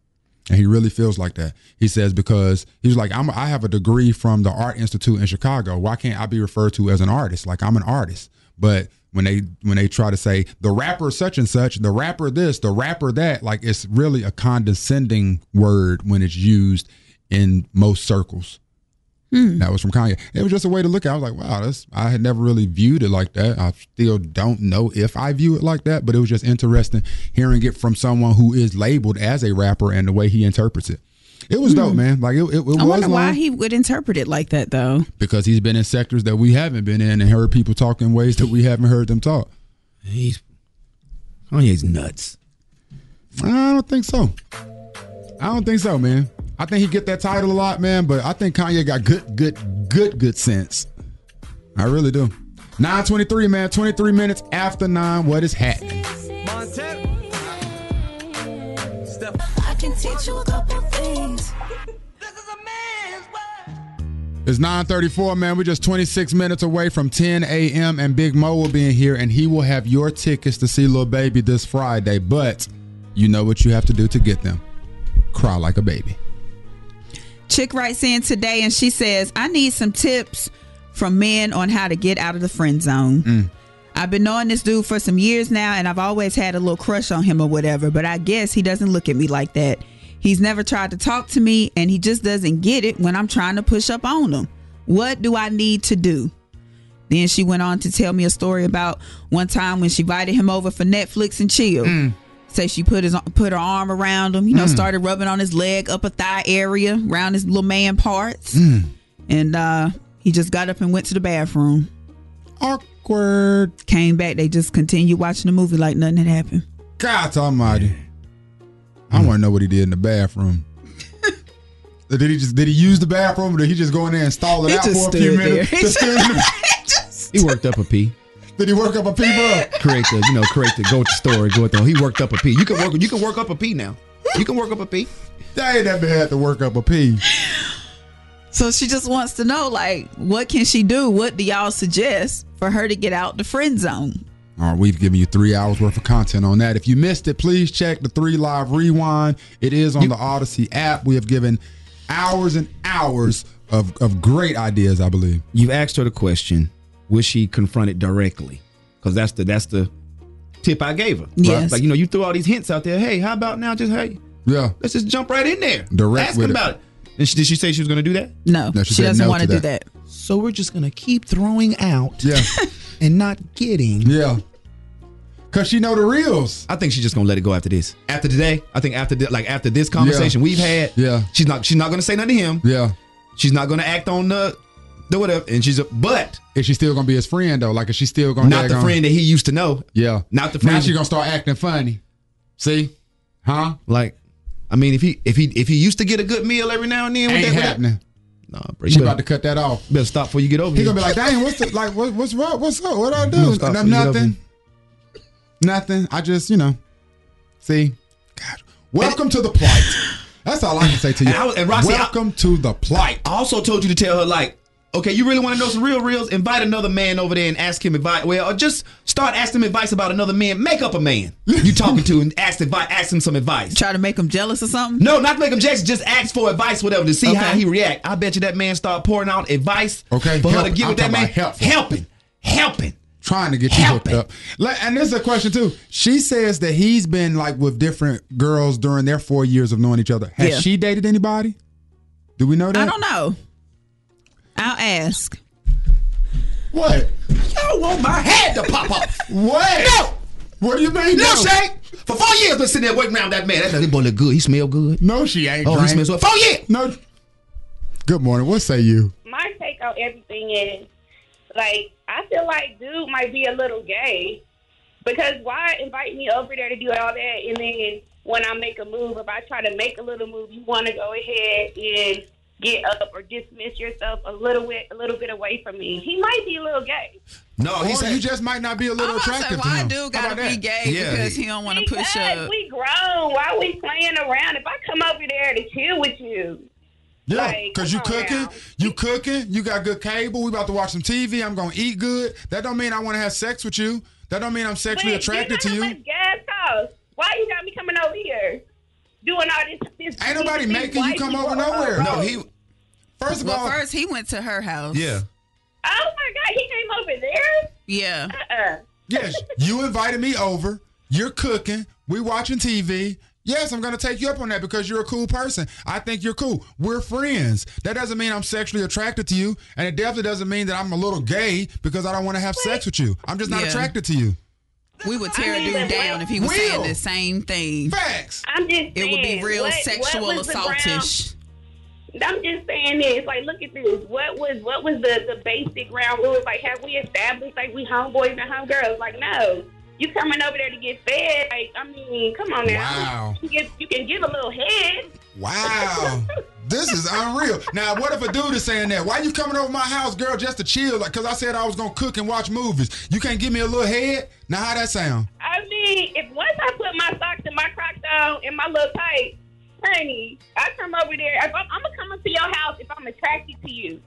Speaker 2: And he really feels like that. He says because he was like, I'm, I have a degree from the Art Institute in Chicago. Why can't I be referred to as an artist? Like I'm an artist. But when they when they try to say the rapper such and such, the rapper this, the rapper that, like it's really a condescending word when it's used in most circles. That was from Kanye. It was just a way to look at. it. I was like, wow, that's I had never really viewed it like that. I still don't know if I view it like that, but it was just interesting hearing it from someone who is labeled as a rapper and the way he interprets it. It was dope,
Speaker 3: Hmm.
Speaker 2: man. Like it, it, it was
Speaker 3: I wonder why
Speaker 2: long
Speaker 3: he would interpret it like that, though.
Speaker 2: because he's been in sectors that we haven't been in and heard people talk in ways that we haven't heard them talk.
Speaker 4: He's Kanye's nuts.
Speaker 2: I don't think so. I don't think so, man. I think he get that title a lot, man. But I think Kanye got good, good, good, good sense. I really do. 923, man. 23 minutes after nine. What is happening?
Speaker 22: I can teach you a couple things.
Speaker 2: It's 934, man. We're just 26 minutes away from 10 a.m. And Big Mo will be in here and he will have your tickets to see Lil Baby this Friday. But you know what you have to do to get them. Cry like a baby.
Speaker 3: Chick writes in today and she says, I need some tips from men on how to get out of the friend zone. I've been knowing this dude for some years now and I've always had a little crush on him or whatever, but I guess he doesn't look at me like that. He's never tried to talk to me and he just doesn't get it when I'm trying to push up on him. What do I need to do? Then she went on to tell me a story about one time when she invited him over for Netflix and chill. Say she put his put her arm around him, you
Speaker 11: Hmm.
Speaker 3: know,
Speaker 23: Mm.
Speaker 3: started rubbing on his leg, upper thigh area, around his little man parts,
Speaker 11: Hmm.
Speaker 23: Mm.
Speaker 3: and uh, he just got up and went to the bathroom.
Speaker 2: Awkward.
Speaker 3: Came back, they just continued watching the movie like nothing had happened.
Speaker 2: God Almighty. I want to know what he did in the bathroom. did he just did he use the bathroom or did he just go in there and stall it
Speaker 4: He
Speaker 2: out
Speaker 4: just
Speaker 2: for a few
Speaker 4: stood there.
Speaker 2: minutes?
Speaker 4: He
Speaker 2: Just stood in the-
Speaker 4: He worked up a pee.
Speaker 2: Did he work up a pee, bro?
Speaker 4: Create the, you know, create the go with the story, go with the. He worked up a pee. You can work, you can work up a pee now. You can work up a pee.
Speaker 2: Dang, that man had to work up a pee.
Speaker 3: So she just wants to know, like, what can she do? What do y'all suggest for her to get out the friend zone?
Speaker 2: All right, we've given you three hours worth of content on that. If you missed it, please check the three live rewind. It is on the Odyssey app. We have given hours and hours of, of great ideas, I believe.
Speaker 4: You've asked her the question: Was she confronted directly? Because that's the that's the tip I gave her. right?
Speaker 11: Yes.
Speaker 4: Like you know, you threw all these hints out there. Hey, how about now? Just hey,
Speaker 2: yeah.
Speaker 4: Let's just jump right in there.
Speaker 11: Direct
Speaker 4: Ask
Speaker 11: with
Speaker 4: her
Speaker 11: it.
Speaker 4: about it. And she, did she say she was going to do that?
Speaker 3: No,
Speaker 11: No, she she said doesn't no wanna to do
Speaker 4: that.
Speaker 11: that.
Speaker 4: So we're just going to keep throwing out.
Speaker 2: Yeah.
Speaker 4: and not getting.
Speaker 2: Yeah. Cause she know the reels.
Speaker 4: I think she's just gonna let it go after this. After today, I think after thi- like after this conversation
Speaker 11: Yeah.
Speaker 4: we've had,
Speaker 2: yeah,
Speaker 4: she's not she's not gonna say nothing to him.
Speaker 2: Yeah,
Speaker 4: she's not gonna act on the the whatever. And she's a but
Speaker 2: Is she still gonna be his friend though? Like is she still gonna
Speaker 4: not
Speaker 2: dag
Speaker 4: the
Speaker 2: on-
Speaker 4: friend that he used to know.
Speaker 2: Yeah,
Speaker 4: not the
Speaker 2: Now
Speaker 4: friend.
Speaker 2: she gonna start acting funny. See, huh?
Speaker 4: Like, I mean, if he if he if he used to get a good meal every now and then, with
Speaker 2: Ain't
Speaker 4: that, with that-
Speaker 2: happening.
Speaker 4: Nah, bro, you
Speaker 2: She
Speaker 4: better-
Speaker 2: about to cut that off.
Speaker 4: Better stop before you get over.
Speaker 2: He
Speaker 4: here.
Speaker 2: gonna be like, dang, what's the, like, what, what's what, what's up? What I
Speaker 4: You
Speaker 2: do?
Speaker 4: gonna stop
Speaker 2: No-
Speaker 4: for you get
Speaker 2: nothing. Nothing. I just, you know, see. God, welcome to the plight. That's all I can say to you.
Speaker 4: And I was- and Roxy, I-
Speaker 2: welcome to the plight.
Speaker 4: I also told you to tell her like, okay, you really want to know some real reels? Invite another man over there and ask him advice. Well, or just start asking him advice about another man. Make up a man you talking to and ask advice. Ask him some advice.
Speaker 3: Try to make him jealous or something.
Speaker 4: No, not make him jealous. Just ask for advice, whatever, to see how
Speaker 3: Okay.
Speaker 4: he react. I bet you that man start pouring out advice.
Speaker 2: Okay,
Speaker 4: for her to
Speaker 2: helping.
Speaker 4: give
Speaker 2: I'm
Speaker 4: with that
Speaker 2: talking
Speaker 4: man.
Speaker 2: about helpful.
Speaker 4: Helping, helping.
Speaker 2: Trying to get you hooked up. Like, and this is a question too. She says that he's been like with different girls during their four years of knowing each other. Has
Speaker 3: Yeah.
Speaker 2: she dated anybody? Do we know that?
Speaker 3: I don't know. I'll ask.
Speaker 2: What?
Speaker 4: Y'all want my head to pop off?
Speaker 2: What?
Speaker 4: No.
Speaker 2: What do you mean?
Speaker 4: No, Shay. For four years, been sitting there waiting around that man. That, that boy look good. He smell good.
Speaker 2: No, she ain't.
Speaker 4: Oh, he
Speaker 2: Drake.
Speaker 4: smells good. Four years.
Speaker 2: No. Good morning. What say you?
Speaker 20: my take on everything is like I feel like dude might be a little gay because why invite me over there to do all that and then when I make a move, if I try to make a little move, you want to go ahead and get up or dismiss yourself a little bit, a little bit away from me. He might be a little gay.
Speaker 4: No,
Speaker 2: he said you just might not be a little attractive. to
Speaker 3: Why
Speaker 2: him.
Speaker 3: dude
Speaker 2: How
Speaker 3: gotta
Speaker 2: about
Speaker 3: be
Speaker 2: that?
Speaker 3: gay because he don't want to push
Speaker 20: Because
Speaker 3: up?
Speaker 20: we grown, why we playing around? If I come over there to chill with you,
Speaker 2: Yeah,
Speaker 20: Like,
Speaker 2: because you
Speaker 20: come on
Speaker 2: cooking,
Speaker 20: now.
Speaker 2: you cooking, you got good cable. We about to watch some TV. I'm gonna eat good. That don't mean I want to have sex with you. That don't mean I'm sexually
Speaker 20: But
Speaker 2: attracted
Speaker 20: you're
Speaker 2: to you.
Speaker 20: not a Gas house. Why you got me coming over here? Doing all this. this
Speaker 2: Ain't nobody
Speaker 20: these
Speaker 2: making you
Speaker 20: white
Speaker 2: come
Speaker 20: people uh,
Speaker 2: over
Speaker 20: on
Speaker 2: nowhere.
Speaker 20: the
Speaker 2: No,
Speaker 20: road.
Speaker 2: he. First of
Speaker 3: well,
Speaker 2: all,
Speaker 3: first he went to her house.
Speaker 2: yeah,
Speaker 20: Oh my God, he came over there.
Speaker 3: Yeah.
Speaker 20: Uh-uh.
Speaker 2: yes. You invited me over. You're cooking. We watching TV. Yes, I'm gonna take you up on that because you're a cool person. I think you're cool. We're friends. That doesn't mean I'm sexually attracted to you, and it definitely doesn't mean that I'm a little gay because I don't want to have sex with you. I'm just not
Speaker 3: Yeah.
Speaker 2: attracted to you.
Speaker 3: We would tear a dude down if he was
Speaker 2: Will.
Speaker 3: saying the same thing.
Speaker 2: Facts.
Speaker 20: I'm just saying,
Speaker 3: It would be real
Speaker 20: what- what
Speaker 3: sexual
Speaker 20: was the
Speaker 3: assaultish.
Speaker 20: ground- I'm just saying this. Like, look at this. What was what was the the basic ground rules? Like, have we established like we homeboys and homegirls? Like, no.
Speaker 9: you coming over there to get fed. Like, I mean, come on now.
Speaker 2: Wow.
Speaker 9: You, can give, you can give a little head.
Speaker 2: Wow. this is unreal. Now, what if a dude is saying that? Why you coming over my house, girl, just to chill? Like, cause I said I was gonna cook and watch movies. You can't give me a little head? Now, how that sound?
Speaker 9: I mean, if once I put my socks and my Crocs on and my little tights, honey, I come over there. If I'm, I'm gonna come up to your house if I'm attracted to you.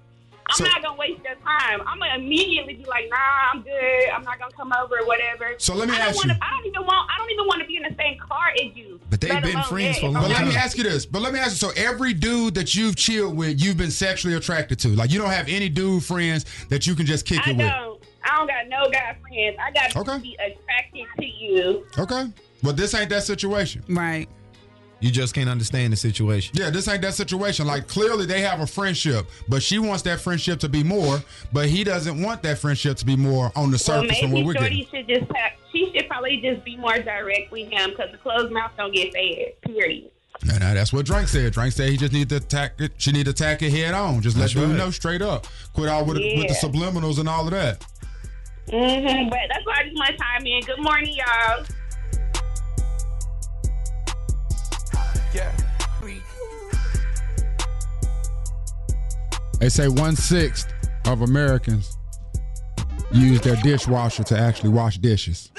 Speaker 9: I'm
Speaker 2: So-
Speaker 9: not gonna waste your time. I'm gonna immediately be like, nah, I'm good. I'm not gonna come over, whatever.
Speaker 2: So let me
Speaker 9: I don't
Speaker 2: ask
Speaker 9: wanna,
Speaker 2: you-
Speaker 9: I don't even want. I don't even want to be in the same car as you. let alone that. If
Speaker 2: But
Speaker 9: I'm
Speaker 2: let me
Speaker 9: gonna-
Speaker 2: ask you this. But let me ask you. So every dude that you've chilled with, you've been sexually attracted to. Like you don't have any dude friends that you can just kick
Speaker 9: I
Speaker 2: it with.
Speaker 9: don't. I don't got no guy friends. I got to be attracted to you.
Speaker 2: Okay. But this ain't that situation.
Speaker 3: Right.
Speaker 2: Hmm.
Speaker 4: You just can't understand the situation.
Speaker 2: Yeah, this ain't that situation. Like clearly they have a friendship, but she wants that friendship to be more, but he doesn't want that friendship to be more on the
Speaker 9: Well,
Speaker 2: surface from what
Speaker 9: maybe
Speaker 2: we're getting.
Speaker 9: Shorty should just have, she should probably just be more direct with him because the closed mouth don't get fed. Period.
Speaker 2: No, no, that's what Drake said. Drake said he just needed to attack it. She need to attack it head on. Just let
Speaker 4: That's
Speaker 2: dude
Speaker 4: right.
Speaker 2: know straight up. Quit all with, with the
Speaker 9: Yeah.
Speaker 2: subliminals and all of that.
Speaker 9: hmm But that's why I just want to time in. Good morning, y'all.
Speaker 2: They say one sixth of Americans use their dishwasher to actually wash dishes.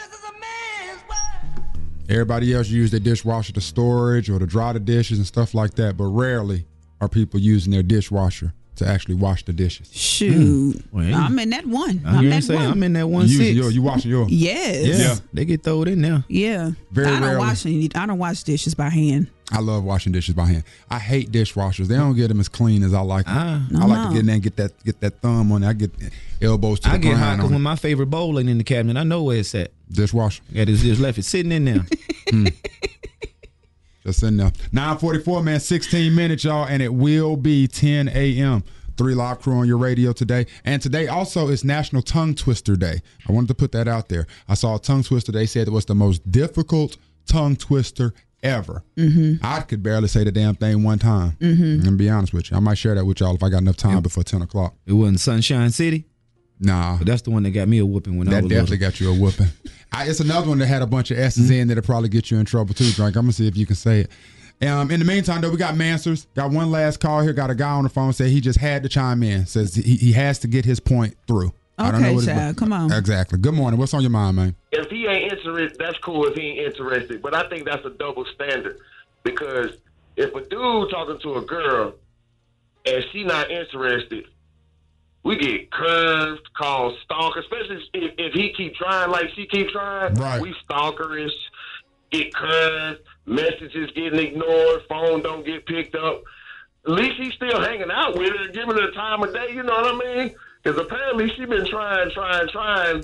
Speaker 2: Everybody else use their dishwasher to storage or to dry the dishes and stuff like that, but rarely are people using their dishwasher to actually wash the dishes.
Speaker 3: Shoot. I'm in that one.
Speaker 2: I hear
Speaker 3: I'm
Speaker 2: you
Speaker 3: that
Speaker 2: say,
Speaker 3: one.
Speaker 2: I'm in
Speaker 4: that
Speaker 2: You using your- you washing yours?
Speaker 3: Yes.
Speaker 2: Yeah.
Speaker 4: They get thrown in there.
Speaker 3: Yeah.
Speaker 2: Very
Speaker 3: I don't
Speaker 2: rarely.
Speaker 3: wash any, I don't wash dishes by hand.
Speaker 2: I love washing dishes by hand. I hate dishwashers. They don't get them as clean as I like. Them. I like to
Speaker 4: Ah. No.
Speaker 2: get in there and get that get that thumb on. It. I get elbows to the
Speaker 4: I get hot
Speaker 2: ground.
Speaker 4: because
Speaker 2: on
Speaker 4: when
Speaker 2: it.
Speaker 4: my favorite bowl ain't in the cabinet, I know where it's at.
Speaker 2: Dishwasher.
Speaker 4: Yeah, it's just left. It's sitting in there.
Speaker 2: Just in there. Nine forty four, man. Sixteen minutes, y'all, and it will be ten a.m. Three Live Crew on your radio today. And today also is National Tongue Twister Day. I wanted to put that out there. I saw a tongue twister. They said it was the most difficult tongue twister ever. Mm-hmm. I could barely say the damn thing one time.
Speaker 4: Mhm.
Speaker 2: I'm gonna be honest with you. I might share that with y'all if I got enough time before ten o'clock.
Speaker 4: It wasn't Sunshine City.
Speaker 2: Nah,
Speaker 4: that's the one that got me a whooping when I
Speaker 2: That
Speaker 4: was
Speaker 2: definitely got you a whooping. I, it's another one that had a bunch of S's in that'll probably get you in trouble too, Drake. I'm gonna see if you can say it. Um, in the meantime, though, we got Mansers. Got one last call here. Got a guy on the phone said he just had to chime in. Says he, he has to get his point through. I don't know
Speaker 3: Okay,
Speaker 2: what his-
Speaker 3: child, come on.
Speaker 2: Exactly. Good morning. What's on your mind, man?
Speaker 23: if he ain't interested, that's cool if he ain't interested. But I think that's a double standard because if a dude talking to a girl and she not interested, we get curved, called stalker. Especially if, if he keep trying like she keep trying,
Speaker 2: Right.
Speaker 23: we stalkerish, get curved, messages getting ignored, phone don't get picked up. At least he's still hanging out with her, giving her the time of day. You know what I mean? Because apparently she been trying, trying, trying.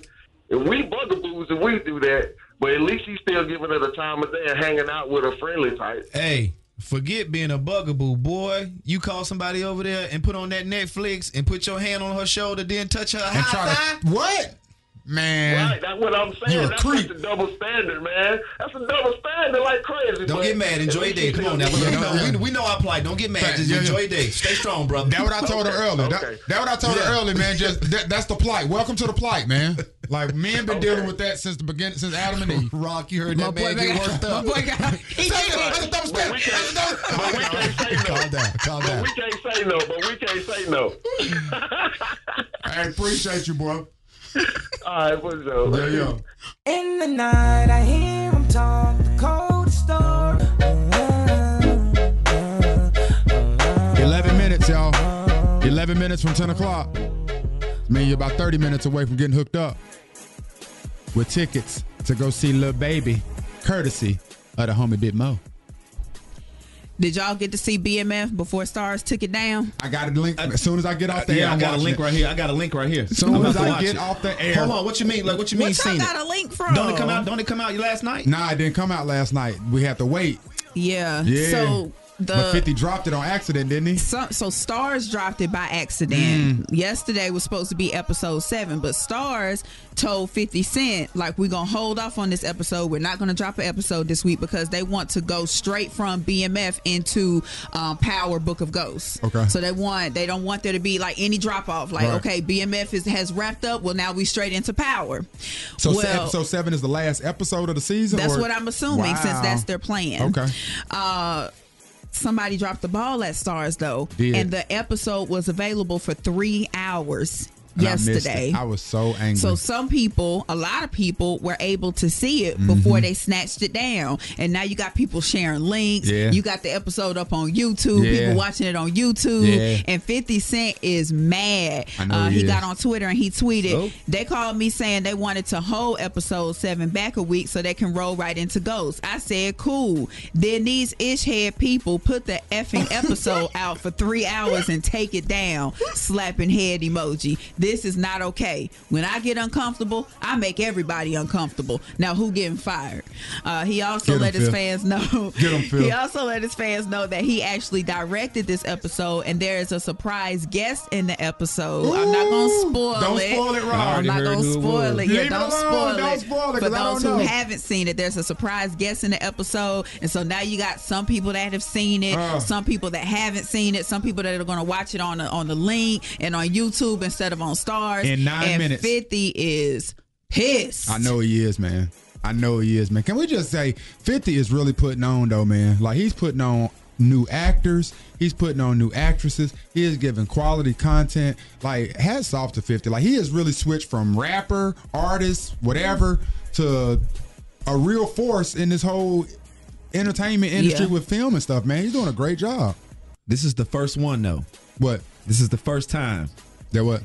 Speaker 23: And we bugaboos and we do that, but at least he's still giving her the time of day and hanging out with a friendly type.
Speaker 4: Hey, forget being a bugaboo, boy. You call somebody over there and put on that Netflix and put your hand on her shoulder, then touch her high
Speaker 2: five. What? Man.
Speaker 23: Right, that's what I'm saying.
Speaker 4: You're a
Speaker 23: that's
Speaker 4: creep.
Speaker 23: just a double standard, man. That's a double standard like crazy.
Speaker 4: Don't
Speaker 23: but
Speaker 4: get mad. Enjoy your
Speaker 23: at
Speaker 4: day.
Speaker 23: least
Speaker 4: Come
Speaker 23: he's
Speaker 4: on now.
Speaker 23: still-
Speaker 4: We know, we, we know our plight. Don't get mad.
Speaker 2: Fact.
Speaker 4: Just
Speaker 2: Yeah, yeah.
Speaker 4: enjoy your day. Stay strong, brother.
Speaker 2: That what I told her earlier. That, that what I told her
Speaker 4: Yeah.
Speaker 2: earlier, man. Just that, that's the plight. Welcome to the plight, man. Like men been dealing with that since the beginning, since Adam and Eve. Rock, you heard
Speaker 4: that man get worked up.
Speaker 2: My boy got.
Speaker 23: He
Speaker 2: That's a double standard. That's a double
Speaker 23: Calm down. Calm down. But we can't say no. But we can't say no.
Speaker 2: I appreciate you, bro.
Speaker 23: All right, what's up?
Speaker 2: Yeah, yeah.
Speaker 10: In the night, I hear him talk Mm-hmm. the coldest story.
Speaker 2: 11 minutes, y'all. 11 minutes from 10 o'clock. I mean, you're about 30 minutes away from getting hooked up with tickets to go see Lil Baby, courtesy of the homie Bit Mo.
Speaker 3: Did y'all get to see BMF before Stars took it down?
Speaker 2: I got a link. As soon as I get off the
Speaker 4: Yeah,
Speaker 2: air,
Speaker 4: I
Speaker 2: I'm
Speaker 4: got a
Speaker 2: watching
Speaker 4: link
Speaker 2: it.
Speaker 4: right here. I got a link right here.
Speaker 2: Soon
Speaker 4: I'm
Speaker 2: as
Speaker 4: about to
Speaker 2: I
Speaker 4: watch
Speaker 2: get
Speaker 4: it.
Speaker 2: off the air-
Speaker 4: Hold on. What you mean? Like what you mean?
Speaker 3: What y'all
Speaker 4: seen
Speaker 3: got
Speaker 4: it?
Speaker 3: a link from?
Speaker 4: Don't it come out? Don't it come out last night?
Speaker 2: Nah, it didn't come out last night. We had to wait.
Speaker 3: Yeah.
Speaker 2: Yeah.
Speaker 3: So the
Speaker 2: but 50 dropped it on accident, didn't he?
Speaker 3: So, so Stars dropped it by
Speaker 2: Mm.
Speaker 3: accident. Yesterday was supposed to be episode seven, but Stars told 50 Cent, like, we're going to hold off on this episode. We're not going to drop an episode this week because they want to go straight from BMF into um, Power Book of Ghosts.
Speaker 1: Okay.
Speaker 3: So they want, they don't want there to be like any drop off. Like,
Speaker 2: Right.
Speaker 3: okay, BMF is, has wrapped up. Well, now we straight into Power.
Speaker 2: So se-
Speaker 3: Well-
Speaker 2: episode seven is the last episode of the season.
Speaker 3: That's
Speaker 2: or-
Speaker 3: what I'm assuming since
Speaker 2: Wow.
Speaker 3: that's their plan.
Speaker 2: Okay.
Speaker 3: Uh, somebody dropped the ball at Stars though,
Speaker 2: Did.
Speaker 3: and the episode was available for three hours
Speaker 2: And I missed it.
Speaker 3: yesterday.
Speaker 2: I, was so angry.
Speaker 3: So some people, a lot of people, were able to see
Speaker 2: Mm-hmm.
Speaker 3: it before they snatched it down, and now you got people sharing links.
Speaker 2: Yeah.
Speaker 3: You got the episode up on YouTube.
Speaker 2: Yeah.
Speaker 3: People watching it on YouTube.
Speaker 2: Yeah.
Speaker 3: And Fifty Cent is mad.
Speaker 2: I know
Speaker 3: uh,
Speaker 2: he
Speaker 3: he
Speaker 2: is.
Speaker 3: got on Twitter and he tweeted,
Speaker 2: So?
Speaker 3: "They called me saying they wanted to hold episode seven back a week so they can roll right into Ghost." I said, "Cool." Then these ish head people put the effing episode out for three hours and take it down, slapping head emoji. This is not okay. When I get uncomfortable, I make everybody uncomfortable. Now who getting fired? Uh, he
Speaker 24: Get
Speaker 3: also
Speaker 24: 'em,
Speaker 3: let his
Speaker 24: Phil.
Speaker 3: fans know.
Speaker 24: Get 'em, Phil.
Speaker 3: He also let his fans know that he actually directed this episode, and there is a surprise guest in the episode. I'm not gonna spoil
Speaker 2: Don't
Speaker 3: it.
Speaker 2: spoil it, Rob. I
Speaker 3: I'm
Speaker 2: already
Speaker 3: not
Speaker 2: heard
Speaker 3: gonna
Speaker 2: who it was.
Speaker 3: spoil it.
Speaker 2: Leave
Speaker 3: Yeah,
Speaker 2: it
Speaker 3: don't
Speaker 2: alone.
Speaker 3: spoil it.
Speaker 2: Don't spoil it,
Speaker 3: For
Speaker 2: 'cause I
Speaker 3: those
Speaker 2: don't
Speaker 3: who
Speaker 2: know.
Speaker 3: haven't seen it, there's a surprise guest in the episode, and so now you got some people that have seen it,
Speaker 2: Uh.
Speaker 3: some people that haven't seen it, some people that are gonna watch it on the, on the link and on YouTube instead of on Stars.
Speaker 2: In nine
Speaker 3: And
Speaker 2: minutes.
Speaker 3: Fifty is pissed.
Speaker 2: I know he is, man. I know he is, man. Can we just say 50 is really putting on though, man? Like he's putting on new actors, he's putting on new actresses, he is giving quality content. Like hats off to 50. Like he has really switched from rapper, artist, whatever to a real force in this whole entertainment industry
Speaker 4: Yeah.
Speaker 2: with film and stuff, man. He's doing a great job.
Speaker 4: This is the first one though.
Speaker 2: What?
Speaker 4: This is the first time
Speaker 2: that what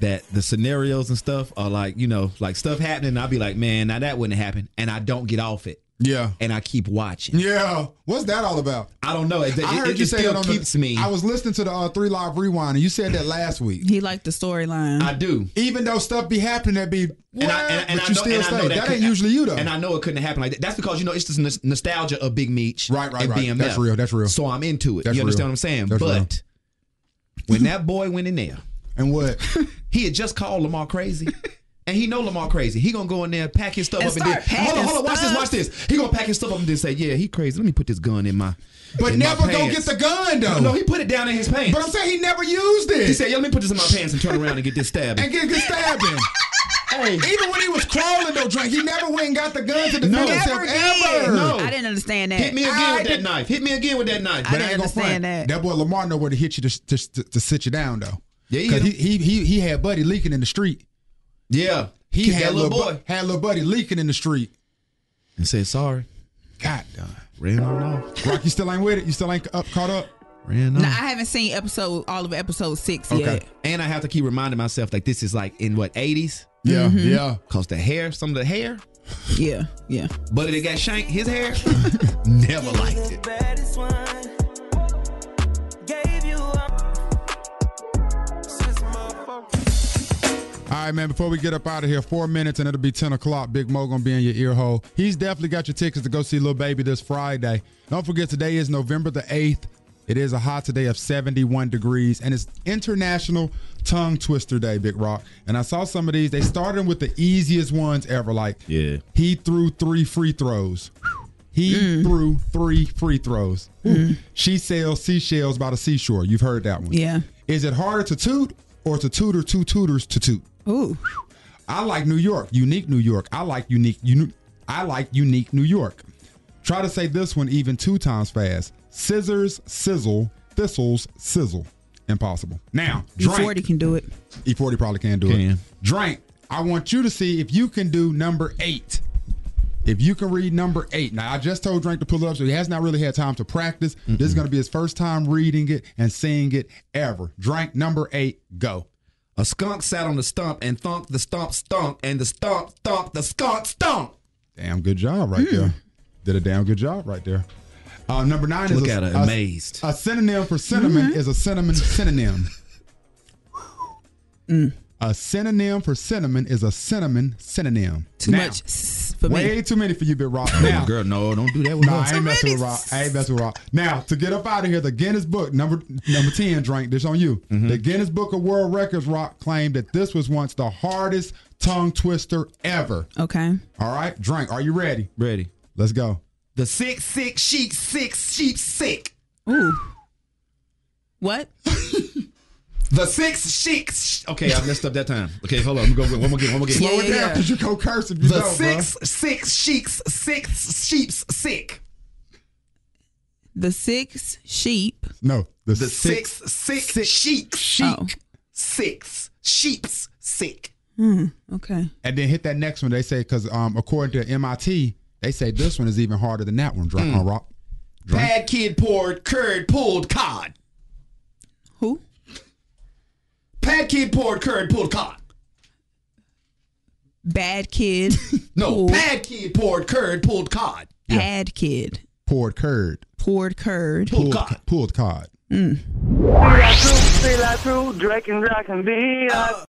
Speaker 4: that the scenarios and stuff are like you know like stuff happening. and I'll be like, man, now that wouldn't happen, and I don't get off it.
Speaker 2: Yeah,
Speaker 4: and I keep watching.
Speaker 2: Yeah, what's that all about?
Speaker 4: I don't know. It, it-
Speaker 2: I heard
Speaker 4: it-
Speaker 2: you
Speaker 4: it
Speaker 2: say
Speaker 4: still
Speaker 2: that on the-
Speaker 4: keeps me.
Speaker 2: I was listening to the uh, Three Live Rewind, and you said that last week.
Speaker 3: He liked the storyline.
Speaker 4: I do.
Speaker 2: Even though stuff be happening that be, what?
Speaker 4: And I, and, and
Speaker 2: but
Speaker 4: I
Speaker 2: you
Speaker 4: know,
Speaker 2: still
Speaker 4: and I know
Speaker 2: stay. That, ain't
Speaker 4: couldn't-
Speaker 2: usually you though.
Speaker 4: And I know it couldn't happen like that. That's because you know it's just nos- nostalgia of Big Meech, right,
Speaker 2: right,
Speaker 4: and
Speaker 2: right.
Speaker 4: BMF.
Speaker 2: That's real, that's real.
Speaker 4: So I'm into it.
Speaker 2: That's
Speaker 4: you understand
Speaker 2: real.
Speaker 4: what I'm saying?
Speaker 2: That's real.
Speaker 4: but when that boy went in there,
Speaker 2: and what
Speaker 4: he had just called Lamar crazy. And he know Lamar crazy. He gonna go in there, pack his stuff
Speaker 2: And
Speaker 4: up, and
Speaker 2: start
Speaker 4: then hold on,
Speaker 2: packing
Speaker 4: hold on, watch this,
Speaker 2: stuff.
Speaker 4: watch this. He gonna pack his stuff up and then say, "Yeah, he crazy. Let me put this gun in my."
Speaker 2: But
Speaker 4: in my
Speaker 2: never go
Speaker 4: pants."
Speaker 2: get the gun though.
Speaker 4: No, he put it down in his pants.
Speaker 2: But I'm saying he never used it.
Speaker 4: He said, "Yo, let me put this in my pants and turn around and get this stabbed."
Speaker 2: and get, get stabbing. hey, even when he was crawling though, drink, he never went and got the gun to defend
Speaker 4: No.
Speaker 2: himself
Speaker 4: Never
Speaker 2: ever.
Speaker 4: did. No.
Speaker 3: I didn't understand that.
Speaker 4: Hit me again
Speaker 3: I
Speaker 4: with that
Speaker 3: didn't-
Speaker 4: knife. Hit me again with that knife.
Speaker 2: But I, ain't gonna front. That. boy Lamar know where to hit you to, to, to, sit you down though.
Speaker 4: Yeah, he
Speaker 2: Cause he,
Speaker 4: hit
Speaker 2: he he he had Buddy leaking in the street.
Speaker 4: Yeah,
Speaker 2: he
Speaker 4: Kicked
Speaker 2: had
Speaker 4: that
Speaker 2: little
Speaker 4: little
Speaker 2: boy
Speaker 4: boy.
Speaker 2: had little Buddy leaking in the street.
Speaker 4: and said sorry.
Speaker 2: God damn.
Speaker 4: Ran on off.
Speaker 2: Rock, you still ain't with it. You still ain't up caught up.
Speaker 4: Ran
Speaker 3: No, I haven't seen episode all of episode six
Speaker 4: Okay.
Speaker 3: yet.
Speaker 4: And I have to keep reminding myself like this is like in what eighties.
Speaker 2: Yeah, Mhm. yeah.
Speaker 4: Cause the hair, some of the hair.
Speaker 3: Yeah, yeah.
Speaker 4: But it got shanked. His hair, never liked it.
Speaker 10: The baddest one. Gave you up. Since my
Speaker 2: All right, man. Before we get up out of here, four minutes and it'll be ten o'clock. Big Mo gonna be in your ear hole. He's definitely got your tickets to go see Lil Baby this Friday. Don't forget today is November the eighth. It is a hot today of 71 degrees, and it's International Tongue Twister Day, Big Rock. And I saw some of these. They started with the easiest ones ever. Like, yeah, he threw three free throws. He threw three free throws. She sells seashells by the seashore. You've heard that one.
Speaker 3: Yeah.
Speaker 2: Is it harder to toot or to tutor two tutors to toot?
Speaker 3: Ooh.
Speaker 2: I like New York, unique New York. I like unique you I like unique New York. Try to say this one even two times fast. Scissors sizzle, thistles sizzle. Impossible. Now, drink.
Speaker 3: E40 E can do it.
Speaker 2: E40 probably can do it. Drink. I want you to see if you can do number eight. If you can read number eight. Now, I just told Drink to pull it up, so he has not really had time to practice. This is going to be his first time reading it and seeing it ever. Drink number eight, go.
Speaker 4: A skunk sat on the stump and thumped the stump stunk and the stump thumped the skunk stunk.
Speaker 2: Damn good job right there. Did a damn good job right there. Uh, number nine is
Speaker 4: Look
Speaker 2: a,
Speaker 4: at her,
Speaker 2: a-
Speaker 4: amazed.
Speaker 2: A, synonym for cinnamon is a cinnamon synonym. A synonym for cinnamon is a cinnamon synonym.
Speaker 3: Too
Speaker 2: Now,
Speaker 3: much s- for me.
Speaker 2: Way too many for you, Big Rock.
Speaker 11: Now, girl, no, don't do that with
Speaker 2: No,
Speaker 11: us.
Speaker 2: I ain't messing with Rock. I ain't messing with Rock. Now, to get up out of here, the Guinness Book number number ten drink. This on you. The Guinness Book of World Records Rock claimed that this was once the hardest tongue twister ever.
Speaker 3: Okay.
Speaker 2: All right, drink. Are you ready?
Speaker 11: Ready.
Speaker 2: Let's go.
Speaker 4: The six six sheep six sheep sick.
Speaker 3: Ooh. What?
Speaker 4: the six sheets.
Speaker 11: Okay, I messed up that time. Okay, hold on. Let me go one more game. One more game.
Speaker 2: Slow it down because you go curse if you
Speaker 4: The
Speaker 2: don't,
Speaker 4: six six sheets six sheeps sick.
Speaker 3: The six sheep.
Speaker 2: bro. No, the,
Speaker 4: The
Speaker 2: six.
Speaker 4: six sick, sheep sheep
Speaker 3: Oh.
Speaker 4: six sheeps sick.
Speaker 3: Hmm. Okay.
Speaker 2: And then hit that next one. They say because um, according to MIT, they say this one is even harder than that one. Drink
Speaker 4: Mm.
Speaker 2: on Rock. Drink.
Speaker 4: Bad kid poured curd pulled cod.
Speaker 3: Who?
Speaker 4: Bad kid poured curd pulled cod.
Speaker 3: Bad kid.
Speaker 4: No,
Speaker 3: Pulled-
Speaker 4: bad kid poured curd pulled cod.
Speaker 3: Pad kid.
Speaker 2: Poured curd.
Speaker 3: Poured curd.
Speaker 2: Pulled cod. Pulled cod.
Speaker 3: Mm.
Speaker 1: Feel like true, feel like true, Drake and Rock and be.